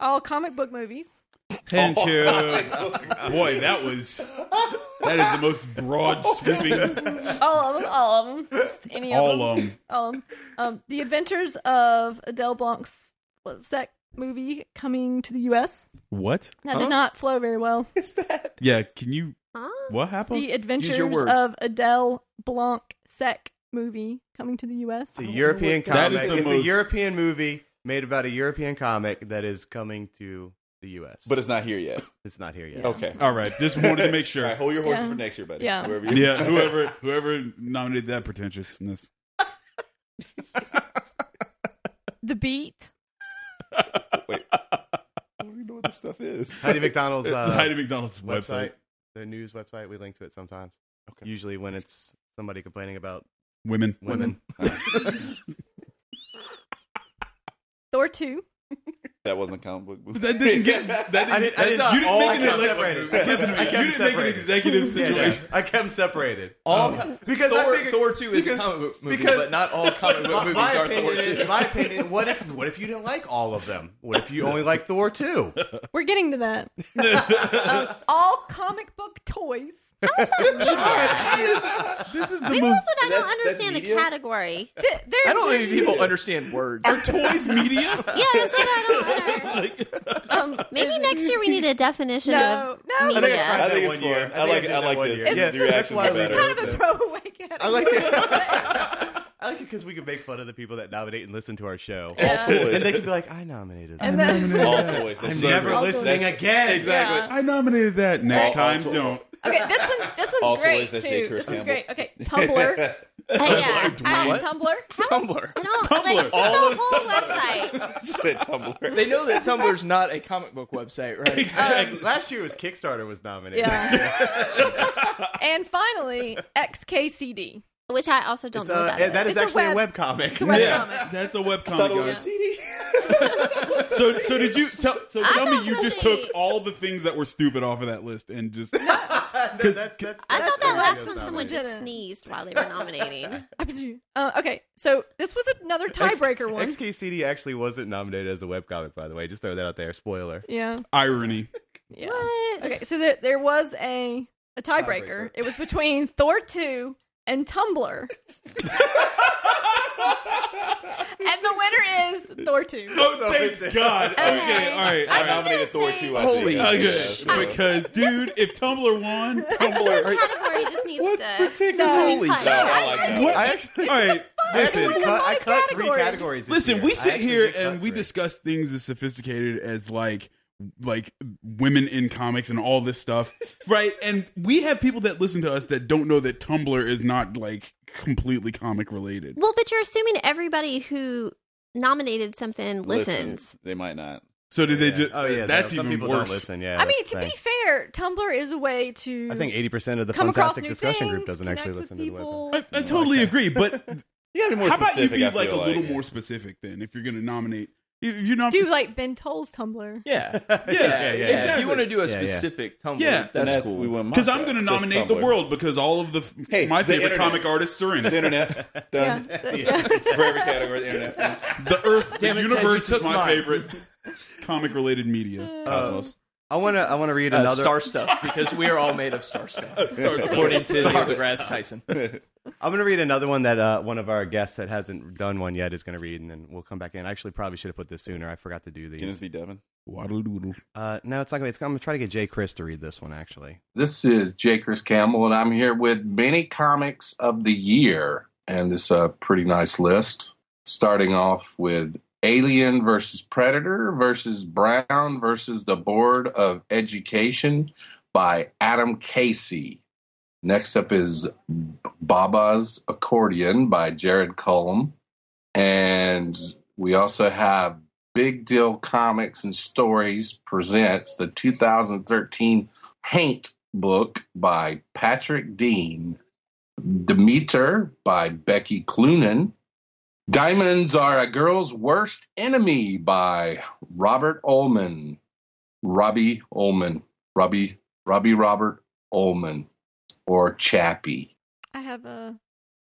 Speaker 7: all comic book movies.
Speaker 2: Oh,
Speaker 5: Pinchu. Boy, that was that is the most broad sweeping
Speaker 7: all of them, all of them, just any of
Speaker 5: all
Speaker 7: them,
Speaker 5: um.
Speaker 7: all of them. Um, the Adventures of Adele Blanc's sec movie coming to the U.S.
Speaker 5: What?
Speaker 7: That did not flow very well.
Speaker 5: Yeah, can you?
Speaker 4: Huh?
Speaker 5: What happened?
Speaker 7: the Adventures
Speaker 6: words.
Speaker 7: of Adele Blanc sec movie coming to the U.S.
Speaker 2: It's a European
Speaker 5: That is
Speaker 2: comic.
Speaker 5: the
Speaker 2: It's a
Speaker 5: most-
Speaker 2: European movie made about a European comic that is coming to the U.S.
Speaker 3: But it's not here yet.
Speaker 2: it's not here yet.
Speaker 3: Okay.
Speaker 5: all right, just wanted to make
Speaker 3: All
Speaker 5: sure.
Speaker 3: right, hold your horses
Speaker 7: Yeah.
Speaker 3: for next year, buddy.
Speaker 7: Yeah.
Speaker 3: Whoever you-
Speaker 5: yeah, whoever whoever nominated that pretentiousness.
Speaker 7: The Beat,
Speaker 3: I don't even know what this stuff is.
Speaker 2: Heidi McDonald's uh,
Speaker 5: Heidi McDonald's website.
Speaker 2: website, the news website. We link to it sometimes. Usually when it's somebody complaining about
Speaker 5: Women.
Speaker 2: women.
Speaker 7: Thor two,
Speaker 3: That wasn't a comic book movie.
Speaker 5: But that didn't get that didn't,
Speaker 2: I didn't. I
Speaker 6: That's
Speaker 2: didn't
Speaker 6: not
Speaker 5: you didn't
Speaker 6: all
Speaker 5: make
Speaker 2: I
Speaker 5: an
Speaker 2: kept
Speaker 6: comic
Speaker 5: elect-
Speaker 2: separated.
Speaker 5: Listen,
Speaker 2: I kept
Speaker 5: you didn't make an
Speaker 2: separated.
Speaker 5: executive
Speaker 2: Yeah, yeah.
Speaker 5: situation.
Speaker 2: I kept separated.
Speaker 6: All
Speaker 2: Um, Because I
Speaker 6: Thor,
Speaker 2: figured-
Speaker 6: Thor two is
Speaker 2: because-
Speaker 6: a comic book movie,
Speaker 2: because-
Speaker 6: but not all comic book
Speaker 2: My,
Speaker 6: movies
Speaker 2: my
Speaker 6: are Thor
Speaker 2: opinion
Speaker 6: two.
Speaker 2: is, my opinion. What if, what if you didn't like all of them? What if you only like Thor two?
Speaker 7: we're getting to that. Um, all comic book toys.
Speaker 5: This is the
Speaker 4: Maybe
Speaker 5: most
Speaker 4: that's what I don't
Speaker 3: that's- that's
Speaker 4: understand the
Speaker 3: media?
Speaker 4: category.
Speaker 7: Th- There,
Speaker 6: I don't think people understand words.
Speaker 5: toys media.
Speaker 4: Yeah, that's what I don't.
Speaker 7: Um,
Speaker 4: Maybe next year we need a definition
Speaker 7: No,
Speaker 4: of
Speaker 7: no. I think
Speaker 4: media.
Speaker 2: I tried
Speaker 3: I think
Speaker 2: that
Speaker 3: it's
Speaker 2: one year.
Speaker 3: fun. I like-
Speaker 2: did
Speaker 3: I
Speaker 2: that
Speaker 3: like
Speaker 2: one
Speaker 3: this.
Speaker 2: year.
Speaker 3: This is
Speaker 2: Yes,
Speaker 3: your
Speaker 2: that's
Speaker 3: reaction
Speaker 2: why
Speaker 3: is
Speaker 2: we
Speaker 7: it's
Speaker 3: better.
Speaker 2: did-
Speaker 7: kind of a throwaway category.
Speaker 2: I like it. I like it because we can make fun of the people that nominate and listen to our show,
Speaker 3: All
Speaker 7: Yeah.
Speaker 3: toys.
Speaker 2: and they can be like, "I nominated."
Speaker 7: And
Speaker 2: Them.
Speaker 7: then,
Speaker 3: all toys.
Speaker 2: I'm
Speaker 3: That's-
Speaker 2: never
Speaker 3: that's-
Speaker 2: listening
Speaker 3: that's-
Speaker 2: again.
Speaker 3: Exactly.
Speaker 7: Yeah.
Speaker 5: I nominated that. Next
Speaker 3: All- all
Speaker 5: time,
Speaker 3: toys.
Speaker 5: don't.
Speaker 7: okay, this one, this one's
Speaker 3: All
Speaker 7: great
Speaker 3: toys that
Speaker 7: too.
Speaker 3: J.
Speaker 7: This
Speaker 3: Chris
Speaker 7: one's
Speaker 3: Campbell.
Speaker 7: great. Okay, Tumblr,
Speaker 4: Hey, yeah. I,
Speaker 7: Uh, Tumblr.
Speaker 6: Tumblr.
Speaker 4: I don't
Speaker 6: Tumblr.
Speaker 4: like
Speaker 6: All
Speaker 4: the
Speaker 6: of
Speaker 4: whole website.
Speaker 3: Just said Tumblr.
Speaker 6: They know that Tumblr's not a comic book website, right?
Speaker 2: Um, Last year was Kickstarter was nominated.
Speaker 7: Yeah. and finally, XKCD.
Speaker 4: Which I also don't
Speaker 2: It's,
Speaker 4: know
Speaker 2: uh,
Speaker 4: about.
Speaker 2: that is
Speaker 7: It's a
Speaker 2: actually a
Speaker 7: web-
Speaker 2: web comic.
Speaker 7: web-
Speaker 5: Yeah,
Speaker 7: Webcomic.
Speaker 5: that's a webcomic.
Speaker 3: thought it
Speaker 2: Oh
Speaker 3: was a CD.
Speaker 5: guys. So, so did you tell? So
Speaker 4: I
Speaker 5: tell me,
Speaker 4: thought
Speaker 5: you just
Speaker 4: something-
Speaker 5: took all the things that were stupid off of that list and just
Speaker 2: that's, that's, that's,
Speaker 4: I thought that
Speaker 2: the
Speaker 4: last
Speaker 2: Legos
Speaker 4: one someone
Speaker 2: nomination.
Speaker 4: just sneezed while they were nominating.
Speaker 7: Uh, okay, so this was another
Speaker 2: X-
Speaker 7: tiebreaker one.
Speaker 2: XKCD actually wasn't nominated as a webcomic, by the way. Just throw that out there. Spoiler.
Speaker 7: yeah,
Speaker 5: Irony.
Speaker 7: yeah. Okay, so there, there was a a tiebreaker.
Speaker 2: Tiebreaker.
Speaker 7: It was between Thor two and Tumblr, and the winner is Thor two.
Speaker 5: Oh, thank God. Okay,
Speaker 4: Okay.
Speaker 5: all right.
Speaker 4: I
Speaker 3: I
Speaker 4: was gonna
Speaker 3: nominated Thor
Speaker 4: say-
Speaker 3: too. I
Speaker 2: Holy
Speaker 3: think.
Speaker 5: Okay,
Speaker 3: Yeah, so-
Speaker 5: because dude, if Tumblr won,
Speaker 4: This category just needs to.
Speaker 2: Holy
Speaker 4: No,
Speaker 2: shit.
Speaker 3: No, I like that.
Speaker 2: I actually,
Speaker 5: all right.
Speaker 2: I actually
Speaker 5: Listen,
Speaker 2: cut, I
Speaker 7: funnest
Speaker 2: cut three
Speaker 7: categories.
Speaker 2: categories. this
Speaker 5: listen.
Speaker 2: year.
Speaker 5: We
Speaker 2: I
Speaker 5: sit
Speaker 2: actually
Speaker 5: here
Speaker 2: did cut
Speaker 5: and we
Speaker 2: three.
Speaker 5: discuss things as sophisticated as like like women in comics and all this stuff, right? And we have people that listen to us that don't know that Tumblr is not like completely comic related.
Speaker 4: Well, but you're assuming everybody who nominated something listens.
Speaker 3: They might not.
Speaker 5: So did they
Speaker 2: Yeah.
Speaker 5: just?
Speaker 2: Oh yeah,
Speaker 5: that's
Speaker 2: some
Speaker 5: even
Speaker 2: people
Speaker 5: worse.
Speaker 2: Don't listen, yeah.
Speaker 7: I mean,
Speaker 2: that's
Speaker 7: to
Speaker 2: the
Speaker 7: be
Speaker 2: thing.
Speaker 7: fair, Tumblr is a way to
Speaker 2: I think eighty percent of the
Speaker 7: come across
Speaker 2: fantastic
Speaker 7: new
Speaker 2: discussion
Speaker 7: things,
Speaker 2: group doesn't
Speaker 7: connect
Speaker 2: actually
Speaker 7: with
Speaker 2: listen
Speaker 7: people.
Speaker 5: I, I totally agree, but
Speaker 3: You gotta be more
Speaker 5: how about you
Speaker 3: specific.
Speaker 5: be
Speaker 3: I feel
Speaker 5: like a little
Speaker 3: like.
Speaker 5: more specific then? If you're going to nominate, if you're not
Speaker 7: do like Ben Toll's Tumblr.
Speaker 6: Yeah.
Speaker 2: to the webcomic.
Speaker 6: Yeah, yeah,
Speaker 5: yeah,
Speaker 6: If
Speaker 5: exactly.
Speaker 6: you want to do a
Speaker 2: Yeah, yeah.
Speaker 6: specific Tumblr,
Speaker 5: Yeah,
Speaker 6: that's,
Speaker 3: Then that's
Speaker 6: cool.
Speaker 3: we wouldn't
Speaker 5: because
Speaker 3: mind
Speaker 5: I'm going to
Speaker 3: that. Just
Speaker 5: nominate the
Speaker 3: Tumblr.
Speaker 5: world because all of the f-
Speaker 3: Hey,
Speaker 5: my
Speaker 3: the
Speaker 5: favorite
Speaker 3: internet.
Speaker 5: comic artists are in
Speaker 3: The
Speaker 5: it.
Speaker 3: internet. Done.
Speaker 7: Yeah.
Speaker 3: For every category, the internet.
Speaker 5: the Earth, the
Speaker 6: Damn it, Ted,
Speaker 5: universe
Speaker 6: you
Speaker 5: is
Speaker 6: took
Speaker 5: my
Speaker 6: mine.
Speaker 5: favorite comic related media.
Speaker 3: Cosmos.
Speaker 2: I want to. I want to read
Speaker 6: Uh,
Speaker 2: another.
Speaker 6: star stuff because we are all made of star stuff, according to Neil deGrasse Tyson.
Speaker 2: I'm going to read another one that uh, one of our guests that hasn't done one yet is going to read, and then we'll come back in. I actually probably should have put this sooner. I forgot to do
Speaker 3: Can this
Speaker 2: these.
Speaker 3: be Devin?
Speaker 5: Waddle-doodle.
Speaker 2: Uh, no, it's not going to. I'm going to try to get Jay Chris to read this one actually.
Speaker 9: This is Jakers Campbell, and I'm here with many comics of the year, and it's a pretty nice list. Starting off with Alien versus Predator versus Brown versus the Board of Education by Adam Casey. Next up is Baba's Accordion by Jared Cullum. And we also have Big Deal Comics and Stories presents the 2013 Paint book by Patrick Dean, Demeter by Becky Cloonan, Diamonds Are a Girl's Worst Enemy by Robert Ullman, Robbie Ullman, Robbie, Robbie Robert Ullman, or Chappie.
Speaker 7: I have a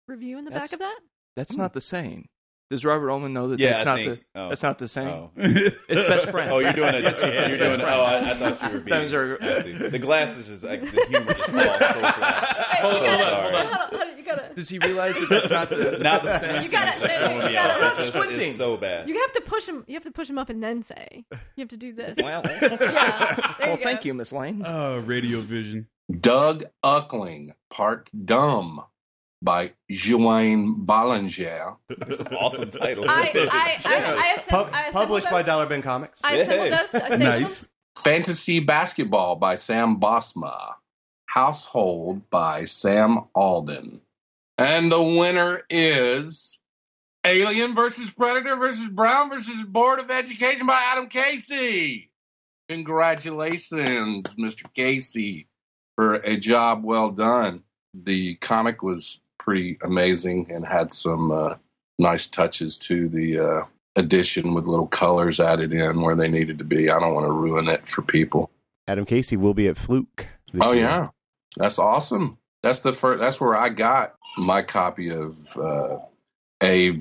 Speaker 7: review in the
Speaker 6: That's-
Speaker 7: back of that.
Speaker 6: That's not the same. Does Robert Ullman know that
Speaker 3: Hmm. Yeah,
Speaker 6: that's
Speaker 3: I
Speaker 6: not
Speaker 3: think-
Speaker 6: the
Speaker 3: oh.
Speaker 6: that's not the same?
Speaker 3: Oh.
Speaker 6: It's best friend.
Speaker 3: Oh, you're doing it.
Speaker 6: That's right,
Speaker 3: you're
Speaker 6: it's
Speaker 3: doing
Speaker 6: best
Speaker 3: it.
Speaker 6: friend.
Speaker 3: Oh, I, I thought you were being.
Speaker 6: Those are-
Speaker 3: I see. The glasses is like the humor just falls so flat.
Speaker 6: Hold
Speaker 7: you
Speaker 6: on,
Speaker 7: gotta-
Speaker 6: hold on.
Speaker 7: hold on, hold on, You gotta,
Speaker 6: Does he realize that that's not the
Speaker 3: Not the same.
Speaker 7: You gotta- uh,
Speaker 3: That's
Speaker 7: you
Speaker 3: throwing me
Speaker 7: gotta
Speaker 3: off.
Speaker 7: not
Speaker 3: It's just-
Speaker 6: squinting.
Speaker 3: It's so bad.
Speaker 7: you have to push him. You have to push him up and then say, "You have to do this."
Speaker 6: Well, well,
Speaker 7: Yeah, there go.
Speaker 6: thank you, Miss Lane.
Speaker 5: Uh, Radio Vision.
Speaker 9: Doug Uckling, Part Dumb by Joanne Bollinger.
Speaker 3: That's some awesome titles.
Speaker 1: I, I, I, I, assemb-
Speaker 2: Pub-
Speaker 1: I assembled
Speaker 2: published by
Speaker 1: those-
Speaker 2: Dollar Bin Comics.
Speaker 1: I assembled
Speaker 3: Yeah.
Speaker 1: those. I stapled
Speaker 5: Nice.
Speaker 1: them.
Speaker 9: Fantasy Basketball by Sam Bosma. Household by Sam Alden. And the winner is Alien versus Predator versus Brown versus Board of Education by Adam Casey. Congratulations, Mr. Casey, for a job well done. The comic was pretty amazing and had some uh, nice touches to the uh, edition with little colors added in where they needed to be. I don't want to ruin it for people.
Speaker 2: Adam Casey will be at Fluke. this
Speaker 9: oh
Speaker 2: year.
Speaker 9: yeah, that's awesome. That's the first. That's where I got my copy of uh,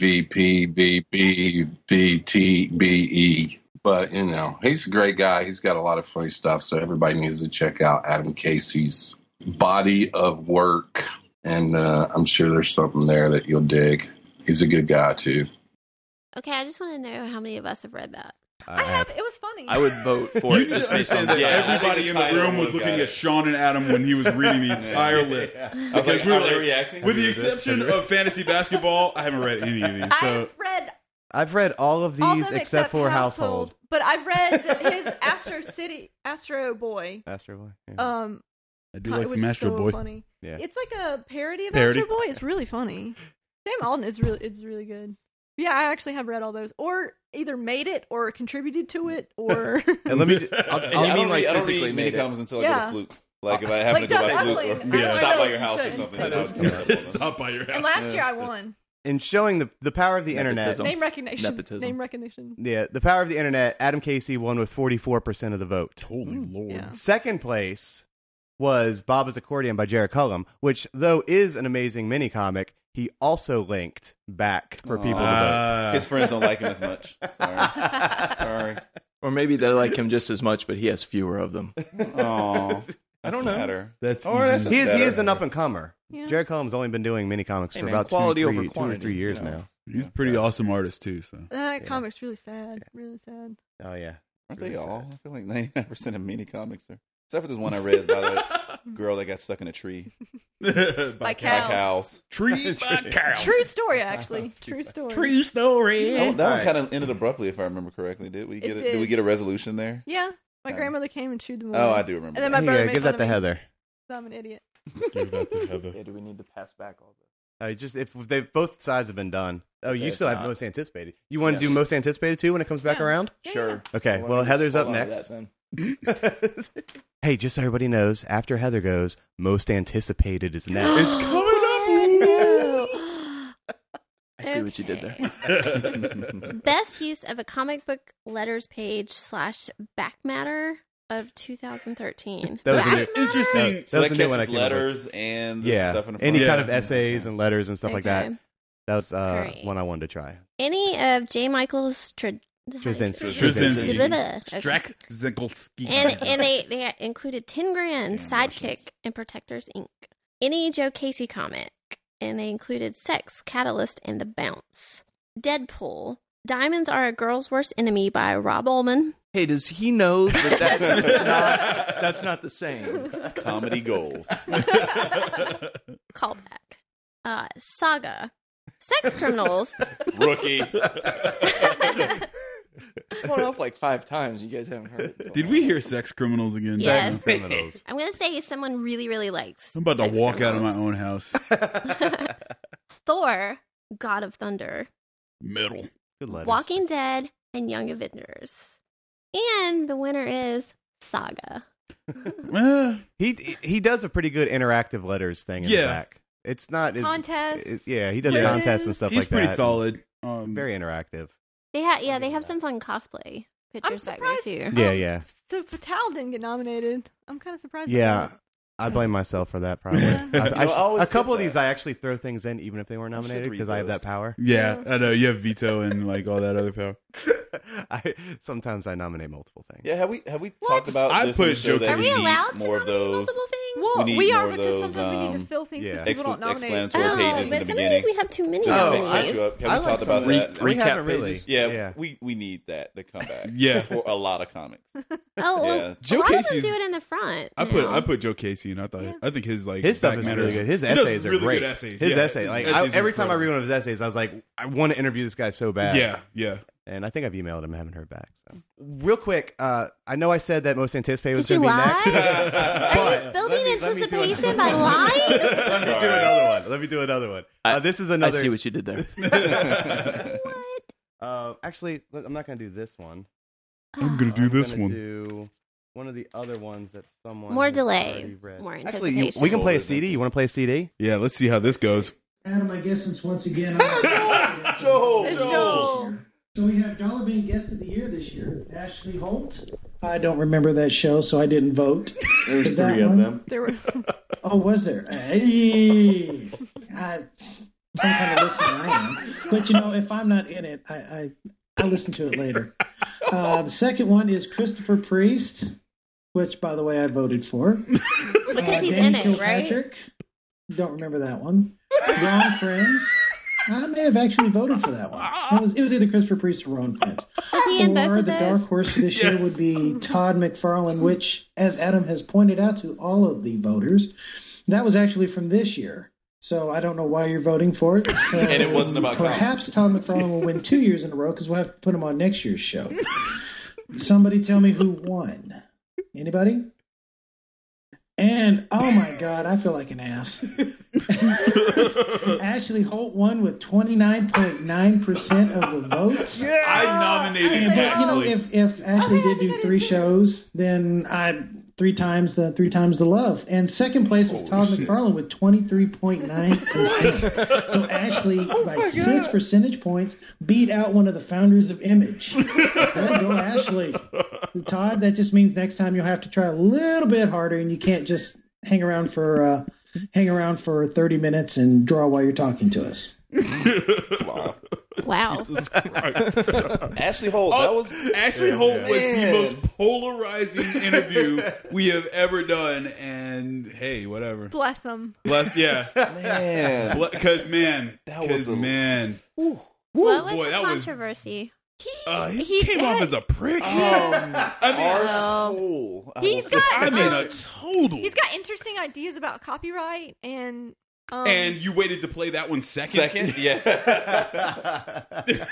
Speaker 9: AVPVBVTBE. E. But you know, he's a great guy. He's got a lot of funny stuff. So everybody needs to check out Adam Casey's body of work, and uh, I'm sure there's something there that you'll dig. He's a good guy too.
Speaker 4: Okay, I just want to know how many of us have read that.
Speaker 7: I have. It was funny.
Speaker 6: I would vote for
Speaker 5: you
Speaker 6: it
Speaker 5: need
Speaker 6: just
Speaker 5: to
Speaker 6: based on
Speaker 5: understand
Speaker 6: the
Speaker 5: that
Speaker 3: Yeah, I think
Speaker 5: everybody
Speaker 3: the
Speaker 5: in the
Speaker 3: title
Speaker 5: room
Speaker 3: would've
Speaker 5: was looking
Speaker 3: got
Speaker 5: at
Speaker 3: it.
Speaker 5: Sean and Adam when he was reading the entire
Speaker 3: Yeah.
Speaker 5: list.
Speaker 3: I was
Speaker 5: Because
Speaker 3: like,
Speaker 5: we were
Speaker 3: are they
Speaker 5: like-
Speaker 3: reacting?
Speaker 5: With the
Speaker 2: Have you read this?
Speaker 5: exception
Speaker 2: Have you
Speaker 5: of fantasy basketball, I haven't read any of these. So
Speaker 1: I've read
Speaker 2: I've read all of these
Speaker 7: Oh.
Speaker 1: all of
Speaker 2: except,
Speaker 1: them
Speaker 2: for Household.
Speaker 1: But I've read the, his Astro City, Astro Boy.
Speaker 2: Astro Boy. Yeah.
Speaker 7: Um,
Speaker 5: I
Speaker 7: God, it was so funny.
Speaker 2: Yeah.
Speaker 7: It's like a parody of
Speaker 5: Parody.
Speaker 7: Astro Boy. It's really funny. Sam Alden is really it's really good. Yeah, I actually have read all those, or either made it, or contributed to it, or
Speaker 2: and let me. I'll,
Speaker 3: And
Speaker 2: I'll-
Speaker 6: mean,
Speaker 3: I don't
Speaker 6: like,
Speaker 3: read- I don't
Speaker 6: physically
Speaker 3: read
Speaker 6: made it.
Speaker 3: minicoms until I go
Speaker 7: Yeah.
Speaker 3: to Fluke. Like if I happen
Speaker 7: Like,
Speaker 3: to go by
Speaker 7: definitely.
Speaker 3: Fluke
Speaker 7: I
Speaker 3: or
Speaker 7: don't
Speaker 3: stop
Speaker 7: know
Speaker 3: by your
Speaker 7: if you
Speaker 3: house or
Speaker 7: should
Speaker 3: something.
Speaker 7: instead
Speaker 3: then I would
Speaker 7: of-
Speaker 3: come up with one.
Speaker 5: Stop by your
Speaker 7: and
Speaker 5: house.
Speaker 7: last year I won
Speaker 2: in showing the the power of the internet.
Speaker 6: Nepotism.
Speaker 7: name recognition.
Speaker 6: Nepotism.
Speaker 7: Name recognition.
Speaker 2: Yeah, the power of the internet. Adam Casey won with 44% of the vote.
Speaker 5: Holy lord!
Speaker 7: Hmm. Yeah.
Speaker 2: Second place was Baba's Accordion by Jared Cullum, which though is an amazing mini comic, he also linked back for people to
Speaker 5: Ah.
Speaker 3: His friends don't like him as much. Sorry.
Speaker 2: vote.
Speaker 3: Sorry.
Speaker 6: Or maybe they like him just as much, but he has fewer of them.
Speaker 3: Oh, I
Speaker 2: don't know.
Speaker 5: That's
Speaker 6: Oh,
Speaker 3: Or that's
Speaker 5: even-
Speaker 2: he is he
Speaker 3: better.
Speaker 2: is an up and comer.
Speaker 7: Yeah.
Speaker 2: Jared Cullum's only been doing mini comics
Speaker 6: Hey,
Speaker 2: for
Speaker 6: man,
Speaker 2: about two,
Speaker 6: quality
Speaker 2: three,
Speaker 6: over
Speaker 2: two or
Speaker 6: quantity,
Speaker 2: three years
Speaker 6: you know.
Speaker 2: now.
Speaker 5: he's a pretty awesome artist too. So
Speaker 7: Uh, That
Speaker 2: Yeah.
Speaker 7: comic's really sad. Really sad.
Speaker 2: Oh yeah,
Speaker 3: Aren't they
Speaker 2: Really sad.
Speaker 3: all? I feel like ninety nine percent of mini comics are. Except for this one I read about a girl that got stuck in a tree
Speaker 5: by
Speaker 7: Like
Speaker 3: by
Speaker 7: Cows.
Speaker 3: cows.
Speaker 5: Tree by cow.
Speaker 7: True story, actually. True story.
Speaker 3: Oh,
Speaker 6: story.
Speaker 3: that one
Speaker 2: Alright.
Speaker 3: kind of ended abruptly, if I remember correctly. Did we
Speaker 7: It
Speaker 3: get a,
Speaker 7: did.
Speaker 3: did we get a resolution there?
Speaker 7: Yeah. My
Speaker 3: Yeah.
Speaker 7: grandmother came and chewed them.
Speaker 3: Oh,
Speaker 7: away.
Speaker 3: I do remember.
Speaker 7: And
Speaker 3: that.
Speaker 7: then my
Speaker 2: Here you
Speaker 7: brother
Speaker 2: go.
Speaker 7: made
Speaker 2: give
Speaker 7: fun
Speaker 2: that
Speaker 7: of
Speaker 2: to
Speaker 7: me.
Speaker 2: Heather.
Speaker 7: I'm an idiot.
Speaker 5: Give that to Heather.
Speaker 6: Yeah, do we need to pass back all this?
Speaker 2: Uh, just if they both sides have been done. Oh, you
Speaker 6: They've
Speaker 2: still have
Speaker 6: not.
Speaker 2: most anticipated. You want
Speaker 6: Yeah.
Speaker 2: to do most anticipated too when it comes back
Speaker 7: Yeah.
Speaker 2: around?
Speaker 7: Yeah,
Speaker 6: Sure.
Speaker 7: yeah.
Speaker 2: Okay.
Speaker 6: Why don't
Speaker 2: well,
Speaker 6: we
Speaker 2: Heather's
Speaker 6: just
Speaker 2: up
Speaker 6: hold on to
Speaker 2: next.
Speaker 6: that then?
Speaker 2: hey, just so everybody knows, after Heather goes, most anticipated is next.
Speaker 5: It's coming up.
Speaker 4: No.
Speaker 6: I see what you did there.
Speaker 4: Best use of a comic book letters page slash back matter of 2013.
Speaker 2: That was
Speaker 4: Back
Speaker 2: a new-
Speaker 4: matter?
Speaker 5: Interesting.
Speaker 2: That- that
Speaker 3: so
Speaker 2: was
Speaker 3: that
Speaker 2: the new one I
Speaker 3: catches
Speaker 2: came up with.
Speaker 3: letters and the
Speaker 2: yeah,
Speaker 3: stuff in the front.
Speaker 2: any
Speaker 5: Yeah.
Speaker 2: kind of essays and letters and stuff like that.
Speaker 4: Okay.
Speaker 2: That was uh,
Speaker 4: Alright.
Speaker 2: one I wanted to try.
Speaker 4: Any of J. Michael's tra-
Speaker 2: Straczynski.
Speaker 5: Straczynski.
Speaker 4: Straczynski. Okay.
Speaker 5: Strack Zinkelski.
Speaker 4: and and they, they included 10
Speaker 3: Damn
Speaker 4: grand sidekick
Speaker 3: Russians.
Speaker 4: and protectors inc any joe casey comic and they included sex catalyst and the bounce deadpool diamonds are a girl's worst enemy by rob ullman
Speaker 6: Hey, does he know that that's not that's not the same?
Speaker 3: comedy gold.
Speaker 4: callback uh, saga sex criminals
Speaker 3: Rookie.
Speaker 6: It's going off like five times. You guys haven't heard it. until
Speaker 5: Did
Speaker 6: now.
Speaker 5: we hear sex criminals again?
Speaker 4: Yes.
Speaker 2: Sex criminals.
Speaker 4: i'm gonna say someone really really likes
Speaker 5: I'm about
Speaker 4: sex
Speaker 5: to walk out of my
Speaker 4: criminals.
Speaker 5: own house.
Speaker 4: thor god of thunder
Speaker 5: Middle.
Speaker 2: Good letters.
Speaker 4: walking dead and young avengers and the winner is saga
Speaker 5: Eh,
Speaker 2: He he does a pretty good interactive letters thing in
Speaker 5: Yeah.
Speaker 2: the back. It's not as
Speaker 7: Contests.
Speaker 2: it- yeah, he does
Speaker 5: Yeah.
Speaker 2: contests and stuff
Speaker 5: he's
Speaker 2: like that.
Speaker 5: pretty solid. Um,
Speaker 2: Very interactive.
Speaker 4: They have, yeah, they have some fun
Speaker 7: I'm
Speaker 4: cosplay pictures back there
Speaker 7: surprised.
Speaker 4: too.
Speaker 7: um,
Speaker 2: Yeah, yeah.
Speaker 7: So Fatale didn't get nominated. I'm kind of surprised. about
Speaker 2: Yeah.
Speaker 7: that.
Speaker 2: I blame myself for that probably.
Speaker 5: Yeah.
Speaker 2: I- I
Speaker 3: You know, I
Speaker 2: sh-
Speaker 3: always
Speaker 2: a couple
Speaker 3: get
Speaker 2: of these
Speaker 3: that.
Speaker 2: I actually throw things in even if they weren't
Speaker 3: I should read
Speaker 2: nominated because I have
Speaker 3: those.
Speaker 2: that power.
Speaker 5: Yeah, I know. You have veto and like all that other power.
Speaker 2: I sometimes I nominate multiple things.
Speaker 3: Yeah, have we have we
Speaker 7: What?
Speaker 3: talked about
Speaker 5: I
Speaker 3: this on
Speaker 5: put
Speaker 3: the show
Speaker 5: Joker
Speaker 3: that
Speaker 4: Are we
Speaker 5: need
Speaker 4: allowed to
Speaker 3: more of
Speaker 4: nominate
Speaker 3: those
Speaker 4: multiple things?
Speaker 7: Well,
Speaker 3: We
Speaker 7: we,
Speaker 3: need
Speaker 7: are
Speaker 3: more of
Speaker 7: because
Speaker 3: those,
Speaker 7: sometimes we need
Speaker 3: um,
Speaker 7: to fill things
Speaker 2: yeah.
Speaker 7: because people
Speaker 3: expla-
Speaker 7: don't nominate.
Speaker 3: explanatory
Speaker 4: oh,
Speaker 3: pages in
Speaker 4: but
Speaker 3: the
Speaker 4: some of
Speaker 3: beginning.
Speaker 4: these we have too many.
Speaker 3: Just
Speaker 2: Oh,
Speaker 3: to
Speaker 2: I-
Speaker 3: catch you up. Have
Speaker 2: I
Speaker 3: we
Speaker 2: like
Speaker 3: talked about
Speaker 2: some
Speaker 6: re-
Speaker 3: that?
Speaker 2: We
Speaker 6: recap
Speaker 2: haven't really.
Speaker 6: pages.
Speaker 3: yeah,
Speaker 2: yeah.
Speaker 3: we we need that to come back.
Speaker 5: Yeah.
Speaker 3: for a lot of comics.
Speaker 4: oh, well,
Speaker 3: Yeah.
Speaker 5: Joe
Speaker 4: a lot
Speaker 5: Casey's-
Speaker 4: of them do it in the front.
Speaker 5: I put
Speaker 4: now.
Speaker 5: I put Joe Casey in. I thought
Speaker 7: Yeah.
Speaker 5: I think his like
Speaker 2: His stuff
Speaker 5: back
Speaker 2: is
Speaker 5: matter
Speaker 2: really good. His
Speaker 5: he does
Speaker 2: essays are
Speaker 5: really good
Speaker 2: great.
Speaker 5: essays.
Speaker 2: His
Speaker 5: Yeah,
Speaker 2: essay, like I,
Speaker 5: essays are
Speaker 2: every time I
Speaker 5: incredible.
Speaker 2: read one of his essays, I was like, I want to interview this guy so bad.
Speaker 5: Yeah, yeah.
Speaker 2: and I think I've emailed him. I haven't heard back. So. Real quick, uh, I know I said that most anticipated was
Speaker 4: Did
Speaker 2: going to
Speaker 4: you
Speaker 2: be next.
Speaker 4: lie? Are you
Speaker 2: But-
Speaker 4: building
Speaker 2: let me do
Speaker 4: anticipation
Speaker 2: another
Speaker 4: by
Speaker 2: one.
Speaker 4: lying?
Speaker 2: Let me do
Speaker 3: Sorry.
Speaker 2: another one. Let me do another one.
Speaker 6: I-
Speaker 2: Uh, this is
Speaker 6: I
Speaker 2: another.
Speaker 6: see what you did there.
Speaker 4: What?
Speaker 2: uh, actually, let- I'm not going to do this one.
Speaker 5: I'm gonna do
Speaker 2: I'm
Speaker 5: this
Speaker 2: gonna
Speaker 5: one.
Speaker 2: Do one of the other ones that someone
Speaker 4: More
Speaker 2: has
Speaker 4: delay,
Speaker 2: already read.
Speaker 4: more
Speaker 2: Actually, you- we
Speaker 4: anticipation.
Speaker 2: can play a CD. You want to play a CD?
Speaker 5: Yeah, let's see how this goes.
Speaker 10: Adam, I guess since once again,
Speaker 3: Joel,
Speaker 7: It's Joel.
Speaker 10: so we have Dollar Bean Guest of the Year this year, Ashley Holt. I don't remember that show, so I didn't vote. There's three of them.
Speaker 7: There were
Speaker 10: Oh, was there? Hey, I, some kind of listener I am. But you know, if I'm not in it, I I, I listen to it later. Uh, the second one is Christopher Priest, which, by the way, I voted for.
Speaker 4: Because
Speaker 10: Uh,
Speaker 4: he's
Speaker 10: Danny
Speaker 4: in it, right?
Speaker 10: Kilpatrick. Don't remember that one. Ron Friends. I may have actually voted for that one. It was, it was either Christopher Priest or Ron Friends.
Speaker 4: Was he in both
Speaker 10: or
Speaker 4: of
Speaker 10: the dark
Speaker 4: those?
Speaker 10: horse this year would be Todd McFarlane, which, as Adam has pointed out to all of the voters, that was actually from this year. So I don't know why you're voting for it. So
Speaker 3: And it wasn't about
Speaker 10: perhaps Todd McFarlane will win two years in a row because we'll have to put him on next year's show. Somebody tell me who won. Anybody? And oh my God, I feel like an ass. Ashley Holt won with 29.9% of the votes.
Speaker 5: I nominated
Speaker 10: And, but you know,
Speaker 5: Ashley.
Speaker 10: if if Ashley
Speaker 7: yeah, I think
Speaker 10: did
Speaker 7: I
Speaker 10: do
Speaker 7: did
Speaker 10: three
Speaker 7: too.
Speaker 10: shows, then I three times the three times the love. And second place was Todd McFarlane with twenty three point nine percent. So Ashley,
Speaker 7: Oh
Speaker 10: by six percentage points, beat out one of the founders of Image. Way to go, Ashley. Todd, that just means next time you'll have to try a little bit harder, and you can't just hang around for uh, hang around for thirty minutes and draw while you're talking to us.
Speaker 3: Wow.
Speaker 4: Wow. Oh,
Speaker 3: Ashley Holt. that was
Speaker 5: Ashley Holt was
Speaker 3: Man.
Speaker 5: the most polarizing interview we have ever done, and hey, whatever.
Speaker 7: Bless them.
Speaker 5: Bless, yeah,
Speaker 3: man.
Speaker 5: because man,
Speaker 3: That was
Speaker 5: 'cause,
Speaker 3: a-
Speaker 5: man. Woo,
Speaker 4: what was
Speaker 5: boy,
Speaker 4: the
Speaker 5: that was-
Speaker 4: controversy?
Speaker 5: Uh, he,
Speaker 4: He
Speaker 5: came off
Speaker 4: had-
Speaker 5: as a prick.
Speaker 6: Oh.
Speaker 3: I
Speaker 5: mean-
Speaker 3: soul. I
Speaker 7: He's
Speaker 3: will say-
Speaker 7: got-
Speaker 5: I mean, uh,
Speaker 7: um,
Speaker 5: a total.
Speaker 7: He's got interesting ideas about copyright and um,
Speaker 5: and you waited to play that one second.
Speaker 3: second. Yeah.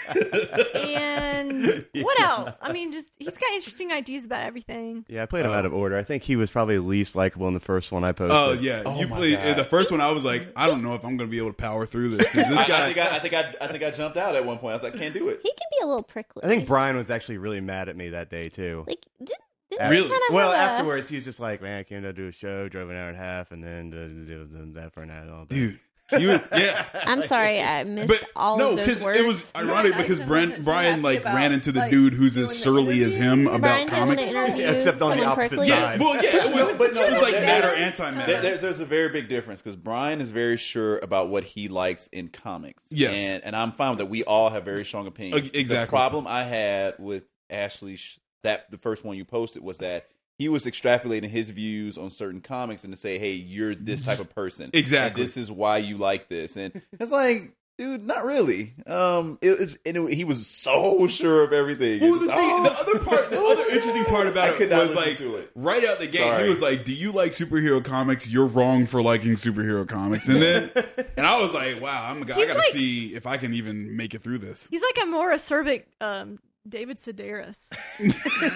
Speaker 7: and what else? I mean, just he's got interesting ideas about everything.
Speaker 2: Yeah, I played him out of order. I think he was probably least likable in the first one I posted.
Speaker 5: Oh yeah,
Speaker 3: Oh,
Speaker 5: you
Speaker 3: my
Speaker 5: played
Speaker 3: God.
Speaker 5: the first one. I was like, I don't know if I'm going to be able to power through this. 'cause
Speaker 3: I,
Speaker 5: This
Speaker 3: I
Speaker 5: guy,
Speaker 3: think I, I think I, I think I jumped out at one point. I was like, can't do it.
Speaker 4: He can be a little prickly.
Speaker 2: I think Brian was actually really mad at me that day too.
Speaker 4: Like, didn't, didn't
Speaker 2: After-
Speaker 4: we
Speaker 5: Really?
Speaker 4: Kind of
Speaker 2: well,
Speaker 4: have a-
Speaker 2: afterwards he was just like, "Man, I came down to do a show, drove an hour and a half, and then did that for an hour." and all that."
Speaker 5: dude, he was yeah.
Speaker 4: I'm sorry, I missed
Speaker 5: But
Speaker 4: all
Speaker 5: no,
Speaker 4: of those
Speaker 5: because
Speaker 4: words.
Speaker 5: it was ironic
Speaker 7: Brian
Speaker 5: because
Speaker 7: Iverson
Speaker 5: Brian,
Speaker 7: wasn't too
Speaker 5: Brian
Speaker 7: happy
Speaker 5: like
Speaker 7: about,
Speaker 5: ran into the
Speaker 7: like,
Speaker 5: dude who's
Speaker 7: doing
Speaker 5: as
Speaker 7: the
Speaker 5: surly as
Speaker 7: interview.
Speaker 5: him about
Speaker 4: Brian did an
Speaker 5: comics.
Speaker 4: interview.
Speaker 2: Yeah, except on the
Speaker 4: someone
Speaker 2: opposite
Speaker 4: prickly.
Speaker 5: Yeah,
Speaker 2: side.
Speaker 5: well, yeah, it was,
Speaker 3: But
Speaker 5: but
Speaker 3: no,
Speaker 5: it was like
Speaker 3: there's-
Speaker 5: matter antimatter.
Speaker 3: There, there- there's a very big difference because Brian is very sure about what he likes in comics.
Speaker 5: Yes.
Speaker 3: and, and I'm fine with that. We all have very strong opinions.
Speaker 5: Ex- exactly.
Speaker 3: The problem I had with Ashley sh- that the first one you posted was that he was extrapolating his views on certain comics and to say, "Hey, you're this type of person.
Speaker 5: Exactly.
Speaker 3: And this is why you like this." And it's like. Dude, not really. Um, it, it's- and it- he was so sure of everything.
Speaker 5: Well,
Speaker 3: It's
Speaker 5: the,
Speaker 3: just,
Speaker 5: thing,
Speaker 3: "Oh,
Speaker 5: the other part, the
Speaker 3: oh
Speaker 5: other
Speaker 3: my
Speaker 5: interesting
Speaker 3: God."
Speaker 5: part
Speaker 3: I
Speaker 5: about
Speaker 3: could
Speaker 5: it
Speaker 3: not
Speaker 5: was
Speaker 3: listen
Speaker 5: like
Speaker 3: to it.
Speaker 5: right out the gate,
Speaker 3: Sorry.
Speaker 5: he was like, "Do you like superhero comics? You're wrong for liking superhero comics." And then, and I was like, "Wow, I'm, I
Speaker 7: He's
Speaker 5: gotta
Speaker 7: like-
Speaker 5: see if I can even make it through this."
Speaker 7: He's like a more acerbic um, David Sedaris.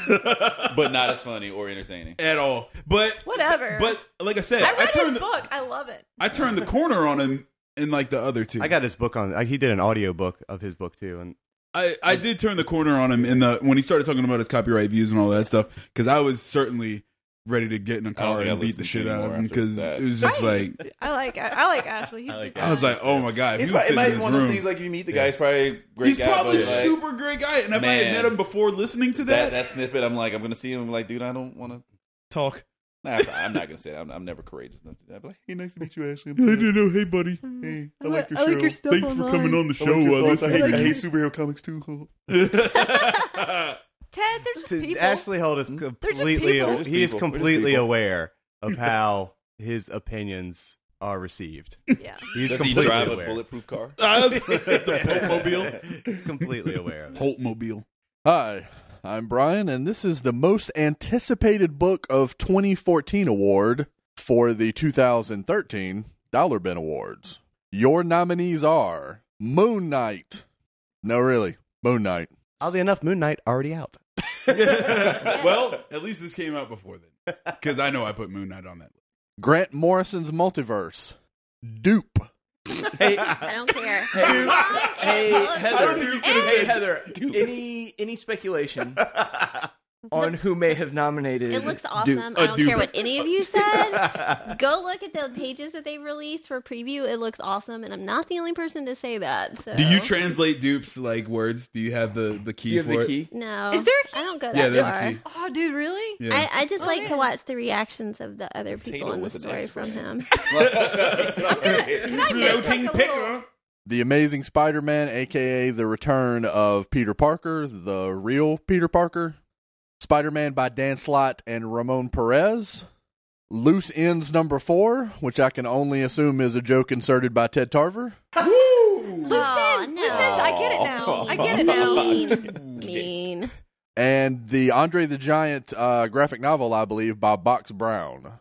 Speaker 3: but not as funny or entertaining.
Speaker 5: at all. But
Speaker 7: Whatever.
Speaker 5: But like I said,
Speaker 7: I
Speaker 5: I,
Speaker 7: read his
Speaker 5: turned the,
Speaker 7: book. I love it.
Speaker 5: I turned the corner on him in like the other two.
Speaker 2: I got his book on. I, he did an audio book of his book too, and
Speaker 5: I, I did turn the corner on him in the when he started talking about his copyright views and all that stuff because I was certainly ready to get in a car
Speaker 3: think I
Speaker 5: and beat the
Speaker 3: listened
Speaker 5: shit
Speaker 3: to
Speaker 5: out of
Speaker 3: anymore
Speaker 5: him
Speaker 3: after
Speaker 5: because
Speaker 3: that.
Speaker 5: it was just
Speaker 7: Right.
Speaker 5: like
Speaker 7: I like I, I like Ashley. He's
Speaker 2: I like
Speaker 7: the
Speaker 5: I was like, oh my god, if
Speaker 3: It's
Speaker 5: he
Speaker 3: probably, it
Speaker 5: was sitting
Speaker 3: might
Speaker 5: in
Speaker 3: be
Speaker 5: this
Speaker 3: one of those
Speaker 5: room.
Speaker 3: things like you meet the guy, he's probably a great
Speaker 5: He's
Speaker 3: guy.
Speaker 5: probably a
Speaker 3: but, like,
Speaker 5: super great guy, and if I
Speaker 3: Man.
Speaker 5: had met him before listening to
Speaker 3: that
Speaker 5: that,
Speaker 3: that snippet. I'm like, I'm gonna see him. I'm like, dude, I don't want to.
Speaker 5: talk.
Speaker 3: Nah, I'm not gonna say that. I'm, I'm never courageous enough to do that. But like, hey, Mm-hmm. nice to meet you, Ashley. I'm
Speaker 5: I
Speaker 3: Taylor.
Speaker 5: didn't know. Hey, buddy.
Speaker 3: Hey,
Speaker 7: I like your I like your show. stuff
Speaker 5: Thanks for coming
Speaker 7: online.
Speaker 5: on the
Speaker 3: I
Speaker 5: show.
Speaker 3: like your
Speaker 5: I
Speaker 3: thoughts. I
Speaker 5: listened
Speaker 3: hate, I
Speaker 5: to
Speaker 3: hate superhero comics too.
Speaker 7: Ted. They're just
Speaker 2: to-
Speaker 7: people.
Speaker 2: Ashley Holt is completely.
Speaker 7: people. They're
Speaker 3: Hmm? just
Speaker 2: He is
Speaker 3: people. We're just
Speaker 2: completely
Speaker 3: people.
Speaker 2: aware of how his opinions are received.
Speaker 7: yeah.
Speaker 2: He's
Speaker 3: Does he
Speaker 2: completely
Speaker 3: drive
Speaker 2: aware.
Speaker 3: a bulletproof car?
Speaker 5: Ah, the Pope Mobile.
Speaker 2: He's completely aware. Of it.
Speaker 5: Holt Mobile.
Speaker 11: Hi, I'm Brian, and this is the most anticipated book of 2014 award for the 2013 Dollar Bin Awards. Your nominees are Moon Knight. No, really, Moon Knight.
Speaker 2: Oddly enough, Moon Knight already out.
Speaker 5: well, at least this came out before then, because I know I put Moon Knight on that.
Speaker 11: Grant Morrison's Multiverse. Dupe.
Speaker 6: Hey,
Speaker 4: I don't care.
Speaker 6: Hey, hey,
Speaker 5: I don't
Speaker 6: Heather.
Speaker 5: think you could've
Speaker 6: Hey,
Speaker 5: said
Speaker 6: Heather. Any any speculation on who may have nominated?
Speaker 4: It looks
Speaker 6: Duke?
Speaker 4: awesome. I
Speaker 3: Oh,
Speaker 5: uh,
Speaker 4: don't
Speaker 5: dude.
Speaker 4: care what any of you said. Go look at the pages that they released for preview. It looks awesome, and I'm not the only person to say that. So.
Speaker 5: Do you translate dupes like words? Do you have the the key
Speaker 6: Do you have
Speaker 5: for
Speaker 6: the
Speaker 5: it?
Speaker 6: key?
Speaker 4: No.
Speaker 7: Is there a key?
Speaker 4: I don't go that
Speaker 5: Yeah, there's
Speaker 4: far.
Speaker 5: a key.
Speaker 7: Oh, dude, really?
Speaker 5: Yeah.
Speaker 4: I, I just
Speaker 7: Oh,
Speaker 4: like to
Speaker 7: man.
Speaker 4: watch the reactions of the other people
Speaker 3: Potato
Speaker 4: in the
Speaker 3: with an
Speaker 4: story
Speaker 3: X,
Speaker 4: from
Speaker 3: right?
Speaker 4: him.
Speaker 7: Can I nitpick
Speaker 5: Floating
Speaker 7: a
Speaker 5: picker.
Speaker 7: little?
Speaker 11: The Amazing Spider Man, aka the return of Peter Parker, the real Peter Parker. Spider Man by Dan Slott and Ramon Perez. Loose Ends number four, which I can only assume is a joke inserted by Ted Tarver.
Speaker 7: Loose
Speaker 4: Aw,
Speaker 7: ends,
Speaker 4: Oh, no.
Speaker 7: loose ends. I get it now. I get it now.
Speaker 4: Mean, mean.
Speaker 11: And the Andre the Giant uh, graphic novel, I believe, by Box Brown.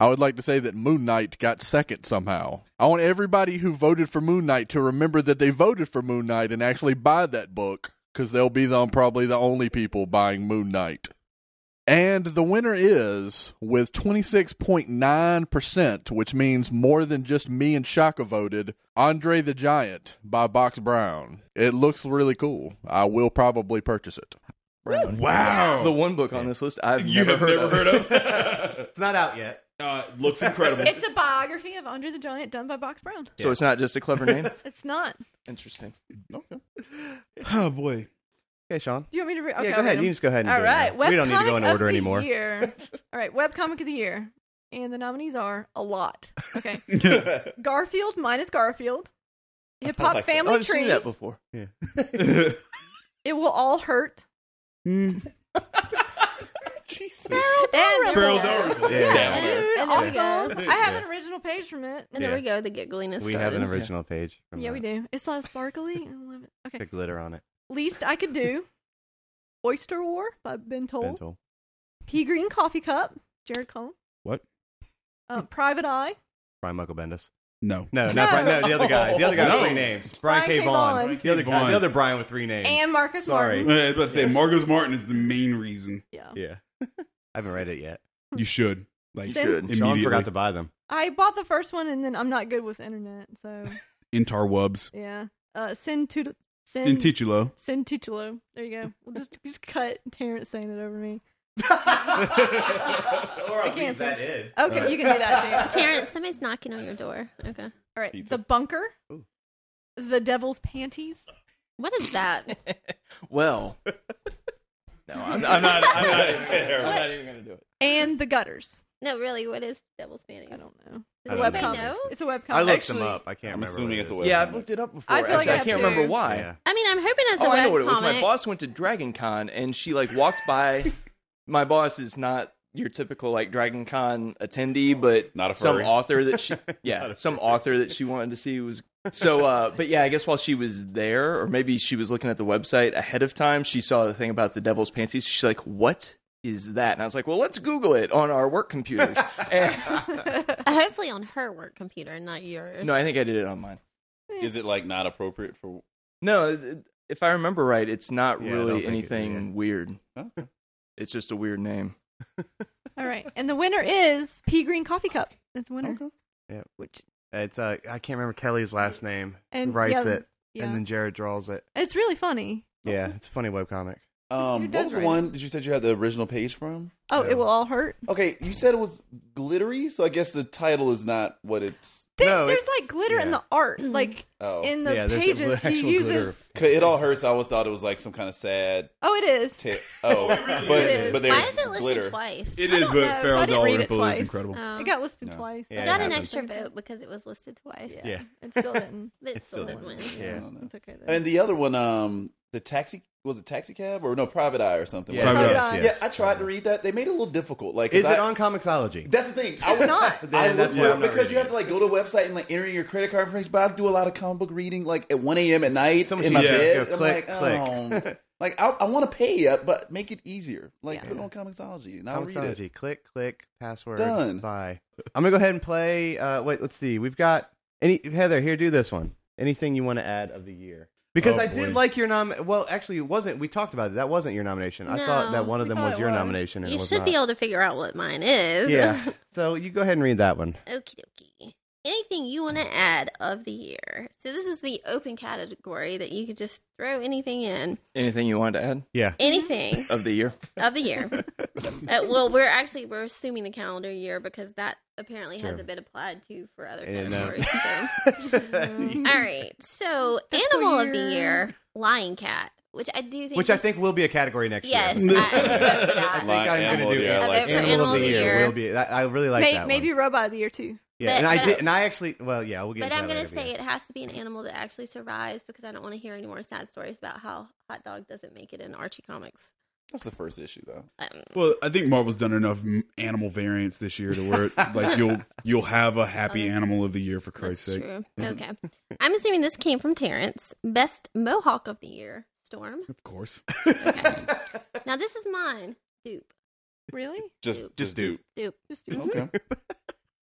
Speaker 11: I would like to say that Moon Knight got second somehow. I want everybody who voted for Moon Knight to remember that they voted for Moon Knight and actually buy that book because they'll be the, probably the only people buying Moon Knight. And the winner is with 26.9%, which means more than just me and Shaka voted, Andre the Giant by Box Brown. It looks really cool. I will probably purchase it.
Speaker 6: Brown.
Speaker 5: Wow.
Speaker 6: The one book on this list I've
Speaker 5: You
Speaker 6: never
Speaker 5: have
Speaker 6: heard
Speaker 5: never
Speaker 6: of.
Speaker 5: heard of.
Speaker 2: It's not out yet.
Speaker 5: uh, looks incredible.
Speaker 7: It's a biography of Under the Giant done by Box Brown.
Speaker 6: So it's not just a clever name.
Speaker 7: It's not.
Speaker 6: Interesting.
Speaker 5: oh boy.
Speaker 2: Okay, Sean.
Speaker 7: Do you want me to read? Okay,
Speaker 2: yeah,
Speaker 7: I'll
Speaker 2: go ahead.
Speaker 7: read
Speaker 2: You
Speaker 7: them.
Speaker 2: just go ahead and
Speaker 7: All
Speaker 2: do
Speaker 7: right.
Speaker 2: it. now.
Speaker 7: Web
Speaker 2: we don't need to go in
Speaker 7: comic
Speaker 2: order
Speaker 7: of the
Speaker 2: anymore.
Speaker 7: year. All right. Web comic of the year. and the nominees are a lot. Okay. Garfield minus Garfield. Hip Hop
Speaker 11: Oh,
Speaker 7: Family
Speaker 12: I've
Speaker 7: Tree.
Speaker 12: seen that before.
Speaker 2: Yeah.
Speaker 7: It will all hurt.
Speaker 12: Jesus.
Speaker 4: And
Speaker 5: Feral
Speaker 4: Darwin.
Speaker 2: Yeah.
Speaker 4: Damn it.
Speaker 7: And
Speaker 4: And there we
Speaker 7: also,
Speaker 4: go.
Speaker 7: I have
Speaker 2: Yeah.
Speaker 7: an original page from it.
Speaker 4: And there we go. The giggliness.
Speaker 2: We have an
Speaker 4: started.
Speaker 2: original page. From
Speaker 7: Yeah,
Speaker 2: that.
Speaker 7: we do. It's all sparkly. I love it. Okay.
Speaker 2: The glitter on it.
Speaker 7: Least I could do. Oyster War by Ben Toll.
Speaker 2: Dental.
Speaker 7: Pea Green Coffee Cup. Jared Cullen.
Speaker 5: What?
Speaker 7: Uh, Private Eye.
Speaker 2: Brian Michael Bendis.
Speaker 5: No.
Speaker 2: No, not Brian. No, the other guy. The other guy
Speaker 5: No.
Speaker 2: with three names. Brian,
Speaker 7: Brian
Speaker 2: K.
Speaker 7: K.
Speaker 2: Vaughn.
Speaker 7: Vaughn.
Speaker 2: The other guy.
Speaker 5: Vaughn.
Speaker 2: The other Brian with three names.
Speaker 7: And Marcus
Speaker 2: Sorry.
Speaker 5: I was about to say, Margot's Martin is the main reason.
Speaker 7: Yeah.
Speaker 2: Yeah. I haven't read it yet.
Speaker 5: You should. Like,
Speaker 7: You should.
Speaker 2: Sean
Speaker 5: Immediately.
Speaker 2: forgot to buy them.
Speaker 7: I bought the first one and then I'm not good with internet, so
Speaker 5: Intar Wubs.
Speaker 7: yeah. Uh, send to
Speaker 5: It's
Speaker 7: send
Speaker 5: in Titulo.
Speaker 7: Send Tuchelo. There you go. We'll just just cut Terrence saying it over me.
Speaker 2: or
Speaker 7: I can't say it.
Speaker 2: in.
Speaker 7: Okay, you can do that too.
Speaker 4: Terrence, somebody's knocking on your door. Okay.
Speaker 7: All right, the bunker, the devil's panties.
Speaker 4: What is that?
Speaker 12: Well. No, I'm, I'm not. I'm not even. Gonna, I'm not even gonna do it.
Speaker 7: and the gutters.
Speaker 4: no, really. What is Devil's Panties?
Speaker 7: I don't know.
Speaker 4: Does
Speaker 2: I don't
Speaker 4: anybody
Speaker 2: know.
Speaker 4: know?
Speaker 7: It's a webcomic.
Speaker 2: I looked
Speaker 12: Actually,
Speaker 2: them up. I can't
Speaker 3: I'm
Speaker 2: remember.
Speaker 3: assuming
Speaker 2: what
Speaker 3: it's
Speaker 2: it
Speaker 3: a
Speaker 2: is.
Speaker 3: web.
Speaker 6: Yeah, I've looked it up before.
Speaker 7: I feel like
Speaker 6: Actually,
Speaker 7: I
Speaker 6: I,
Speaker 7: have
Speaker 6: can't
Speaker 7: to.
Speaker 6: remember why.
Speaker 2: Yeah.
Speaker 4: I mean, I'm hoping it's
Speaker 6: Oh,
Speaker 4: a
Speaker 6: I
Speaker 4: web
Speaker 6: know what it was. My
Speaker 4: comic.
Speaker 6: boss went to Dragon Con and she like walked by. My boss is not your typical like Dragon Con attendee, but
Speaker 3: Not a
Speaker 6: some
Speaker 3: furry.
Speaker 6: author that she
Speaker 2: Not
Speaker 6: yeah
Speaker 2: a
Speaker 6: some author that she wanted to see was so. uh But yeah, I guess while she was there, or maybe she was looking at the website ahead of time, she saw the thing about the devil's panties. She's like, "What is that?" And I was like, "Well, let's Google it on our work computers." And-
Speaker 4: Uh, Hopefully on her work computer, not yours.
Speaker 6: no, I think I did it on mine.
Speaker 3: Is it like not appropriate for?
Speaker 6: No, it- if I remember right, it's not
Speaker 2: Yeah, I don't
Speaker 6: really
Speaker 2: think it-
Speaker 6: anything
Speaker 2: yeah.
Speaker 6: weird.
Speaker 3: Huh?
Speaker 6: It's just a weird name.
Speaker 7: All right, and the winner is Pea Green Coffee Cup. That's the winner.
Speaker 2: Yeah.
Speaker 7: Which
Speaker 2: It's uh, I can't remember Kelly's last name.
Speaker 7: and
Speaker 2: writes
Speaker 7: yeah,
Speaker 2: it,
Speaker 7: yeah.
Speaker 2: and then Jared draws it.
Speaker 7: it's really funny.
Speaker 2: Yeah, it's a funny webcomic.
Speaker 7: Who
Speaker 3: Um,
Speaker 7: does
Speaker 3: what was the
Speaker 7: write?
Speaker 3: one that you said you had the original page from?
Speaker 7: Oh,
Speaker 2: Yeah.
Speaker 7: it will all hurt.
Speaker 3: Okay, you said it was glittery, so I guess the title is not what it's.
Speaker 7: There,
Speaker 2: No,
Speaker 7: there's
Speaker 2: it's-
Speaker 7: like glitter in
Speaker 2: yeah.
Speaker 7: the art, like
Speaker 3: Oh,
Speaker 7: in the
Speaker 2: Mm-hmm. Yeah, there's
Speaker 7: pages. He
Speaker 2: actual glitter.
Speaker 7: uses.
Speaker 3: 'Cause it all hurts. I would thought it was like some kind of sad.
Speaker 7: Oh, it is.
Speaker 3: T- oh, but
Speaker 7: is.
Speaker 3: but
Speaker 4: Why
Speaker 3: there's
Speaker 4: is it listed
Speaker 3: glitter.
Speaker 4: twice?
Speaker 5: It
Speaker 7: I don't
Speaker 5: is,
Speaker 7: know,
Speaker 5: but
Speaker 7: so I
Speaker 5: Feral
Speaker 7: didn't
Speaker 5: Doll
Speaker 7: read it
Speaker 5: Ripple
Speaker 7: twice.
Speaker 5: is incredible.
Speaker 4: Oh.
Speaker 7: It got listed
Speaker 3: No.
Speaker 7: twice.
Speaker 2: Yeah,
Speaker 4: I
Speaker 2: it
Speaker 4: got an
Speaker 2: happens.
Speaker 4: extra vote because it was listed twice,
Speaker 7: Yeah.
Speaker 2: Yeah.
Speaker 7: It still didn't.
Speaker 4: but it still
Speaker 2: still
Speaker 4: didn't win.
Speaker 2: didn't
Speaker 3: Yeah. I
Speaker 2: Yeah.
Speaker 3: don't know.
Speaker 7: It's okay. Though.
Speaker 3: And the other one, um, the taxi was it taxi cab or no private eye or something?
Speaker 2: Yes,
Speaker 3: What-
Speaker 5: Private
Speaker 7: Eye.
Speaker 2: yes, yes.
Speaker 3: Yeah, I tried to read that. They made it a little difficult. Like, 'cause
Speaker 2: Is
Speaker 3: I-
Speaker 2: it on Comixology?
Speaker 3: That's the thing. I was
Speaker 7: not.
Speaker 2: Then
Speaker 3: I
Speaker 2: that's
Speaker 3: looked
Speaker 2: why
Speaker 3: it up
Speaker 2: I'm not
Speaker 3: because you
Speaker 2: reading
Speaker 3: have to like go to a website and like enter your credit card information. But I do a lot of comic book reading like at 1 a.m. at night
Speaker 2: So much
Speaker 3: in my
Speaker 2: easier.
Speaker 3: bed.
Speaker 2: Just go
Speaker 3: and I'm
Speaker 2: click,
Speaker 3: like,
Speaker 2: click.
Speaker 3: oh. like I, I want to pay you, but make it easier. Like
Speaker 7: Yeah.
Speaker 3: put it on Comixology and I'll read it.
Speaker 2: Comixology. Click, click, password.
Speaker 3: Done.
Speaker 2: Bye. I'm gonna go ahead and play. Uh, wait, let's see. We've got any Heather here. Do this one. Anything you want to add of the year? Because
Speaker 5: Oh,
Speaker 2: I
Speaker 5: boy.
Speaker 2: did like your nom. Well, actually, it wasn't. We talked about it. That wasn't your nomination. I
Speaker 4: No,
Speaker 2: thought that one of
Speaker 7: we
Speaker 2: them
Speaker 7: thought
Speaker 2: was
Speaker 7: it
Speaker 2: your
Speaker 7: was.
Speaker 2: nomination. And
Speaker 4: You
Speaker 2: it was
Speaker 4: should
Speaker 2: not.
Speaker 4: be able to figure out what mine is.
Speaker 2: Yeah. so you go ahead and read that one.
Speaker 4: Okie dokie. Anything you want to add of the year? So this is the open category that you could just throw anything in.
Speaker 2: Mm-hmm.
Speaker 6: Anything you wanted to add
Speaker 2: Yeah.
Speaker 4: Anything
Speaker 6: of the year?
Speaker 4: of the year. Uh, well, we're actually we're assuming the calendar year because that apparently
Speaker 2: True.
Speaker 4: hasn't been applied to for other
Speaker 2: Yeah, no.
Speaker 4: categories. so. All right. So
Speaker 7: Fiscal
Speaker 4: animal of the
Speaker 7: year.
Speaker 4: year, lion cat, which I do think
Speaker 2: Which I
Speaker 4: is-
Speaker 2: think will be a category next
Speaker 4: Yes, I, I
Speaker 2: year.
Speaker 4: did vote for that.
Speaker 2: I think I'm
Speaker 3: Animal
Speaker 2: gonna
Speaker 3: of
Speaker 2: do
Speaker 3: the year, I
Speaker 2: animal,
Speaker 3: like
Speaker 4: that.
Speaker 2: of the year. Will be. that- I really like
Speaker 7: May-
Speaker 2: that.
Speaker 7: maybe
Speaker 2: one.
Speaker 7: robot of the year too.
Speaker 2: Yeah,
Speaker 4: But-
Speaker 2: and I
Speaker 4: but-
Speaker 2: did, and I actually. Well, yeah, we'll get.
Speaker 4: But
Speaker 2: into
Speaker 4: I'm
Speaker 2: that
Speaker 4: gonna
Speaker 2: later, but
Speaker 4: say
Speaker 2: yeah.
Speaker 4: it has to be an animal that actually survives because I don't want to hear any more sad stories about how hot dog doesn't make it in Archie comics.
Speaker 3: That's the first issue though.
Speaker 4: Um,
Speaker 5: Well, I think Marvel's done enough m- animal variants this year to where it's like you'll you'll have a happy animal of the year for
Speaker 4: that's
Speaker 5: Christ's sake.
Speaker 4: true.
Speaker 5: Yeah.
Speaker 4: Okay, I'm assuming this came from Terrence. Best mohawk of the year, Storm.
Speaker 5: Of course.
Speaker 4: Now this is mine. Dupe,
Speaker 7: Really?
Speaker 3: Just
Speaker 4: Dupe.
Speaker 3: just do.
Speaker 4: dupe.
Speaker 7: Just dupe.
Speaker 3: Okay.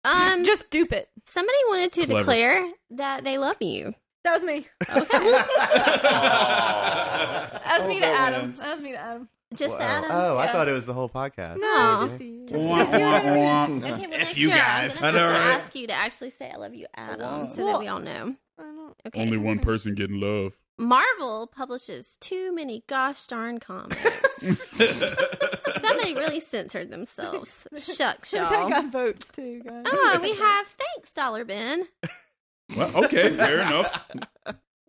Speaker 4: Um,
Speaker 7: Just dupe it.
Speaker 4: somebody wanted to
Speaker 5: Clever.
Speaker 4: declare that they love you.
Speaker 7: That was me. That was
Speaker 3: Oh,
Speaker 7: me to
Speaker 3: that
Speaker 7: Adam.
Speaker 3: wins.
Speaker 7: That was me to Adam.
Speaker 4: Just
Speaker 2: Whoa.
Speaker 4: Adam.
Speaker 2: Oh, I
Speaker 7: Yeah.
Speaker 2: thought it was the whole podcast.
Speaker 7: No, it was
Speaker 4: No.
Speaker 7: just you.
Speaker 4: Just
Speaker 5: Wah, wah, wah.
Speaker 4: Okay, well,
Speaker 2: F
Speaker 4: next
Speaker 2: you
Speaker 4: year
Speaker 2: guys.
Speaker 4: I'm
Speaker 5: I
Speaker 4: gonna
Speaker 5: know,
Speaker 4: have to
Speaker 5: right?
Speaker 4: ask you to actually say "I love you, Adam,"
Speaker 3: Wow.
Speaker 4: so that we all know.
Speaker 7: I don't-
Speaker 4: Okay.
Speaker 5: Only one person getting love.
Speaker 4: Marvel publishes too many gosh darn comics. Somebody really censored themselves. Shucks,
Speaker 7: I
Speaker 4: y'all.
Speaker 7: got votes too, guys.
Speaker 4: Oh, we have thanks, Dollar Bin.
Speaker 5: Well, okay, fair enough.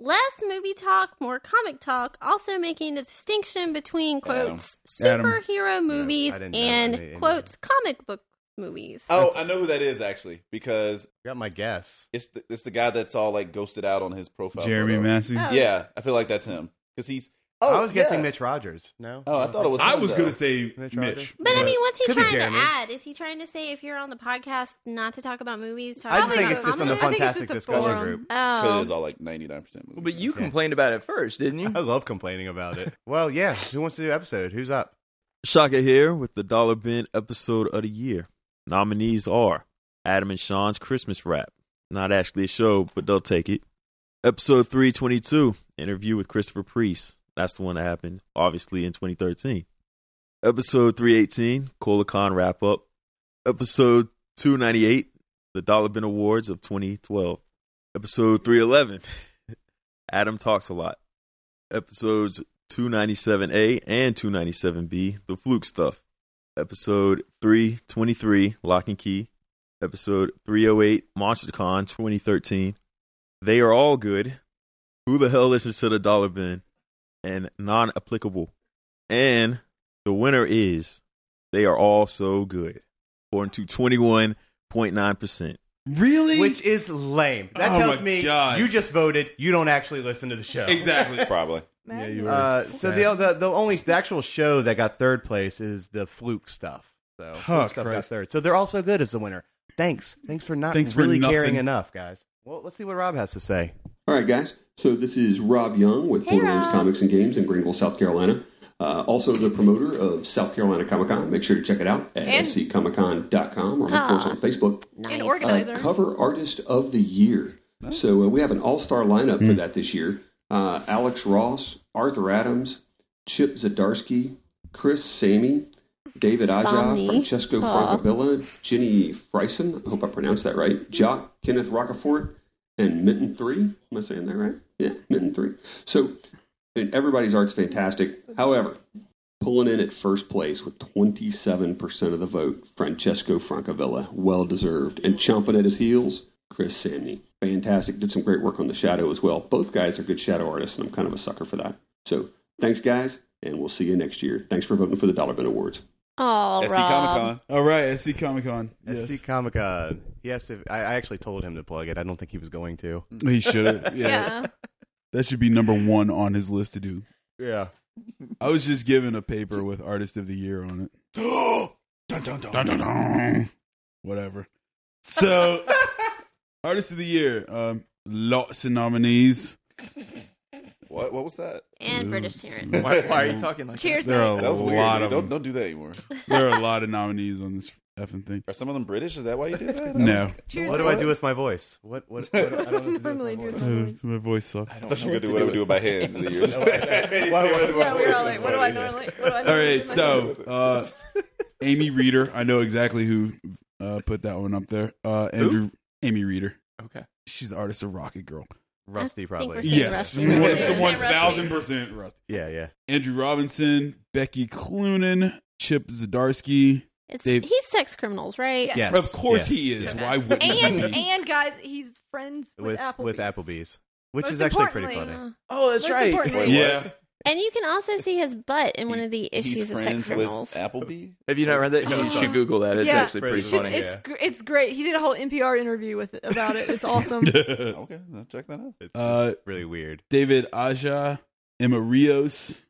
Speaker 4: Less movie talk, more comic talk. Also making a distinction between quotes
Speaker 5: Adam.
Speaker 4: superhero movies
Speaker 2: I didn't know
Speaker 4: and
Speaker 2: any- any of
Speaker 4: quotes comic book movies.
Speaker 3: Oh, I know who that is actually because
Speaker 2: got my guess.
Speaker 3: It's the, it's the guy that's all like ghosted out on his profile.
Speaker 5: Jeremy
Speaker 3: photo.
Speaker 5: Massey? Oh.
Speaker 3: Yeah, I feel like that's him because he's. Oh,
Speaker 2: I was guessing
Speaker 3: yeah.
Speaker 2: Mitch Rogers. No,
Speaker 3: Oh, I thought it was.
Speaker 5: I
Speaker 3: him,
Speaker 5: was
Speaker 3: though.
Speaker 5: going to say Mitch.
Speaker 2: Rogers.
Speaker 4: But I mean, what's he
Speaker 2: Could be
Speaker 4: trying to
Speaker 2: Jeremy.
Speaker 4: add? Is he trying to say if you're on the podcast not to talk about movies? Talk
Speaker 2: I just
Speaker 4: about
Speaker 2: think it's just on the
Speaker 4: comedy?
Speaker 6: I think it's just
Speaker 2: fantastic
Speaker 6: the
Speaker 2: discussion
Speaker 6: forum.
Speaker 2: group.
Speaker 4: Oh.
Speaker 3: It is all like ninety nine percent.
Speaker 6: Well, but you complained about it first, didn't you?
Speaker 2: I love complaining about it. Well, yeah. Who wants to do an episode? Who's up?
Speaker 13: Shaka here with the Dollar Bin episode of the year. Nominees are Adam and Sean's Christmas Rap. Not actually a show, but they'll take it. Episode 322, interview with Christopher Priest. That's the one that happened, obviously, in 2013. Episode 318, Colacon Wrap Up. Episode 298, the Dollar Bin Awards of 2012. Episode 311, Adam Talks a Lot episodes 297A and 297B, The Fluke Stuff. Episode 323, Lock and Key. Episode 308, MonsterCon 2013. They are all good. Who the hell listens to the dollar bin? And non applicable. And the winner is They Are All So Good, according to 21.9%.
Speaker 5: Really?
Speaker 2: Which is lame. That
Speaker 5: Oh
Speaker 2: tells
Speaker 5: my
Speaker 2: me
Speaker 5: God.
Speaker 2: you just voted. You don't actually listen to the show.
Speaker 5: Exactly.
Speaker 3: Probably.
Speaker 2: Yeah,
Speaker 5: you were.
Speaker 2: Uh, so the, the the only the actual show that got third place is the fluke stuff. So Fluke
Speaker 5: Huh,
Speaker 2: stuff got
Speaker 5: Christ.
Speaker 2: third. So they're also good as the winner. Thanks. Thanks for not
Speaker 5: Thanks for
Speaker 2: really
Speaker 5: nothing.
Speaker 2: caring enough, guys. Well, let's see what Rob has to say.
Speaker 14: All right, guys. So this is Rob Young with
Speaker 4: Hey,
Speaker 14: Borderlands
Speaker 4: Rob.
Speaker 14: Comics and Games in Greenville, South Carolina. Uh, also the promoter of South Carolina Comic Con. Make sure to check it out at
Speaker 7: And-
Speaker 14: sccomiccon.com or, of course,
Speaker 4: Ah.
Speaker 14: on Facebook.
Speaker 4: Nice.
Speaker 7: An organizer.
Speaker 14: Uh, cover artist of the year. So uh, we have an all-star lineup
Speaker 2: Hmm.
Speaker 14: for that this year. Uh, Alex Ross, Arthur Adams, Chip Zdarsky, Chris Samey, David Aja,
Speaker 4: Sammy.
Speaker 14: Francesco
Speaker 4: Aw.
Speaker 14: Francavilla, Ginny Friesen. I hope I pronounced that right. Jock, Kenneth Rockefort, and Minton 3. Am I saying that right? Yeah, Minton 3. So I mean, everybody's art's fantastic. However, pulling in at first place with 27% of the vote, Francesco Francavilla, well deserved, and chomping at his heels, Chris Samney. Fantastic. Did some great work on the shadow as well. Both guys are good shadow artists, and I'm kind of a sucker for that. So thanks, guys, and we'll see you next year. Thanks for voting for the Dollar Bin Awards.
Speaker 7: Oh,
Speaker 3: SC Comic
Speaker 7: Rob.
Speaker 3: Con.
Speaker 5: All right, SC Comic Con. Yes.
Speaker 2: SC Comic Con. Yes, if, I, I actually told him to plug it. I don't think he was going to.
Speaker 5: He should have. Yeah.
Speaker 7: Yeah.
Speaker 5: That should be number one on his list to do.
Speaker 2: Yeah.
Speaker 5: I was just given a paper with Artist of the Year on it.
Speaker 3: Dun, dun, dun.
Speaker 5: Dun, dun, dun. Whatever. So, Artist of the Year. Um, lots of nominees.
Speaker 3: What? What was that?
Speaker 4: And British Terrence.
Speaker 6: Why, why are you talking like
Speaker 7: Cheers,
Speaker 5: There
Speaker 7: mate.
Speaker 5: are
Speaker 3: That was
Speaker 5: a
Speaker 3: weird.
Speaker 5: lot
Speaker 3: dude.
Speaker 5: of
Speaker 3: don't don't
Speaker 5: them.
Speaker 3: do that anymore.
Speaker 5: There are a lot of nominees on this effing thing.
Speaker 3: Are some of them British? Is that why you did that? I don't-
Speaker 5: No.
Speaker 7: Cheers,
Speaker 2: What do I
Speaker 7: mate.
Speaker 2: do with my voice? What? What? what I don't know what to do with
Speaker 7: Normally
Speaker 2: my
Speaker 7: do
Speaker 2: voice.
Speaker 7: that.
Speaker 5: Uh, my voice sucks.
Speaker 3: I thought you were gonna do what I would do with my hands. in the years.
Speaker 7: Yeah, we were all like, what do I normally? What do I normally
Speaker 5: All
Speaker 7: do
Speaker 5: right,
Speaker 7: with my
Speaker 5: so uh, Amy Reader, I know exactly who uh, put that one up there. Uh, Andrew, Amy Reader,
Speaker 6: Okay.
Speaker 5: she's the artist of Rocket Girl.
Speaker 2: Rusty
Speaker 4: we're
Speaker 2: probably.
Speaker 4: saying-
Speaker 5: Yes,
Speaker 4: Rusty. We're
Speaker 5: one
Speaker 4: saying Rusty.
Speaker 5: thousand percent Rusty.
Speaker 2: Yeah, yeah.
Speaker 5: Andrew Robinson, Becky Cloonan, Chip Zdarsky.
Speaker 4: It's,
Speaker 5: Dave-
Speaker 4: he's sex criminals, right?
Speaker 7: Yeah.
Speaker 2: Yes.
Speaker 5: Of course
Speaker 2: yes.
Speaker 5: he is.
Speaker 2: Yeah.
Speaker 5: Why wouldn't
Speaker 7: And
Speaker 5: he be?
Speaker 7: and guys, he's friends with,
Speaker 2: With
Speaker 7: Applebee's.
Speaker 2: with Applebee's, which
Speaker 7: Most
Speaker 2: is actually pretty
Speaker 7: importantly- uh,
Speaker 2: funny.
Speaker 6: Oh, that's
Speaker 7: Most
Speaker 6: right.
Speaker 7: importantly-
Speaker 3: Wait,
Speaker 5: yeah,
Speaker 3: what?
Speaker 4: And you can also see his butt in one of the
Speaker 3: He's
Speaker 4: issues of
Speaker 3: friends
Speaker 4: sex criminals.
Speaker 3: With Applebee.
Speaker 6: Have you not read that?
Speaker 7: No,
Speaker 6: you
Speaker 7: it's
Speaker 6: should
Speaker 7: not.
Speaker 6: Google that. It's
Speaker 7: Yeah.
Speaker 6: actually pretty
Speaker 2: Should-
Speaker 7: Should-
Speaker 6: funny.
Speaker 7: it's gr- it's great. He did a whole NPR interview with about it. It's awesome.
Speaker 3: Okay, I'll check that out.
Speaker 2: It's,
Speaker 5: Uh,
Speaker 2: it's really weird.
Speaker 5: David Aja, Emma Rios,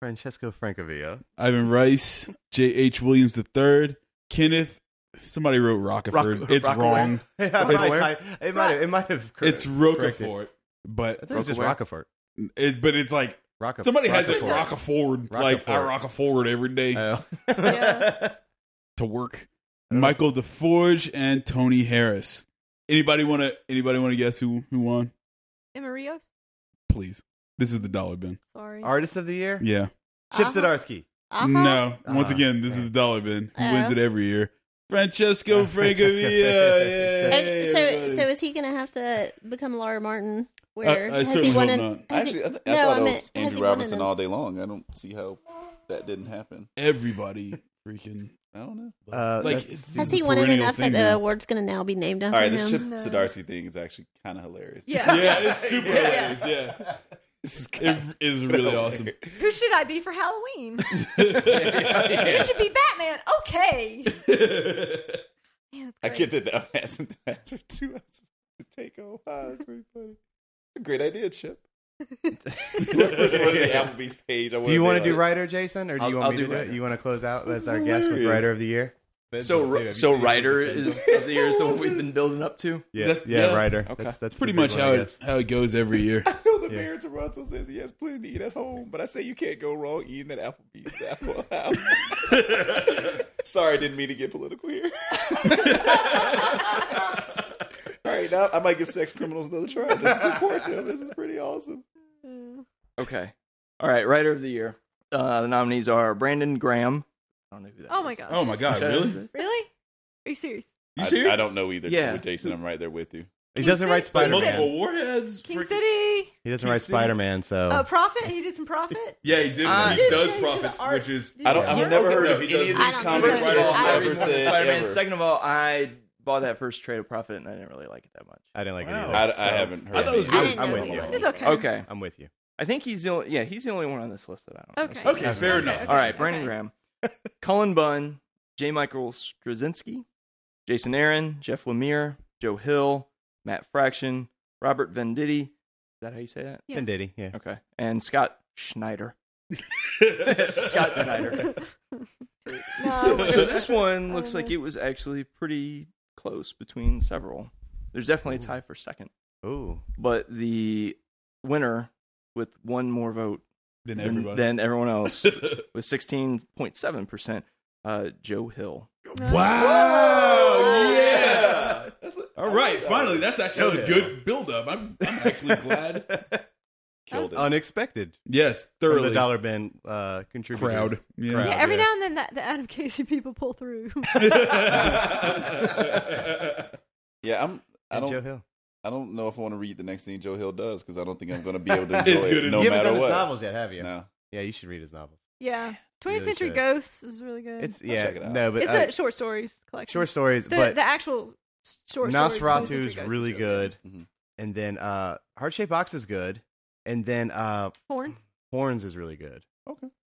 Speaker 2: Francesco Francavilla.
Speaker 5: Ivan Rice, J. H. Williams III, Kenneth. Somebody wrote Rockeford.
Speaker 6: Rock-
Speaker 5: it's
Speaker 6: Rockaway.
Speaker 5: wrong.
Speaker 2: it
Speaker 5: Rockaware?
Speaker 2: might have. It might have. It might have cor-
Speaker 5: It's
Speaker 2: corrected.
Speaker 5: Rockefort, but
Speaker 2: I think it's just
Speaker 6: Rockaware?
Speaker 2: Rockefort.
Speaker 5: it, but it's like
Speaker 2: Rockefort.
Speaker 5: somebody has it
Speaker 2: Rockefort.
Speaker 5: rock a forward. Like I
Speaker 2: Rockefort.
Speaker 5: rock a forward every day
Speaker 2: Oh.
Speaker 7: Yeah.
Speaker 5: to work.
Speaker 2: I don't
Speaker 5: Michael DeForge and Tony Harris. Anybody want to? Anybody want to guess who who won?
Speaker 7: Emma Rios?
Speaker 5: Please, this is the dollar bin.
Speaker 7: Sorry.
Speaker 2: Artist of the year?
Speaker 5: Yeah.
Speaker 2: Chip
Speaker 4: Uh-huh.
Speaker 2: Zdarsky.
Speaker 4: Uh-huh.
Speaker 5: No. Once
Speaker 2: Uh,
Speaker 5: again, this is the dollar bin. Who wins
Speaker 4: Uh.
Speaker 5: it every year? Francesco
Speaker 2: Uh,
Speaker 5: Francavilla.
Speaker 2: Francesco.
Speaker 5: Yay,
Speaker 4: And so,
Speaker 5: everybody.
Speaker 4: so is he going to have to become Laura Martin?
Speaker 5: I-
Speaker 4: Where
Speaker 5: I
Speaker 4: has
Speaker 5: certainly
Speaker 4: he won
Speaker 5: hope
Speaker 4: an?
Speaker 5: not.
Speaker 4: has
Speaker 3: Actually,
Speaker 4: he-
Speaker 3: I, th- I
Speaker 4: no,
Speaker 3: thought
Speaker 4: I
Speaker 3: it
Speaker 4: meant
Speaker 3: was
Speaker 4: has he
Speaker 3: Andrew
Speaker 4: won an?
Speaker 3: Robinson all day long. I don't see how that didn't happen.
Speaker 5: everybody freaking
Speaker 3: I don't know.
Speaker 2: Uh,
Speaker 5: like.
Speaker 2: that's-
Speaker 5: it's-
Speaker 4: Has
Speaker 5: it's a
Speaker 4: he won it
Speaker 5: perennial
Speaker 4: enough
Speaker 5: thing
Speaker 4: that the
Speaker 5: now.
Speaker 4: award's going to now be named
Speaker 3: All
Speaker 4: after
Speaker 3: right, this
Speaker 4: him?
Speaker 3: Chip
Speaker 7: No.
Speaker 3: Zdarsky thing is actually kind of hilarious.
Speaker 7: Yeah.
Speaker 5: Yeah, it's super hilarious. Yeah. This is, it is really awesome.
Speaker 7: Who should I be for Halloween? You should be Batman. Okay.
Speaker 3: I get that the ass and the ass are two outs to take on. Wow, that's pretty funny. It's a great idea, Chip. Whoever's running the Applebee's page, I
Speaker 2: Do you
Speaker 3: wanna
Speaker 2: want
Speaker 3: be
Speaker 2: to do
Speaker 3: like-
Speaker 2: writer, Jason, or do
Speaker 3: I'll-
Speaker 2: you want
Speaker 3: I'll
Speaker 2: me to
Speaker 3: do
Speaker 2: do it?
Speaker 3: writer.
Speaker 2: You want to close out
Speaker 3: That's
Speaker 2: as our guest with
Speaker 3: hilarious.
Speaker 2: writer of the year?
Speaker 6: So, so writer is of the year is the one we've been building up to.
Speaker 2: That's- yeah, yeah. Ryder.
Speaker 6: Okay.
Speaker 2: That's- that's
Speaker 5: pretty
Speaker 2: the big
Speaker 5: much
Speaker 2: one,
Speaker 5: how
Speaker 2: I
Speaker 5: it,
Speaker 2: guess.
Speaker 5: how it goes every year.
Speaker 3: know the mayor of Toronto says he has plenty to eat at home, but I say you can't go wrong eating at Applebee's. Apple House. Sorry, didn't mean to get political here. All right, now I might give sex criminals another try just to support them. This is pretty awesome.
Speaker 6: Okay. All right. Writer of the year. Uh, the nominees are Brandon Graham. I don't know who that
Speaker 7: Oh my god.
Speaker 5: Oh my God, really?
Speaker 7: Really? Are you serious?
Speaker 5: You
Speaker 3: I,
Speaker 5: serious?
Speaker 3: I don't know either.
Speaker 5: Yeah.
Speaker 3: Yeah. Jason, I'm right there with you.
Speaker 2: He doesn't write Spider
Speaker 5: Multiple
Speaker 2: Man.
Speaker 5: warheads.
Speaker 7: King City.
Speaker 2: He doesn't write Spider Man, so
Speaker 3: Oh.
Speaker 7: Uh, Prophet. He did some Prophet.
Speaker 5: Yeah, he did.
Speaker 7: Uh,
Speaker 5: he
Speaker 7: yeah,
Speaker 5: does
Speaker 7: he did
Speaker 5: profits,
Speaker 7: the art.
Speaker 5: which is
Speaker 3: I don't. I've never heard of any of these comics.
Speaker 6: First of all,
Speaker 3: I've
Speaker 6: I
Speaker 3: ever
Speaker 6: read
Speaker 3: said
Speaker 6: Spider-Man.
Speaker 3: ever.
Speaker 6: Second of all, I bought that first trade of Profit, and I didn't really like it that much.
Speaker 2: I didn't like it
Speaker 6: Wow.
Speaker 2: either.
Speaker 6: I- I haven't heard I thought it was
Speaker 2: any of
Speaker 6: good. I
Speaker 2: it. I'm
Speaker 6: didn't
Speaker 2: with
Speaker 6: know
Speaker 2: you.
Speaker 6: that. It's okay. Okay.
Speaker 2: I'm with you.
Speaker 6: I think he's the only. Yeah, he's the only one on this list that I don't.
Speaker 7: Okay.
Speaker 6: know.
Speaker 7: Okay, Okay, fair okay, enough. okay,
Speaker 6: All right,
Speaker 7: okay.
Speaker 6: Brandon Graham, Cullen Bunn, J. Michael Straczynski, Jason Aaron, Jeff Lemire, Joe Hill, Matt Fraction, Robert Venditti. Is that how you say that?
Speaker 2: Yeah. Venditti, yeah.
Speaker 6: Okay, and Scott Schneider. Scott Snyder.
Speaker 7: No.
Speaker 6: so this one looks
Speaker 7: I don't
Speaker 6: like it was actually pretty close between several. There's definitely a tie for second.
Speaker 2: Ooh.
Speaker 6: But the winner with one more vote
Speaker 5: Than everybody.
Speaker 6: than everyone else with 16.7%, uh, Joe Hill.
Speaker 5: Wow! Yes.
Speaker 3: That's a-
Speaker 5: All right.
Speaker 3: like that.
Speaker 5: Finally, that's actually
Speaker 3: Yeah.
Speaker 5: a good build-up. I'm, I'm actually glad.
Speaker 2: Killed it. Unexpected.
Speaker 5: Yes,
Speaker 2: From
Speaker 5: thoroughly.
Speaker 2: the dollar bin uh, contributor
Speaker 5: Crowd. Yeah.
Speaker 7: Yeah, every now and then that the Adam Casey people pull through.
Speaker 3: Yeah, I'm. I
Speaker 2: And
Speaker 3: don't.
Speaker 2: Joe Hill.
Speaker 3: I don't know if I want to read the next thing Joe Hill does because I don't think I'm going to be able to
Speaker 2: It's
Speaker 3: enjoy it
Speaker 2: good as-
Speaker 3: no
Speaker 2: You haven't
Speaker 3: matter
Speaker 2: done his
Speaker 3: what.
Speaker 2: novels yet, have you?
Speaker 3: No.
Speaker 2: Yeah, you should read his novels.
Speaker 7: yeah. 20th
Speaker 2: Really
Speaker 7: Century
Speaker 2: should.
Speaker 7: Ghosts is really good.
Speaker 2: It's yeah, no, but
Speaker 7: it's
Speaker 2: I-
Speaker 7: a short stories collection.
Speaker 2: Short stories,
Speaker 7: The,
Speaker 2: but-
Speaker 7: the actual s- short
Speaker 2: Nosferatu
Speaker 7: stories.
Speaker 2: is really good,
Speaker 3: Mm-hmm.
Speaker 2: and then uh, Heart Shaped Box is good, and then uh,
Speaker 7: Horns.
Speaker 2: Horns is really good.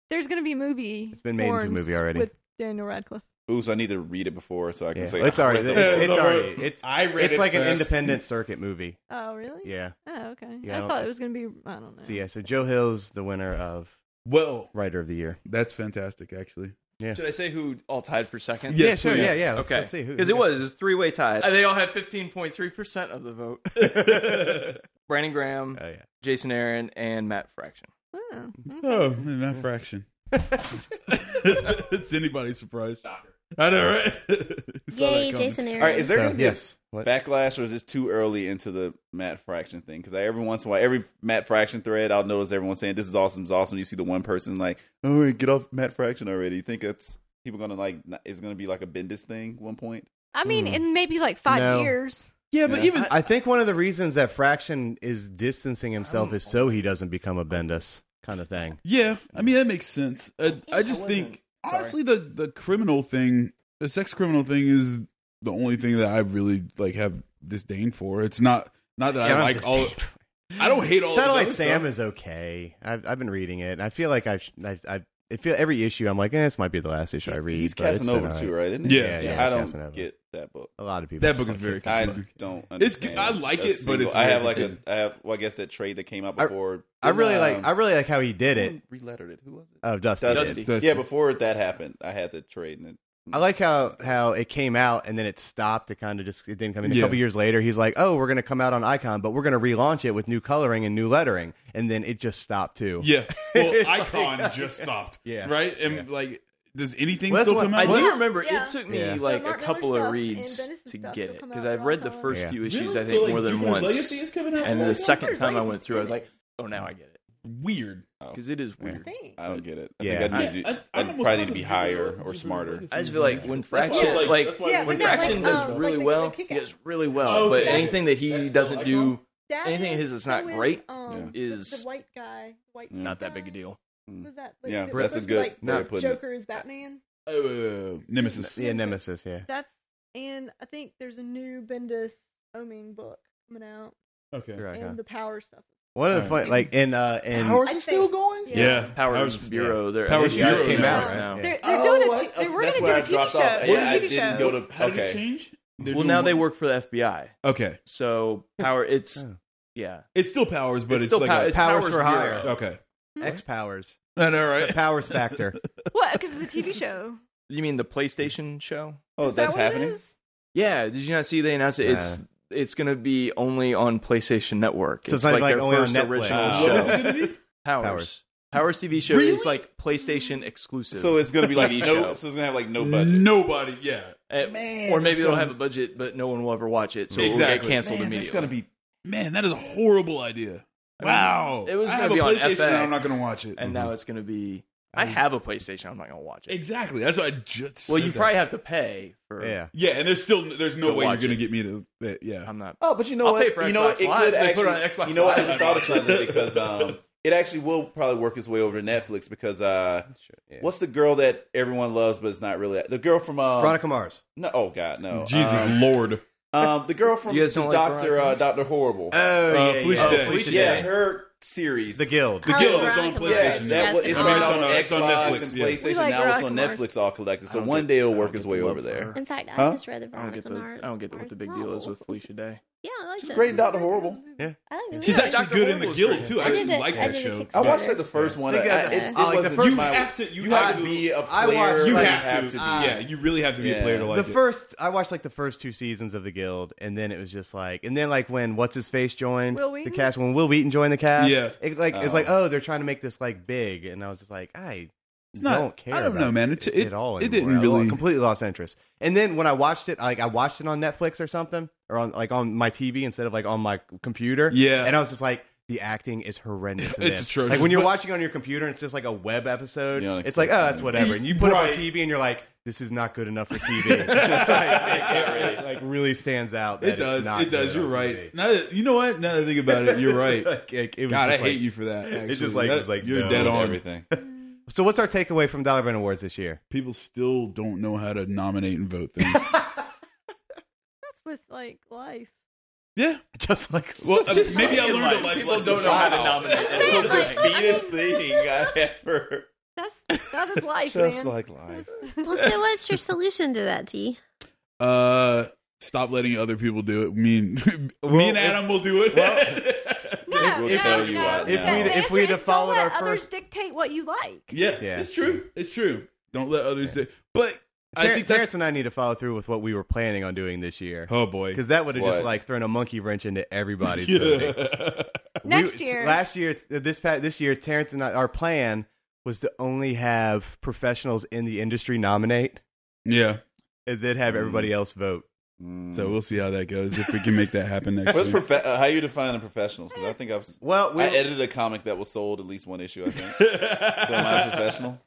Speaker 7: There's going to be a movie. It's
Speaker 2: been made into a movie already.
Speaker 7: with Daniel Radcliffe.
Speaker 3: Ooh, so I need to read it before so I can
Speaker 2: Yeah.
Speaker 3: say
Speaker 2: it's
Speaker 3: I
Speaker 2: already
Speaker 3: read
Speaker 2: it's,
Speaker 3: the book.
Speaker 2: it's already it's
Speaker 5: I read
Speaker 2: it's
Speaker 5: it
Speaker 2: like an
Speaker 5: first.
Speaker 2: independent circuit movie.
Speaker 7: Oh, really?
Speaker 2: Yeah.
Speaker 7: Oh, okay.
Speaker 2: Yeah, I
Speaker 7: I
Speaker 2: don't-
Speaker 7: thought it was going to be. I don't know.
Speaker 2: So yeah, so Joe Hill's the winner of
Speaker 5: well
Speaker 2: writer of the year.
Speaker 5: That's fantastic, actually.
Speaker 2: Yeah.
Speaker 6: Should I say who all tied for second?
Speaker 2: Yeah, Yes, sure, please. yeah, yeah. Let's-
Speaker 6: Okay.
Speaker 2: let's see who-
Speaker 6: Because
Speaker 2: who
Speaker 6: it
Speaker 2: got-
Speaker 6: was, it was three way tie. And They all had 15.3% of the vote. Brandon Graham,
Speaker 2: Oh,
Speaker 6: Jason Aaron, and Matt Fraction.
Speaker 7: Oh,
Speaker 5: Oh, not fraction. it's anybody's surprise. I know, right? Saw that
Speaker 4: Yay,
Speaker 5: coming.
Speaker 4: Jason Aaron.
Speaker 3: All right, is there
Speaker 5: So,
Speaker 3: going to be
Speaker 5: yes.
Speaker 2: a
Speaker 3: backlash or is this too early into the Matt Fraction thing? Because every once in a while, every Matt Fraction thread, I'll notice everyone saying, This is awesome, this is awesome. You see the one person like, Oh, wait, get off Matt Fraction already. You think that's people going to like, n- it's going to be like a Bendis thing at one point?
Speaker 7: I mean,
Speaker 2: Hmm.
Speaker 7: in maybe like five
Speaker 2: No.
Speaker 7: years.
Speaker 2: I, I think one of the reasons that Fraction is distancing
Speaker 3: Oh.
Speaker 2: himself is so he doesn't become a Bendis kind of thing.
Speaker 5: Yeah, I mean that makes sense. Uh, I just think honestly, the the criminal thing, the sex criminal thing, is the only thing that I really like have disdain for. It's not not that
Speaker 2: Yeah, I
Speaker 5: I
Speaker 2: don't
Speaker 5: like all.
Speaker 2: disdain
Speaker 5: I don't hate all. of
Speaker 2: Satellite
Speaker 5: those
Speaker 2: Sam
Speaker 5: stuff.
Speaker 2: is okay. I've I've been reading it. and I feel like I've I've, I've I feel every issue. I'm like, eh, this might be the last issue I read.
Speaker 3: He's
Speaker 2: but it's been
Speaker 3: Casanova
Speaker 2: all
Speaker 3: too, right? Isn't he?
Speaker 2: Yeah, yeah.
Speaker 3: I don't
Speaker 2: Casanova.
Speaker 3: get that book.
Speaker 2: A lot of people.
Speaker 5: That book is very
Speaker 3: I
Speaker 5: confusing.
Speaker 3: don't. Understand
Speaker 5: It's good- I like
Speaker 3: a
Speaker 5: it, but it's
Speaker 3: I
Speaker 5: very
Speaker 3: have like a.
Speaker 5: confusing.
Speaker 3: I have. Well, I guess that trade that came out before.
Speaker 2: I really
Speaker 3: Um,
Speaker 2: like. I really like how he did it.
Speaker 3: who Relettered it. Who was it?
Speaker 2: Oh, Dusty.
Speaker 3: Dusty.
Speaker 2: did.
Speaker 3: Yeah, before that happened, I had the trade and it,
Speaker 2: I like how how it came out and then it stopped. It kind of just it didn't come in. A
Speaker 3: Yeah.
Speaker 2: couple years later, he's like, "Oh, we're gonna come out on Icon, but we're gonna relaunch it with new coloring and new lettering." And then it just stopped too.
Speaker 5: Yeah, well,
Speaker 2: It's
Speaker 5: Icon
Speaker 2: like-
Speaker 5: just stopped.
Speaker 2: Yeah.
Speaker 5: right, and like, does anything
Speaker 2: Well, that's
Speaker 5: still
Speaker 2: what-
Speaker 5: come
Speaker 6: I
Speaker 5: out?
Speaker 6: do remember
Speaker 7: Yeah.
Speaker 6: it took me
Speaker 5: Yeah.
Speaker 6: like
Speaker 7: The
Speaker 6: a
Speaker 7: Mark
Speaker 6: couple
Speaker 7: Miller
Speaker 6: of
Speaker 7: stuff and
Speaker 6: reads
Speaker 7: Bendis'
Speaker 6: to
Speaker 7: stuff
Speaker 6: get it
Speaker 7: still come
Speaker 6: because
Speaker 7: out
Speaker 6: I read the
Speaker 7: on
Speaker 6: first
Speaker 7: Icon.
Speaker 6: few
Speaker 7: Really?
Speaker 6: issues I
Speaker 7: So,
Speaker 6: think
Speaker 7: like,
Speaker 6: more than
Speaker 7: Jupiter's
Speaker 6: once,
Speaker 7: Legacy is coming out
Speaker 6: and
Speaker 7: on
Speaker 6: the
Speaker 7: Icon?
Speaker 6: second
Speaker 7: Jupiter's
Speaker 6: time I
Speaker 7: Legacy
Speaker 6: went
Speaker 7: is
Speaker 6: through, I was
Speaker 7: coming
Speaker 6: like, oh, now I get it Oh.
Speaker 5: weird
Speaker 6: because it is weird.
Speaker 3: I don't get it. I
Speaker 2: Yeah.
Speaker 3: think I
Speaker 2: I-
Speaker 3: need to,
Speaker 2: I-
Speaker 3: I,
Speaker 2: I'm
Speaker 3: would
Speaker 2: almost
Speaker 3: probably need to be
Speaker 2: positive
Speaker 3: higher or smarter.
Speaker 6: I just feel like when
Speaker 5: why I was
Speaker 6: Fraction,
Speaker 5: like-
Speaker 6: like,
Speaker 5: that's why I was
Speaker 6: when
Speaker 5: like-
Speaker 6: Fraction
Speaker 5: Yeah,
Speaker 6: does
Speaker 5: but
Speaker 6: really
Speaker 5: like
Speaker 6: well, he does really well.
Speaker 5: Oh,
Speaker 6: but
Speaker 5: okay.
Speaker 6: anything that he doesn't do,
Speaker 7: That
Speaker 6: anything of
Speaker 7: is-
Speaker 6: his that's not
Speaker 7: so is,
Speaker 6: great,
Speaker 7: um,
Speaker 6: is
Speaker 7: the white guy, white
Speaker 6: not that big a deal.
Speaker 7: was that? Like,
Speaker 3: Mm. Yeah,
Speaker 7: that
Speaker 3: that's
Speaker 7: was
Speaker 3: a good
Speaker 7: Like,
Speaker 3: way of putting it.
Speaker 7: Joker is Batman.
Speaker 6: Oh,
Speaker 5: Nemesis.
Speaker 2: Yeah, Nemesis. Yeah.
Speaker 7: That's and I think there's a new Bendis Oming book coming out,
Speaker 5: Okay.
Speaker 7: and the power stuff.
Speaker 2: One of the fun, like in uh in
Speaker 1: Powers
Speaker 2: is
Speaker 1: still
Speaker 2: going.
Speaker 3: Yeah. Yeah. Powers Bureau, they're-
Speaker 2: Powers
Speaker 3: they just
Speaker 2: Bureau
Speaker 3: came
Speaker 2: is
Speaker 3: out,
Speaker 2: right?
Speaker 3: yeah.
Speaker 2: Yeah.
Speaker 1: They're, they're doing a t- they were going
Speaker 3: that's
Speaker 1: to do
Speaker 3: where
Speaker 1: a
Speaker 3: I
Speaker 1: TV
Speaker 3: dropped
Speaker 1: show.
Speaker 3: off.
Speaker 1: It was a
Speaker 3: Yeah, I
Speaker 1: TV
Speaker 3: didn't
Speaker 1: show.
Speaker 3: go to- How did it
Speaker 6: okay.
Speaker 3: change? They're
Speaker 6: Well,
Speaker 3: doing
Speaker 6: now
Speaker 3: what?
Speaker 6: they work for the FBI.
Speaker 5: Okay.
Speaker 6: So power, it's yeah,
Speaker 5: It's still powers, but it's,
Speaker 6: still
Speaker 5: like
Speaker 6: pow-
Speaker 5: a-
Speaker 6: Oh. it's
Speaker 2: Powers for hire.
Speaker 6: Bureau.
Speaker 5: Okay.
Speaker 2: X powers.
Speaker 5: I know, right?
Speaker 2: The powers factor.
Speaker 7: What? Because of the TV show.
Speaker 6: You mean the PlayStation show?
Speaker 3: Oh, Is that that's what it happening?
Speaker 6: Yeah. Did you not see they announced it? It's
Speaker 3: Nah.
Speaker 6: it's going to be only on PlayStation Network.
Speaker 2: So it's not like
Speaker 6: their
Speaker 2: only on
Speaker 6: first
Speaker 2: Netflix.
Speaker 3: Oh,
Speaker 6: original
Speaker 2: Wow.
Speaker 6: show.
Speaker 2: What is it gonna be?
Speaker 6: Powers.
Speaker 2: Powers.
Speaker 6: Powers. TV show
Speaker 5: Really?
Speaker 6: is like PlayStation exclusive.
Speaker 3: So it's gonna be like
Speaker 6: TV
Speaker 3: no-
Speaker 6: show.
Speaker 3: so it's gonna have, like, no budget.
Speaker 5: Nobody. Yeah.
Speaker 6: Uh,
Speaker 5: Man,
Speaker 6: or
Speaker 5: that's
Speaker 6: maybe they'll
Speaker 5: gonna-
Speaker 6: have a budget, but no one will ever watch it, so it will
Speaker 5: Exactly.
Speaker 6: get canceled
Speaker 5: Man, that's
Speaker 6: immediately.
Speaker 5: gonna be Man, that is a horrible idea.
Speaker 6: I mean,
Speaker 5: Wow.
Speaker 6: it was
Speaker 5: I
Speaker 6: going
Speaker 5: have
Speaker 6: to be
Speaker 5: a
Speaker 6: on
Speaker 5: PlayStation
Speaker 6: FX.
Speaker 5: and I'm not going to watch it. Mm-hmm.
Speaker 6: And now it's going to be. I have a PlayStation. I'm not going to watch it.
Speaker 5: Exactly. That's what I just.
Speaker 6: Well,
Speaker 5: said
Speaker 6: you
Speaker 5: that.
Speaker 6: probably have to pay for.
Speaker 5: Yeah, and there's still there's no
Speaker 6: To
Speaker 5: way you're
Speaker 6: watch
Speaker 5: going to
Speaker 6: it.
Speaker 5: get me to. that, Yeah.
Speaker 6: I'm not.
Speaker 3: Oh, but you know
Speaker 6: I'll
Speaker 3: what?
Speaker 6: pay for
Speaker 3: you know what?
Speaker 6: Xbox Live. They put it on Xbox
Speaker 3: you know what? I
Speaker 6: Live.
Speaker 3: just thought of something because um, it actually will probably work its way over to Netflix because uh, what's the girl that everyone loves but it's not really the girl from um,
Speaker 2: Veronica Mars.
Speaker 3: No, oh God,
Speaker 2: Uh,
Speaker 3: no.
Speaker 5: Jesus
Speaker 2: oh,
Speaker 3: Um,
Speaker 5: Lord.
Speaker 3: Um, the girl from
Speaker 5: You guys
Speaker 3: the
Speaker 5: don't like
Speaker 3: Doctor
Speaker 5: Veronica
Speaker 3: uh, Doctor Horrible. Um,
Speaker 2: Oh, yeah, yeah.
Speaker 5: Felicia
Speaker 2: Oh,
Speaker 5: Day.
Speaker 2: Felicia
Speaker 3: yeah,
Speaker 2: Day.
Speaker 3: her series,
Speaker 2: The Guild.
Speaker 5: The Guild is on PlayStation.
Speaker 3: Yeah, that
Speaker 5: now.
Speaker 3: was, it's,
Speaker 5: I mean,
Speaker 3: been on,
Speaker 5: it's on
Speaker 3: Xbox
Speaker 5: Netflix.
Speaker 3: and
Speaker 5: yeah.
Speaker 3: PlayStation. now it's on Netflix all collected. So one day it'll work its way over there.
Speaker 4: In fact, I
Speaker 3: Huh?
Speaker 4: just read the
Speaker 6: I don't get
Speaker 4: Veronica
Speaker 6: the.
Speaker 4: Mars.
Speaker 6: I don't get what the big deal is with Felicia Day.
Speaker 4: Yeah, I like
Speaker 3: She's
Speaker 4: that.
Speaker 3: great in Doctor Horrible.
Speaker 2: Yeah,
Speaker 4: I like that.
Speaker 5: She's
Speaker 4: Yeah.
Speaker 5: actually good in the guild too. I,
Speaker 4: I did
Speaker 5: actually
Speaker 4: the-
Speaker 5: like
Speaker 4: I
Speaker 5: that
Speaker 4: did the
Speaker 5: show.
Speaker 3: I watched like the first one.
Speaker 5: They
Speaker 3: I-
Speaker 5: got
Speaker 3: I-
Speaker 5: the-
Speaker 3: it's, it
Speaker 5: I like the
Speaker 3: wasn't
Speaker 5: first- You
Speaker 3: my-
Speaker 5: have to- you
Speaker 3: have
Speaker 5: have
Speaker 3: to
Speaker 5: to-
Speaker 3: be a
Speaker 5: I
Speaker 3: player.
Speaker 5: watched- You
Speaker 3: like,
Speaker 5: have to.
Speaker 3: be.
Speaker 5: Uh, Yeah, you really have to be a player to like
Speaker 2: the
Speaker 5: it.
Speaker 2: first I watched like the first two seasons of the Guild, and then it was just like, and then like when what's his face joined
Speaker 7: Will
Speaker 2: the
Speaker 7: Wheaton?
Speaker 2: cast, when Will Wheaton joined the cast,
Speaker 5: Yeah.
Speaker 2: it, like it's
Speaker 5: Oh.
Speaker 2: like oh they're trying to make this like big, and I was just like I
Speaker 5: It's not-
Speaker 2: don't care.
Speaker 5: I don't
Speaker 2: about
Speaker 5: know, man. It- it-
Speaker 2: at all.
Speaker 5: it
Speaker 2: anymore.
Speaker 5: didn't
Speaker 2: I lo-
Speaker 5: really-
Speaker 2: completely lost interest. And then when I watched it, like I watched it on Netflix or something, or on like on my TV instead of like on my computer.
Speaker 5: Yeah.
Speaker 2: and I was just like. The acting is horrendous. In
Speaker 5: It's
Speaker 2: this.
Speaker 5: atrocious,
Speaker 2: Like when you're
Speaker 5: but-
Speaker 2: watching on your computer, and it's just like a web episode.
Speaker 3: You don't
Speaker 2: It's like,
Speaker 3: expect
Speaker 2: oh, it's
Speaker 3: that.
Speaker 2: whatever. And you put
Speaker 5: Right.
Speaker 2: it on TV, and you're like, this is not good enough for TV. it like really stands out. that
Speaker 5: It
Speaker 2: it's
Speaker 5: does.
Speaker 2: not
Speaker 5: It does.
Speaker 2: good
Speaker 5: You're
Speaker 2: on
Speaker 5: right. Now that, you know what? Now that I think about it, you're right.
Speaker 2: Like, it- it was
Speaker 5: God, I
Speaker 2: just
Speaker 5: hate
Speaker 2: like-
Speaker 5: you for that. Actually.
Speaker 2: It's just like,
Speaker 5: That-
Speaker 2: it's like
Speaker 5: you're
Speaker 2: no.
Speaker 5: dead on.
Speaker 3: everything.
Speaker 2: So what's our takeaway from Dollar Bin Awards this year?
Speaker 5: People still don't know how to nominate and vote things.
Speaker 7: That's with like life.
Speaker 5: yeah,
Speaker 2: just like
Speaker 5: well, I mean,
Speaker 7: Just
Speaker 5: maybe I
Speaker 7: like
Speaker 5: learned
Speaker 7: life.
Speaker 5: a life
Speaker 7: People
Speaker 5: lesson.
Speaker 7: don't know how to
Speaker 5: Wow.
Speaker 7: nominate.
Speaker 5: That's
Speaker 7: Saying,
Speaker 5: the
Speaker 7: like,
Speaker 5: meanest
Speaker 3: thing I ever.
Speaker 7: That's that is life,
Speaker 5: Just
Speaker 7: man.
Speaker 5: like life.
Speaker 4: Well, so what's your solution to that, T?
Speaker 5: Uh, stop letting other people do it. Me and me and Adam will do it.
Speaker 7: No,
Speaker 5: We'll
Speaker 7: no,
Speaker 5: tell you
Speaker 7: no.
Speaker 5: what
Speaker 2: If
Speaker 5: now.
Speaker 2: we'd
Speaker 7: The
Speaker 2: if
Speaker 7: answer
Speaker 2: we'd
Speaker 7: is
Speaker 2: have
Speaker 7: don't
Speaker 2: followed
Speaker 7: let
Speaker 2: our
Speaker 7: others
Speaker 2: first
Speaker 7: dictate what you like.
Speaker 5: yeah,
Speaker 2: Yeah.
Speaker 5: it's true. It's true. Don't let others do. It. But I
Speaker 2: Ter-
Speaker 5: think that's
Speaker 2: Terrence and I need to follow through with what we were planning on doing this year.
Speaker 5: Oh boy,
Speaker 2: because that would have just
Speaker 5: What?
Speaker 2: like thrown a monkey wrench into everybody's
Speaker 5: Yeah.
Speaker 2: voting. We-
Speaker 7: Next
Speaker 2: it's-
Speaker 7: year.
Speaker 2: last year, it's- this pa- this year, Terrence and I, our plan was to only have professionals in the industry nominate,
Speaker 5: yeah.
Speaker 2: and then have
Speaker 6: Mm.
Speaker 2: everybody else vote.
Speaker 7: Mm.
Speaker 5: So we'll see how that goes if we can make that happen next.
Speaker 3: What's
Speaker 5: year.
Speaker 3: profe- uh, how you defining professionals? Because I think I've
Speaker 2: well,
Speaker 3: I edited a comic that was sold at least one issue. I think. so am I a professional?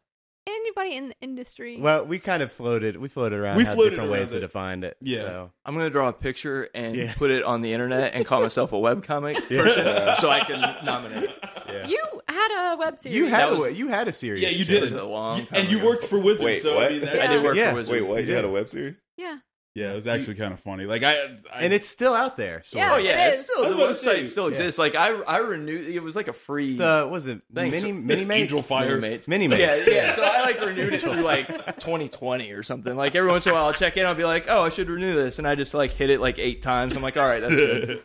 Speaker 7: Anybody in the industry.
Speaker 2: Well, we kind of floated. We floated around.
Speaker 6: We
Speaker 2: had
Speaker 6: floated
Speaker 2: different
Speaker 6: around
Speaker 2: ways
Speaker 6: it.
Speaker 2: to define it.
Speaker 6: Yeah.
Speaker 2: So.
Speaker 6: I'm gonna draw a picture and
Speaker 2: Yeah.
Speaker 6: put it on the internet and call myself a webcomic
Speaker 2: Yeah.
Speaker 6: person so I can nominate.
Speaker 7: you had a web series.
Speaker 2: You had
Speaker 6: That was-
Speaker 2: a, you had a series.
Speaker 5: Yeah, you
Speaker 2: Joe.
Speaker 5: did
Speaker 6: That was a long time
Speaker 5: and you
Speaker 6: ago.
Speaker 5: worked for Wizard.
Speaker 6: Wait,
Speaker 5: so
Speaker 6: what?
Speaker 5: I mean,
Speaker 6: I did work for
Speaker 2: Yeah.
Speaker 6: Wizard.
Speaker 2: Wait, what? You had a
Speaker 3: web series?
Speaker 7: Yeah.
Speaker 5: Yeah, it was actually kind of funny. Like I, I
Speaker 2: and it's still out there. So
Speaker 6: oh yeah,
Speaker 7: it
Speaker 6: it's
Speaker 7: is.
Speaker 6: still
Speaker 5: That's
Speaker 6: the
Speaker 5: what I'm saying.
Speaker 6: website still
Speaker 5: Yeah.
Speaker 6: exists. Like I, I renewed. It was like a free.
Speaker 2: the was it
Speaker 6: Thanks.
Speaker 2: mini mini mates?
Speaker 6: Angel Fire mates.
Speaker 2: mini
Speaker 6: Yeah,
Speaker 2: mates.
Speaker 6: yeah. So I like renewed it through like 2020 or something. Like every once in a while, I'll check in. I'll be like, oh, I should renew this, and I just like hit it like eight times. I'm like, all right, that's good.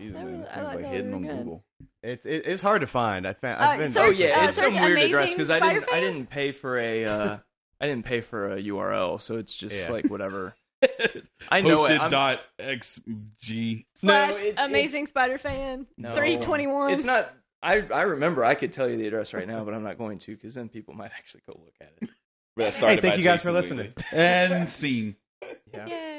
Speaker 3: Jesus, man, this thing's like hidden on Google.
Speaker 2: It's it, it's hard to find. I found.
Speaker 7: Uh,
Speaker 2: I've been
Speaker 7: search-
Speaker 6: oh yeah,
Speaker 7: uh,
Speaker 6: it's
Speaker 7: search
Speaker 6: some weird address
Speaker 7: Amazing
Speaker 6: because I didn't, I
Speaker 7: Spider-Fan?
Speaker 6: didn't pay for a, uh, I didn't pay for a URL, so it's just
Speaker 5: Yeah.
Speaker 6: like whatever. I know it.
Speaker 5: Hosted
Speaker 6: I'm-
Speaker 5: dot xg.
Speaker 7: Slash
Speaker 6: it-
Speaker 7: Amazing Spider Fan.
Speaker 6: No.
Speaker 7: Three twenty one.
Speaker 6: It's not. I I remember. I could tell you the address right now, but I'm not going to because then people might actually go look at it.
Speaker 3: But that
Speaker 2: Hey,
Speaker 3: started by
Speaker 2: thank you guys
Speaker 3: Jason
Speaker 2: for listening.
Speaker 5: and scene.
Speaker 6: Yeah.